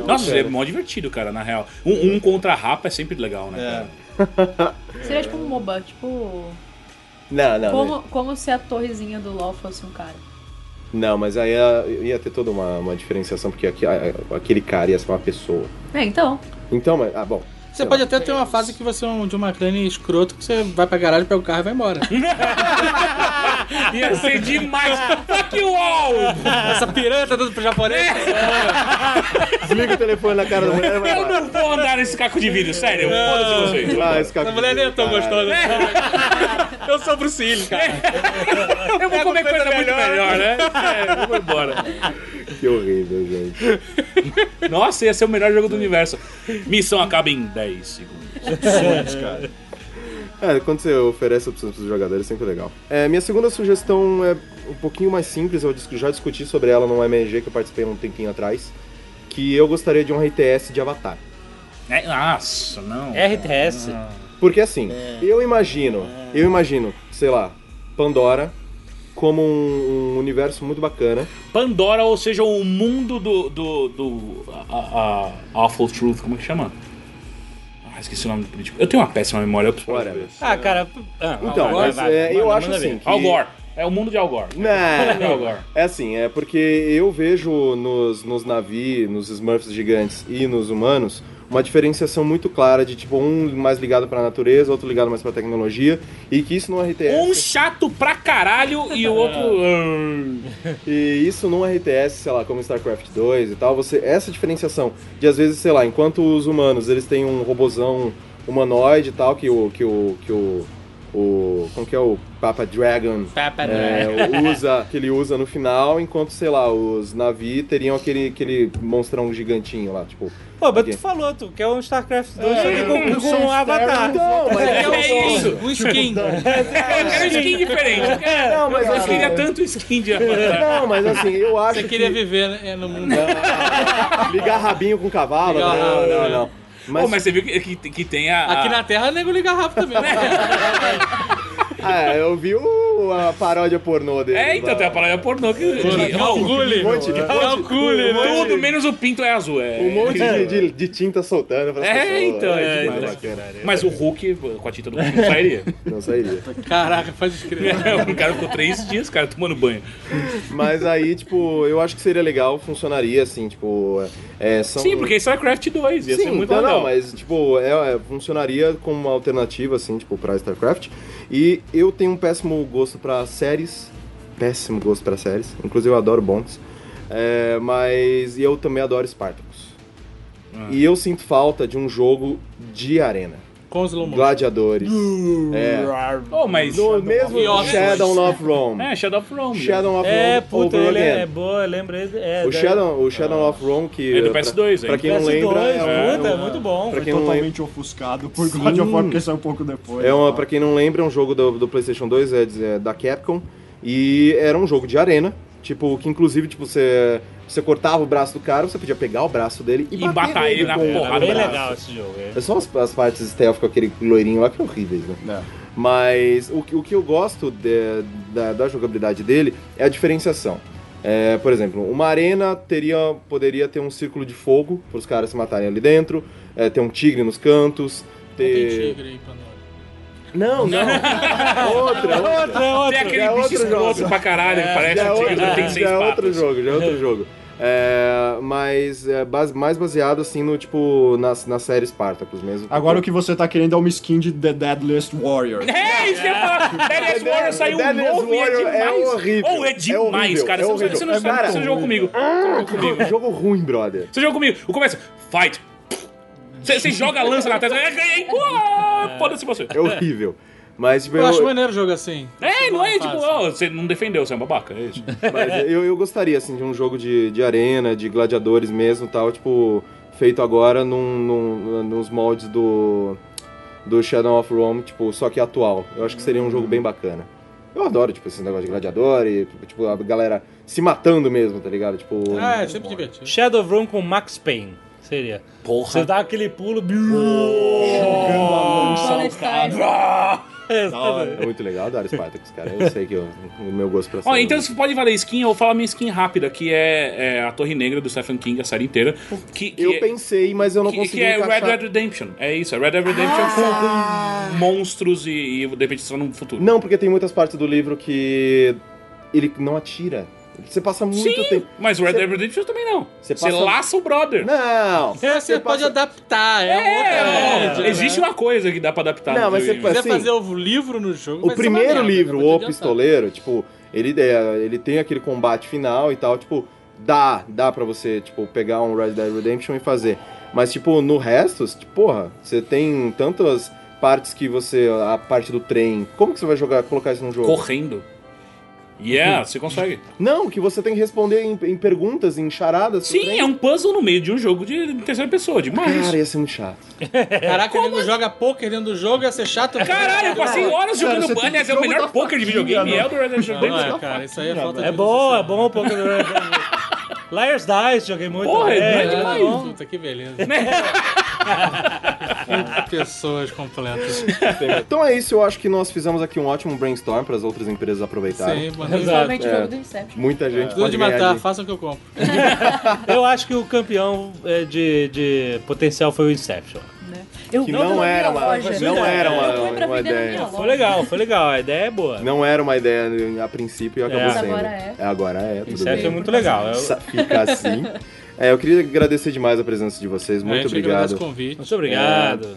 Speaker 4: nossa, seria mó divertido, cara, na real. Um, um contra a rapa é sempre legal, né? cara?
Speaker 5: Seria tipo um MOBA, tipo.
Speaker 1: Não, não, né?
Speaker 5: Como, como se a torrezinha do LOL fosse um cara.
Speaker 1: não, mas aí ia, ia ter toda uma, uma diferenciação, porque aqui- a- a- aquele cara ia ser uma pessoa.
Speaker 5: É, então.
Speaker 1: Então, mas... Ah, bom.
Speaker 3: Você pode até ter uma fase que você é um John McClane escroto, que você vai pra garagem, pega o carro e vai embora.
Speaker 4: Ia ser demais. Fuck you all!
Speaker 3: Essa piranha tá dando pro japonês.
Speaker 1: Desliga o telefone na cara da mulher e vai
Speaker 4: Eu
Speaker 1: embora.
Speaker 4: não vou andar nesse caco de vidro, sério. Foda-se vocês.
Speaker 1: Ah, esse cara
Speaker 3: Essa mulher nem é tão gostosa. Eu sou o Bruce Willis, cara.
Speaker 4: Eu vou comer É coisa muito melhor, né? Sério, eu vou embora.
Speaker 1: Que horrível, gente.
Speaker 4: Nossa, ia ser o melhor jogo do universo. Missão acaba em 10 segundos.
Speaker 1: É, quando você oferece opções para os jogadores, sempre é legal. É, minha segunda sugestão é um pouquinho mais simples, eu dis- já discuti sobre ela num MNG que eu participei um tempinho atrás, que eu gostaria de um RTS de Avatar.
Speaker 4: É, nossa, não.
Speaker 2: RTS.
Speaker 1: Porque assim,
Speaker 3: É.
Speaker 1: eu imagino, eu imagino, sei lá, Pandora como um, um universo muito bacana.
Speaker 4: Pandora, ou seja, o mundo do. do. do a, a- a Awful Truth, como é que chama? Ah, esqueci o nome do político. Eu tenho uma péssima memória, eu preciso
Speaker 1: Olha.
Speaker 3: né?
Speaker 4: ver.
Speaker 2: Ah, cara. p- ah,
Speaker 1: Então,
Speaker 2: vai,
Speaker 1: mas,
Speaker 2: vai,
Speaker 1: é,
Speaker 2: vai,
Speaker 1: eu
Speaker 2: manda,
Speaker 1: acho
Speaker 2: manda
Speaker 1: assim.
Speaker 2: ver.
Speaker 1: que-
Speaker 4: Al Gore. É o mundo de Al Gore.
Speaker 1: Não,
Speaker 4: Al Gore.
Speaker 1: É assim, é porque eu vejo nos, nos navios, nos Smurfs gigantes e nos humanos uma diferenciação muito clara de tipo um mais ligado pra natureza, outro ligado mais pra tecnologia e que isso é num
Speaker 4: Um
Speaker 1: RTS,
Speaker 4: chato pra caralho e o outro. ah,
Speaker 1: e isso é num RTS, sei lá, como StarCraft 2 e tal, você essa diferenciação de às vezes, sei lá, enquanto os humanos, eles têm um robozão humanoide e tal que o que o que o o como que é o Papa Dragon
Speaker 2: Papa
Speaker 1: É, o usa, que ele usa no final, enquanto, sei lá, os navios teriam aquele, aquele monstrão gigantinho lá, tipo.
Speaker 2: Pô, mas
Speaker 1: Aqui.
Speaker 2: tu falou, tu quer um StarCraft 2 só
Speaker 8: É.
Speaker 2: que com, com um avatar. Então,
Speaker 1: Não, mas
Speaker 4: É, isso.
Speaker 3: Um skin.
Speaker 4: Eu quero skin diferente. Eu quero-
Speaker 1: Não, mas
Speaker 4: Eu
Speaker 1: assim.
Speaker 4: queria tanto skin de Avatar.
Speaker 1: Não, mas assim, eu acho
Speaker 3: Você queria
Speaker 1: que.
Speaker 3: viver né, no mundo.
Speaker 1: Ligar rabinho com cavalo?
Speaker 3: Ligar
Speaker 1: não,
Speaker 3: rabinho,
Speaker 1: não,
Speaker 3: né?
Speaker 1: não.
Speaker 4: Mas,
Speaker 1: Mas,
Speaker 4: Pô, mas você viu que, que, que tem a.
Speaker 3: Aqui
Speaker 4: a-
Speaker 3: na Terra, nego liga rápido também. né?
Speaker 1: ah, eu vi o- a paródia pornô dele. um
Speaker 4: É, então tem a É palavra pornô que. que- ó,
Speaker 3: Calcule.
Speaker 1: monte de-
Speaker 3: Calcule, né?
Speaker 4: tudo menos o pinto é azul. É,
Speaker 1: Um monte de, de- de tinta soltando. pras
Speaker 4: É,
Speaker 1: pessoas.
Speaker 4: então, é
Speaker 1: muito
Speaker 4: demais.
Speaker 1: bacana. né?
Speaker 4: Mas o Hulk, com a tinta do Hulk, não sairia.
Speaker 1: Não sairia.
Speaker 3: Caraca, faz escrever.
Speaker 4: o cara ficou três dias, cara, tomando banho.
Speaker 1: Mas aí, tipo, eu acho que seria legal, funcionaria assim, tipo. É, são...
Speaker 4: Sim, porque isso é StarCraft 2, ia ser muito
Speaker 1: então
Speaker 4: legal.
Speaker 1: não, mas tipo, é, é, funcionaria como uma alternativa, assim, tipo, pra StarCraft. E eu tenho um péssimo gosto pra séries. Péssimo gosto pra séries. Inclusive eu adoro Bonds. É, mas e eu também adoro Spartacus.
Speaker 4: Ah.
Speaker 1: E eu sinto falta de um jogo de arena.
Speaker 3: Com slow motion.
Speaker 1: Gladiadores.
Speaker 4: Hum.
Speaker 1: é.
Speaker 4: Oh, mas...
Speaker 1: No mesmo
Speaker 3: E Ossos.
Speaker 1: Shadow of Rome.
Speaker 4: É, Shadow of Rome.
Speaker 1: Shadow of
Speaker 2: É,
Speaker 1: Rome
Speaker 2: puta,
Speaker 1: over
Speaker 2: ele é,
Speaker 1: again.
Speaker 2: é boa, lembra ele. É,
Speaker 1: O
Speaker 2: da-
Speaker 1: Shadow, o Shadow of Rome que...
Speaker 4: né? É do PS2,
Speaker 1: pra, pra
Speaker 4: hein?
Speaker 1: quem não
Speaker 2: PS2,
Speaker 1: lembra, é,
Speaker 2: puta,
Speaker 1: um-
Speaker 2: é muito bom.
Speaker 1: pra
Speaker 8: Foi
Speaker 1: quem não lembra-
Speaker 8: totalmente ofuscado por God of War, porque saiu um pouco depois.
Speaker 1: É uma,
Speaker 8: tá?
Speaker 1: pra quem não lembra, é um jogo do, do PlayStation 2, é, de- é da Capcom, e era um jogo de arena, tipo, que inclusive, tipo, você, você cortava o braço do cara, você podia pegar o braço dele e,
Speaker 4: E bater ele na
Speaker 1: com o
Speaker 4: porrada.
Speaker 2: Bem
Speaker 1: braço.
Speaker 2: legal esse jogo. é.
Speaker 1: É só as, as partes stealth com aquele loirinho lá que são horríveis, né?
Speaker 8: É.
Speaker 1: Mas o, que- o que eu gosto de- da, da jogabilidade dele é a diferenciação. É, por exemplo, uma arena teria, poderia ter um círculo de fogo para os caras se matarem ali dentro, é, ter um tigre nos cantos,
Speaker 3: Tem
Speaker 1: ter...
Speaker 3: tigre aí, Pandora.
Speaker 1: Não, não. outra, outra.
Speaker 4: Tem aquele
Speaker 1: é
Speaker 4: bicho
Speaker 1: outro
Speaker 4: escroto
Speaker 1: jogo.
Speaker 4: pra caralho, que parece
Speaker 1: Já é
Speaker 4: um tigre,
Speaker 1: outro,
Speaker 4: tem
Speaker 1: já
Speaker 4: seis
Speaker 1: é outro
Speaker 4: patas.
Speaker 1: jogo, já é outro jogo. É, mas é base- mais baseado assim no tipo na, na série Spartacus mesmo.
Speaker 8: Agora o que você tá querendo é uma skin de The Deadliest Warrior.
Speaker 4: É, isso que eu ia falar. Deadliest Warrior saiu um
Speaker 1: Deadliest
Speaker 4: novo e é
Speaker 1: Warrior é
Speaker 4: demais.
Speaker 1: horrível,
Speaker 4: Ou é
Speaker 1: é
Speaker 4: demais,
Speaker 1: horrível,
Speaker 4: cara.
Speaker 1: é Ah,
Speaker 4: Você não-
Speaker 1: horrível.
Speaker 4: você não sabe,
Speaker 1: Cara,
Speaker 4: você jogou comigo. Você jogou comigo.
Speaker 1: Que é um jogo ruim, brother.
Speaker 4: Você joga comigo. Eu começo. Fight! Você, você joga a lança na testa. É, ganhei! Uá, Foda-se você.
Speaker 1: É horrível. Mas tipo,
Speaker 3: Eu acho
Speaker 1: eu,
Speaker 3: maneiro o jogo assim.
Speaker 4: É, não é tipo, ó, você não defendeu, você é um babaca, é isso.
Speaker 1: mas eu, eu gostaria assim de um jogo de, de arena, de gladiadores mesmo, e tal, tipo feito agora num, num- nos moldes do do Shadow of Rome, tipo, só que atual. Eu acho que seria um jogo bem bacana. Eu adoro, tipo, esse negócio de gladiador e, tipo, a galera se matando mesmo, tá ligado? Tipo,
Speaker 3: Ah, é sempre divertido.
Speaker 2: Shadow of Run com Max Payne. Seria. Você
Speaker 4: Porra.
Speaker 2: dá aquele pulo.
Speaker 5: Bullet time.
Speaker 1: É muito legal, adoro Spartacus, cara. Eu sei que eu- o meu gosto pra um-
Speaker 4: Ó,
Speaker 1: série-
Speaker 4: então você pode valer skin, eu falo a minha skin rápida, que é, é a Torre Negra do Stephen King, a série inteira. Que, que
Speaker 1: Eu
Speaker 4: é-
Speaker 1: pensei, mas eu não
Speaker 4: que,
Speaker 1: consegui
Speaker 4: que é
Speaker 1: encaixar. Ah!
Speaker 4: Red Dead Redemption. É isso, é Red Dead Redemption com, com monstros e, e de repente só no futuro.
Speaker 1: Não, porque tem muitas partes do livro que ele não atira. Você passa muito
Speaker 4: Sim,
Speaker 1: tempo.
Speaker 4: mas Red
Speaker 1: Cê-
Speaker 4: Dead Redemption também não.
Speaker 1: Você
Speaker 4: Você
Speaker 1: passa-
Speaker 4: laça o brother.
Speaker 1: Não!
Speaker 3: É, você pode
Speaker 1: passa-
Speaker 3: adaptar. É, uma outra
Speaker 4: É,
Speaker 3: mídia, né?
Speaker 4: existe uma coisa que dá pra adaptar.
Speaker 1: Não,
Speaker 4: no
Speaker 1: mas você
Speaker 4: videogame.
Speaker 3: Se quiser
Speaker 1: assim,
Speaker 3: fazer o livro no jogo.
Speaker 1: O
Speaker 3: vai ser uma
Speaker 1: primeiro
Speaker 3: merda,
Speaker 1: livro,
Speaker 3: né? Vou
Speaker 1: O
Speaker 3: te adiantar.
Speaker 1: Pistoleiro, tipo, ele, é, ele tem aquele combate final e tal, tipo, dá, dá pra você, tipo, pegar um Red Dead Redemption e fazer. Mas, tipo, no resto, tipo, porra, você tem tantas partes que você. A parte do trem. Como que você vai jogar, colocar isso num jogo?
Speaker 4: Correndo. Yeah, você consegue.
Speaker 1: Não, que você tem que responder em, em perguntas, em charadas. pro
Speaker 4: Sim,
Speaker 1: trem.
Speaker 4: é um puzzle no meio de um jogo de terceira pessoa, demais.
Speaker 1: Cara, ia ser muito chato.
Speaker 3: Caraca, ele não
Speaker 1: assim?
Speaker 3: joga poker dentro do jogo, ia ser chato.
Speaker 4: Caralho, eu passei horas
Speaker 8: Cara,
Speaker 4: jogando.
Speaker 8: você tem
Speaker 4: Aliás,
Speaker 8: que
Speaker 4: é o
Speaker 8: jogar
Speaker 4: melhor
Speaker 8: uma
Speaker 4: poker de videogame.
Speaker 8: partida,
Speaker 4: É o do Red Dead
Speaker 3: Não,
Speaker 1: assim?
Speaker 4: Redemption.
Speaker 3: é, cara, isso aí é
Speaker 8: Não,
Speaker 3: falta de.
Speaker 2: É bom, é bom o Pokémon. Liar's Dice, joguei muito.
Speaker 4: Porra, é
Speaker 2: também.
Speaker 4: grande
Speaker 2: tá
Speaker 4: demais.
Speaker 2: bom. Né?
Speaker 3: Puta, que beleza. Pessoas completas.
Speaker 1: então é isso, eu acho que nós fizemos aqui um ótimo brainstorm para as outras empresas aproveitarem.
Speaker 3: Sim, mano.
Speaker 5: Principalmente o
Speaker 1: É.
Speaker 5: jogo do Inception.
Speaker 1: Muita gente
Speaker 3: Duro
Speaker 1: Tá. pode
Speaker 3: de
Speaker 1: ganhar
Speaker 3: matar,
Speaker 1: ali.
Speaker 3: façam o que eu compro.
Speaker 2: Eu acho que o campeão é, de, de potencial foi o Inception.
Speaker 5: Né? Eu
Speaker 1: Que
Speaker 5: vou
Speaker 1: não
Speaker 5: na
Speaker 1: era
Speaker 5: minha
Speaker 1: uma-
Speaker 5: loja.
Speaker 1: não era uma-
Speaker 5: Eu vou pra
Speaker 1: uma
Speaker 5: vender na
Speaker 1: ideia.
Speaker 5: minha
Speaker 2: Foi
Speaker 5: loja.
Speaker 2: legal, foi legal. A ideia é boa.
Speaker 1: Não era uma ideia a princípio e acabou
Speaker 2: Mas
Speaker 1: sendo.
Speaker 5: agora é.
Speaker 1: Agora é, tudo
Speaker 2: Inception é
Speaker 1: bem.
Speaker 2: muito legal. Eu-
Speaker 1: Sa- Fica assim. É, eu queria agradecer demais a presença de vocês,
Speaker 3: É,
Speaker 1: muito
Speaker 3: eu te
Speaker 1: obrigado.
Speaker 3: agradeço o convite.
Speaker 2: Muito obrigado.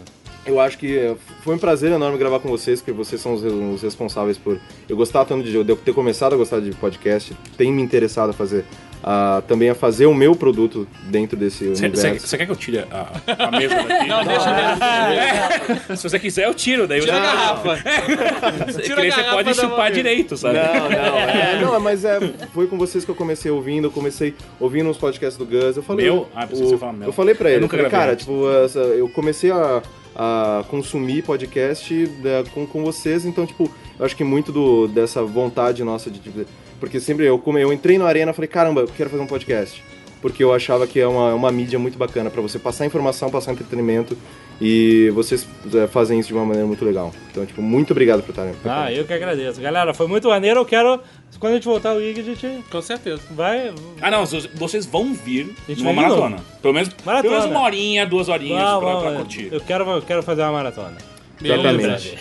Speaker 1: Eu acho que é, foi um prazer enorme gravar com vocês, porque vocês são os, re- os responsáveis por eu gostar tanto de jogo, de eu ter começado a gostar de podcast, tem me interessado a fazer, ah, também a fazer o meu produto dentro desse universo.
Speaker 4: Você quer que eu tire a, a mesa daqui?
Speaker 3: Não, deixa
Speaker 4: É, Se você quiser, eu tiro. Daí
Speaker 3: Tira
Speaker 4: eu
Speaker 3: a garrafa.
Speaker 4: Você,
Speaker 3: Tira a
Speaker 4: você
Speaker 3: garrafa
Speaker 4: pode
Speaker 3: da mão
Speaker 4: chupar
Speaker 3: dele.
Speaker 4: direito, sabe?
Speaker 1: Não, não, é, não, mas é, foi com vocês que eu comecei ouvindo, eu comecei ouvindo uns podcasts do Gus, eu falei...
Speaker 4: Meu? Ah, pensei que você ia falar meu.
Speaker 1: Eu falei pra
Speaker 4: Eu
Speaker 1: ele, eu
Speaker 4: nunca
Speaker 1: falei,
Speaker 4: gravei
Speaker 1: cara,
Speaker 4: antes.
Speaker 1: tipo, essa- eu comecei a, a consumir podcast da- com, com vocês, então, tipo, eu acho que muito do, dessa vontade nossa de... de- porque sempre eu, come- eu entrei na arena e falei, caramba, eu quero fazer um podcast. Porque eu achava que é uma, é uma mídia muito bacana pra você passar informação, passar entretenimento. E vocês é, fazem isso de uma maneira muito legal. Então, tipo, muito obrigado por estarem. por
Speaker 2: Ah, eu que agradeço. Galera, foi muito maneiro. Eu quero. Quando a gente voltar o IG, a gente
Speaker 3: Com certeza.
Speaker 2: vai.
Speaker 4: Ah, não, vocês- vocês vão vir
Speaker 2: gente
Speaker 4: numa
Speaker 2: vai de novo.
Speaker 4: maratona. Pelo menos, pelo
Speaker 2: Maratona.
Speaker 4: menos uma horinha, duas horinhas
Speaker 2: Vamos,
Speaker 4: pra, pra
Speaker 2: vamos.
Speaker 4: curtir.
Speaker 2: Eu quero, eu quero fazer uma maratona.
Speaker 1: Exatamente.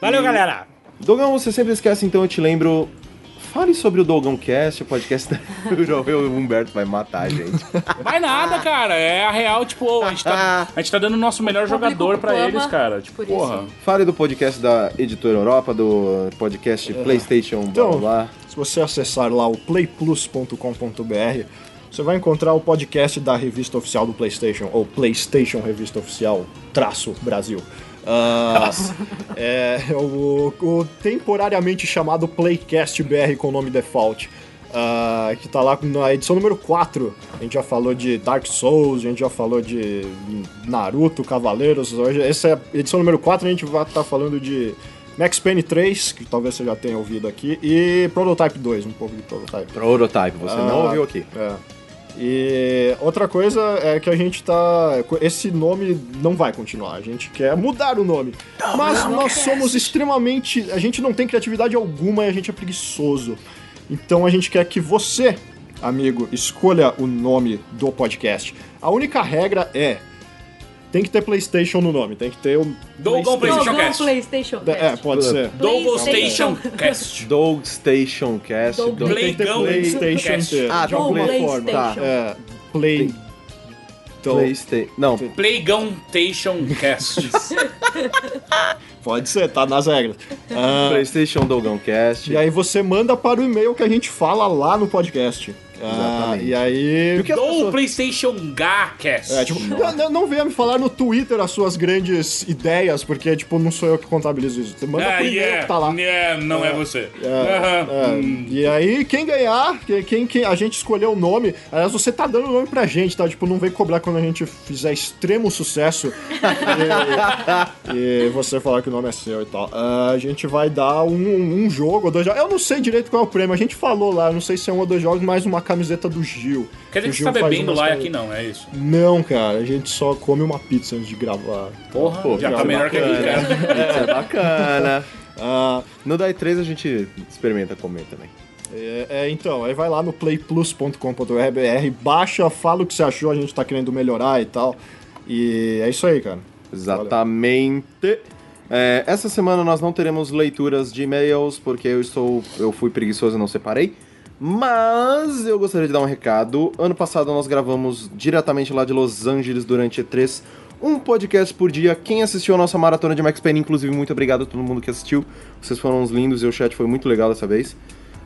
Speaker 2: Valeu, galera.
Speaker 1: Dogão, você sempre esquece, então eu te lembro. Fale sobre o Dogão Cast, o podcast da Europa. O Humberto vai matar a gente.
Speaker 4: Vai nada, cara. É a real, tipo, a gente tá, a gente tá dando o nosso melhor
Speaker 5: O público
Speaker 4: jogador pra
Speaker 5: clama
Speaker 4: eles, cara. Tipo,
Speaker 5: por isso.
Speaker 4: porra.
Speaker 1: Fale do podcast da Editora Europa, do podcast PlayStation, blá blá
Speaker 8: Então-
Speaker 1: blá.
Speaker 8: Se você acessar lá o playplus.com.br, você vai encontrar o podcast da revista oficial do PlayStation, ou PlayStation Revista Oficial, traço Brasil. Ah, é, o, o temporariamente chamado Playcast BR com o nome default. ah, que tá lá na edição número 4. A gente já falou de Dark Souls, a gente já falou de Naruto, Cavaleiros. Hoje, essa é a edição número 4, a gente vai estar falando de Max Payne 3, que talvez você já tenha ouvido aqui, e Prototype 2, um pouco de Prototype.
Speaker 1: Prototype, você não
Speaker 8: Ah,
Speaker 1: ouviu aqui.
Speaker 8: É. E outra coisa é que a gente tá. Esse nome não vai continuar, a gente quer mudar o nome. Mas nós somos extremamente. A gente não tem criatividade alguma e a gente é preguiçoso. Então a gente quer que você, amigo, escolha o nome do podcast. A única regra é. Tem que ter PlayStation no nome, tem que ter o.
Speaker 4: Dogão PlayStation
Speaker 5: Jogou
Speaker 4: Cast.
Speaker 5: o PlayStation
Speaker 8: É,
Speaker 5: Cast.
Speaker 8: pode ser.
Speaker 4: Double
Speaker 5: PlayStation.
Speaker 4: Station Cast.
Speaker 1: Dog Station Cast.
Speaker 5: Dog-
Speaker 1: Dog-
Speaker 5: Play-
Speaker 4: Playgão
Speaker 8: PlayStation
Speaker 4: Cast.
Speaker 8: inteiro.
Speaker 1: Ah,
Speaker 5: Dog
Speaker 1: Dog
Speaker 5: PlayStation.
Speaker 1: Tá.
Speaker 8: É, Play. Então,
Speaker 1: PlayStation. tá. Não,
Speaker 4: Playgão Station Cast.
Speaker 8: pode ser, tá nas regras. Ah,
Speaker 1: PlayStation Dogão Cast.
Speaker 8: e aí você manda para o e-mail que a gente fala lá no podcast. Ah,
Speaker 1: Exatamente.
Speaker 8: E aí.
Speaker 1: que é as
Speaker 4: Double
Speaker 1: pessoas-
Speaker 4: PlayStation Gá Cast.
Speaker 8: É, tipo, não, não venha me falar no Twitter as suas grandes ideias, porque, tipo, não sou eu que contabilizo isso. Você manda
Speaker 4: Ah,
Speaker 8: pro e-mail
Speaker 4: yeah.
Speaker 8: que tá lá.
Speaker 4: Yeah, não é, você.
Speaker 8: É,
Speaker 4: Aham.
Speaker 8: E aí, quem ganhar, que- quem, quem a gente escolher o nome, aliás, você tá dando o nome pra gente, tá? Tipo, não vem cobrar quando a gente fizer extremo sucesso e, e você falar que o nome é seu e tal. Ah, a gente vai dar um, um jogo ou dois jogos. Eu não sei direito qual é o prêmio, a gente falou lá, eu não sei se é um ou dois jogos, mais uma camiseta do Gil.
Speaker 4: Quer dizer
Speaker 8: O
Speaker 4: que você
Speaker 8: Gil
Speaker 4: tá
Speaker 8: faz
Speaker 4: bebendo
Speaker 8: umas
Speaker 4: lá e
Speaker 8: cami-
Speaker 4: aqui não, é isso.
Speaker 8: Não, cara, a gente só come uma pizza antes de gravar.
Speaker 4: Porra,
Speaker 1: Pô,
Speaker 4: já
Speaker 8: já
Speaker 4: tá
Speaker 8: é
Speaker 4: melhor que aqui, cara.
Speaker 1: É, bacana.
Speaker 8: Ah,
Speaker 1: No Dai 3 a gente experimenta comer também.
Speaker 8: É, é, então, aí vai lá no playplus.com.br, baixa, fala o que você achou, a gente tá querendo melhorar e tal. E é isso aí, cara.
Speaker 1: Exatamente. É, essa semana nós não teremos leituras de e-mails porque eu estou, eu fui preguiçoso e não separei. Mas eu gostaria de dar um recado. Ano passado nós gravamos diretamente lá de Los Angeles durante E3 um podcast por dia. Quem assistiu a nossa maratona de Max Payne, inclusive, muito obrigado a todo mundo que assistiu. Vocês foram uns lindos e o chat foi muito legal dessa vez.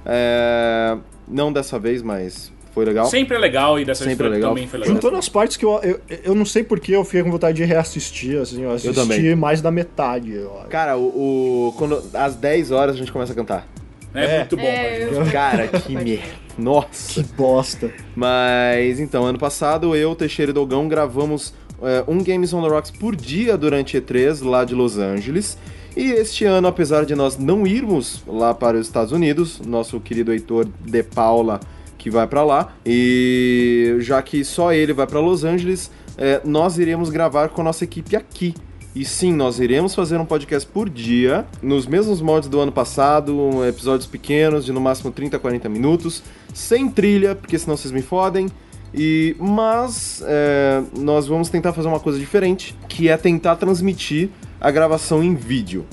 Speaker 1: É, Não dessa vez, mas foi legal.
Speaker 4: Sempre é legal e dessa vez
Speaker 1: Sempre é
Speaker 4: foi-
Speaker 1: legal.
Speaker 4: também foi legal.
Speaker 8: Juntando as partes que eu, eu, eu não sei porque eu fiquei com vontade de reassistir, assim, eu assisti
Speaker 1: também.
Speaker 8: mais da metade, eu acho.
Speaker 1: Cara, o, o- quando, às 10 horas a gente começa a cantar.
Speaker 4: É, muito bom.
Speaker 5: É, eu-
Speaker 1: Cara, que merda. Nossa.
Speaker 8: Que bosta.
Speaker 1: Mas então, ano passado eu, Teixeira e Dogão gravamos é, um Games on the Rocks por dia durante E3 lá de Los Angeles. E este ano, apesar de nós não irmos lá para os Estados Unidos, nosso querido Heitor de Paula que vai para lá, e já que só ele vai para Los Angeles, é, nós iremos gravar com a nossa equipe aqui. E sim, nós iremos fazer um podcast por dia, nos mesmos moldes do ano passado, um episódios pequenos, de no máximo 30 a 40 minutos, sem trilha, porque senão vocês me fodem. E, mas é, nós vamos tentar fazer uma coisa diferente, que é tentar transmitir a gravação em vídeo.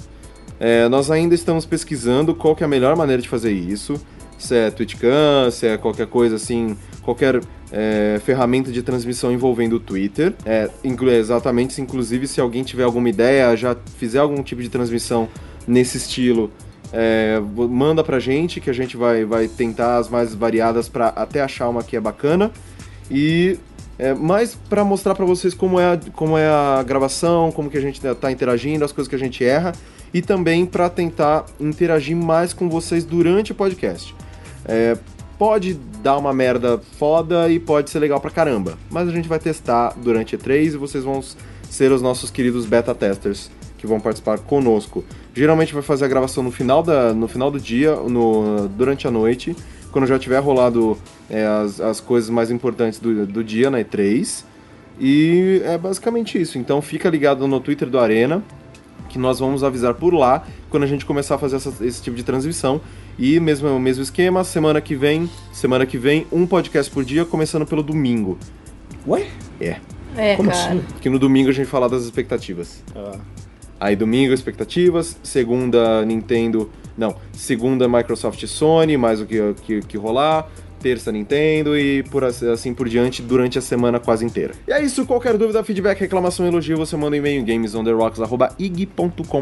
Speaker 1: É, nós ainda estamos pesquisando qual que é a melhor maneira de fazer isso. Se é Twitchcam, se é qualquer coisa assim, qualquer é, ferramenta de transmissão envolvendo o Twitter. É, inclu- exatamente, se, inclusive se alguém tiver alguma ideia, já fizer algum tipo de transmissão nesse estilo, é, vo- manda pra gente que a gente vai, vai tentar as mais variadas para até achar uma que é bacana. E é, mais para mostrar pra vocês como é, a, como é a gravação, como que a gente tá interagindo, as coisas que a gente erra e também para tentar interagir mais com vocês durante o podcast. É, pode dar uma merda foda e pode ser legal pra caramba, mas a gente vai testar durante E3 e vocês vão s- ser os nossos queridos beta testers que vão participar conosco. Geralmente vai fazer a gravação no final, da, no final do dia, no, durante a noite, quando já tiver rolado é, as, as coisas mais importantes do, do dia na E3. E é basicamente isso. Então fica ligado no Twitter do Arena, que nós vamos avisar por lá quando a gente começar a fazer essa- esse tipo de transmissão. E mesmo o mesmo esquema, semana que vem, semana que vem, um podcast por dia, começando pelo domingo.
Speaker 8: Ué?
Speaker 5: É,
Speaker 8: Como
Speaker 5: cara.
Speaker 8: assim?
Speaker 1: Que no domingo a gente fala das expectativas.
Speaker 8: Ah.
Speaker 1: Aí domingo expectativas, segunda Nintendo, não, segunda Microsoft e Sony, mais o que, que, que rolar, terça Nintendo e por assim, assim por diante durante a semana quase inteira. E é isso, qualquer dúvida, feedback, reclamação, elogio, você manda um e-mail em gamesonderocks.ig.com.br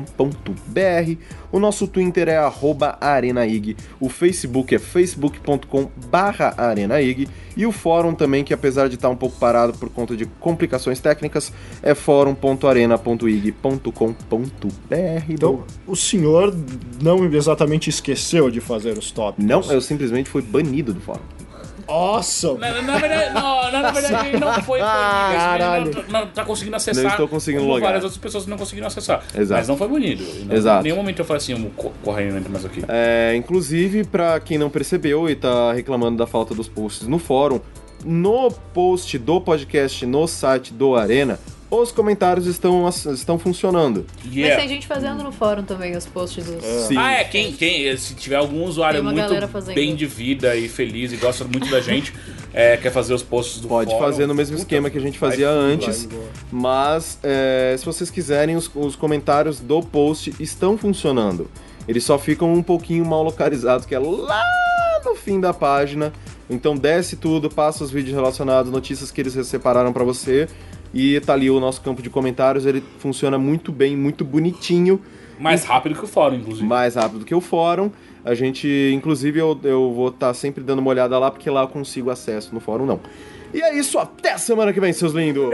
Speaker 1: O nosso Twitter é arroba arenaig, o Facebook é facebook.com barra arenaig e o fórum também, que apesar de estar um pouco parado por conta de complicações técnicas, é fórum.arena.ig.com.br.
Speaker 8: Então, o senhor não exatamente esqueceu de fazer os tópicos.
Speaker 1: não, eu simplesmente fui banido do fórum.
Speaker 8: Awesome!
Speaker 4: Na, na verdade, não, na, na verdade ele não foi
Speaker 8: Ah,
Speaker 4: banido.
Speaker 8: caralho.
Speaker 4: Ele não, não tá conseguindo acessar.
Speaker 1: Não estou conseguindo
Speaker 4: como
Speaker 1: logar.
Speaker 4: Várias outras pessoas não conseguiram acessar.
Speaker 1: Exato.
Speaker 4: Mas não foi banido. E não-
Speaker 1: Exato.
Speaker 4: Em nenhum momento eu falei assim, um co- correndo mais aqui.
Speaker 1: É, inclusive, pra quem não percebeu e tá reclamando da falta dos posts no fórum, no post do podcast no site do Arena, os comentários estão, estão funcionando.
Speaker 5: Mas
Speaker 4: Yeah.
Speaker 1: É.
Speaker 5: tem gente fazendo no fórum também os posts dos.
Speaker 1: Sim.
Speaker 4: Ah, é, quem, quem, se tiver algum usuário
Speaker 5: Tem uma galera
Speaker 4: muito
Speaker 5: fazendo.
Speaker 4: bem de vida e feliz e gosta muito da gente, é, quer fazer os posts do
Speaker 1: Pode
Speaker 4: fórum,
Speaker 1: fazer no mesmo
Speaker 4: puta,
Speaker 1: esquema que a gente
Speaker 4: vai
Speaker 1: fazia
Speaker 4: fundo,
Speaker 1: antes, mas é, se vocês quiserem, os, os comentários do post estão funcionando. Eles só ficam um pouquinho mal localizados, que é lá no fim da página. Então desce tudo, passa os vídeos relacionados, notícias que eles separaram pra você. E tá ali o nosso campo de comentários, ele funciona muito bem, muito bonitinho
Speaker 4: Mais rápido que o fórum, inclusive.
Speaker 1: mais rápido que o fórum. A gente, inclusive, eu, eu vou estar sempre dando uma olhada lá, porque lá eu consigo acesso no fórum, não. E é isso, até semana que vem, seus lindos!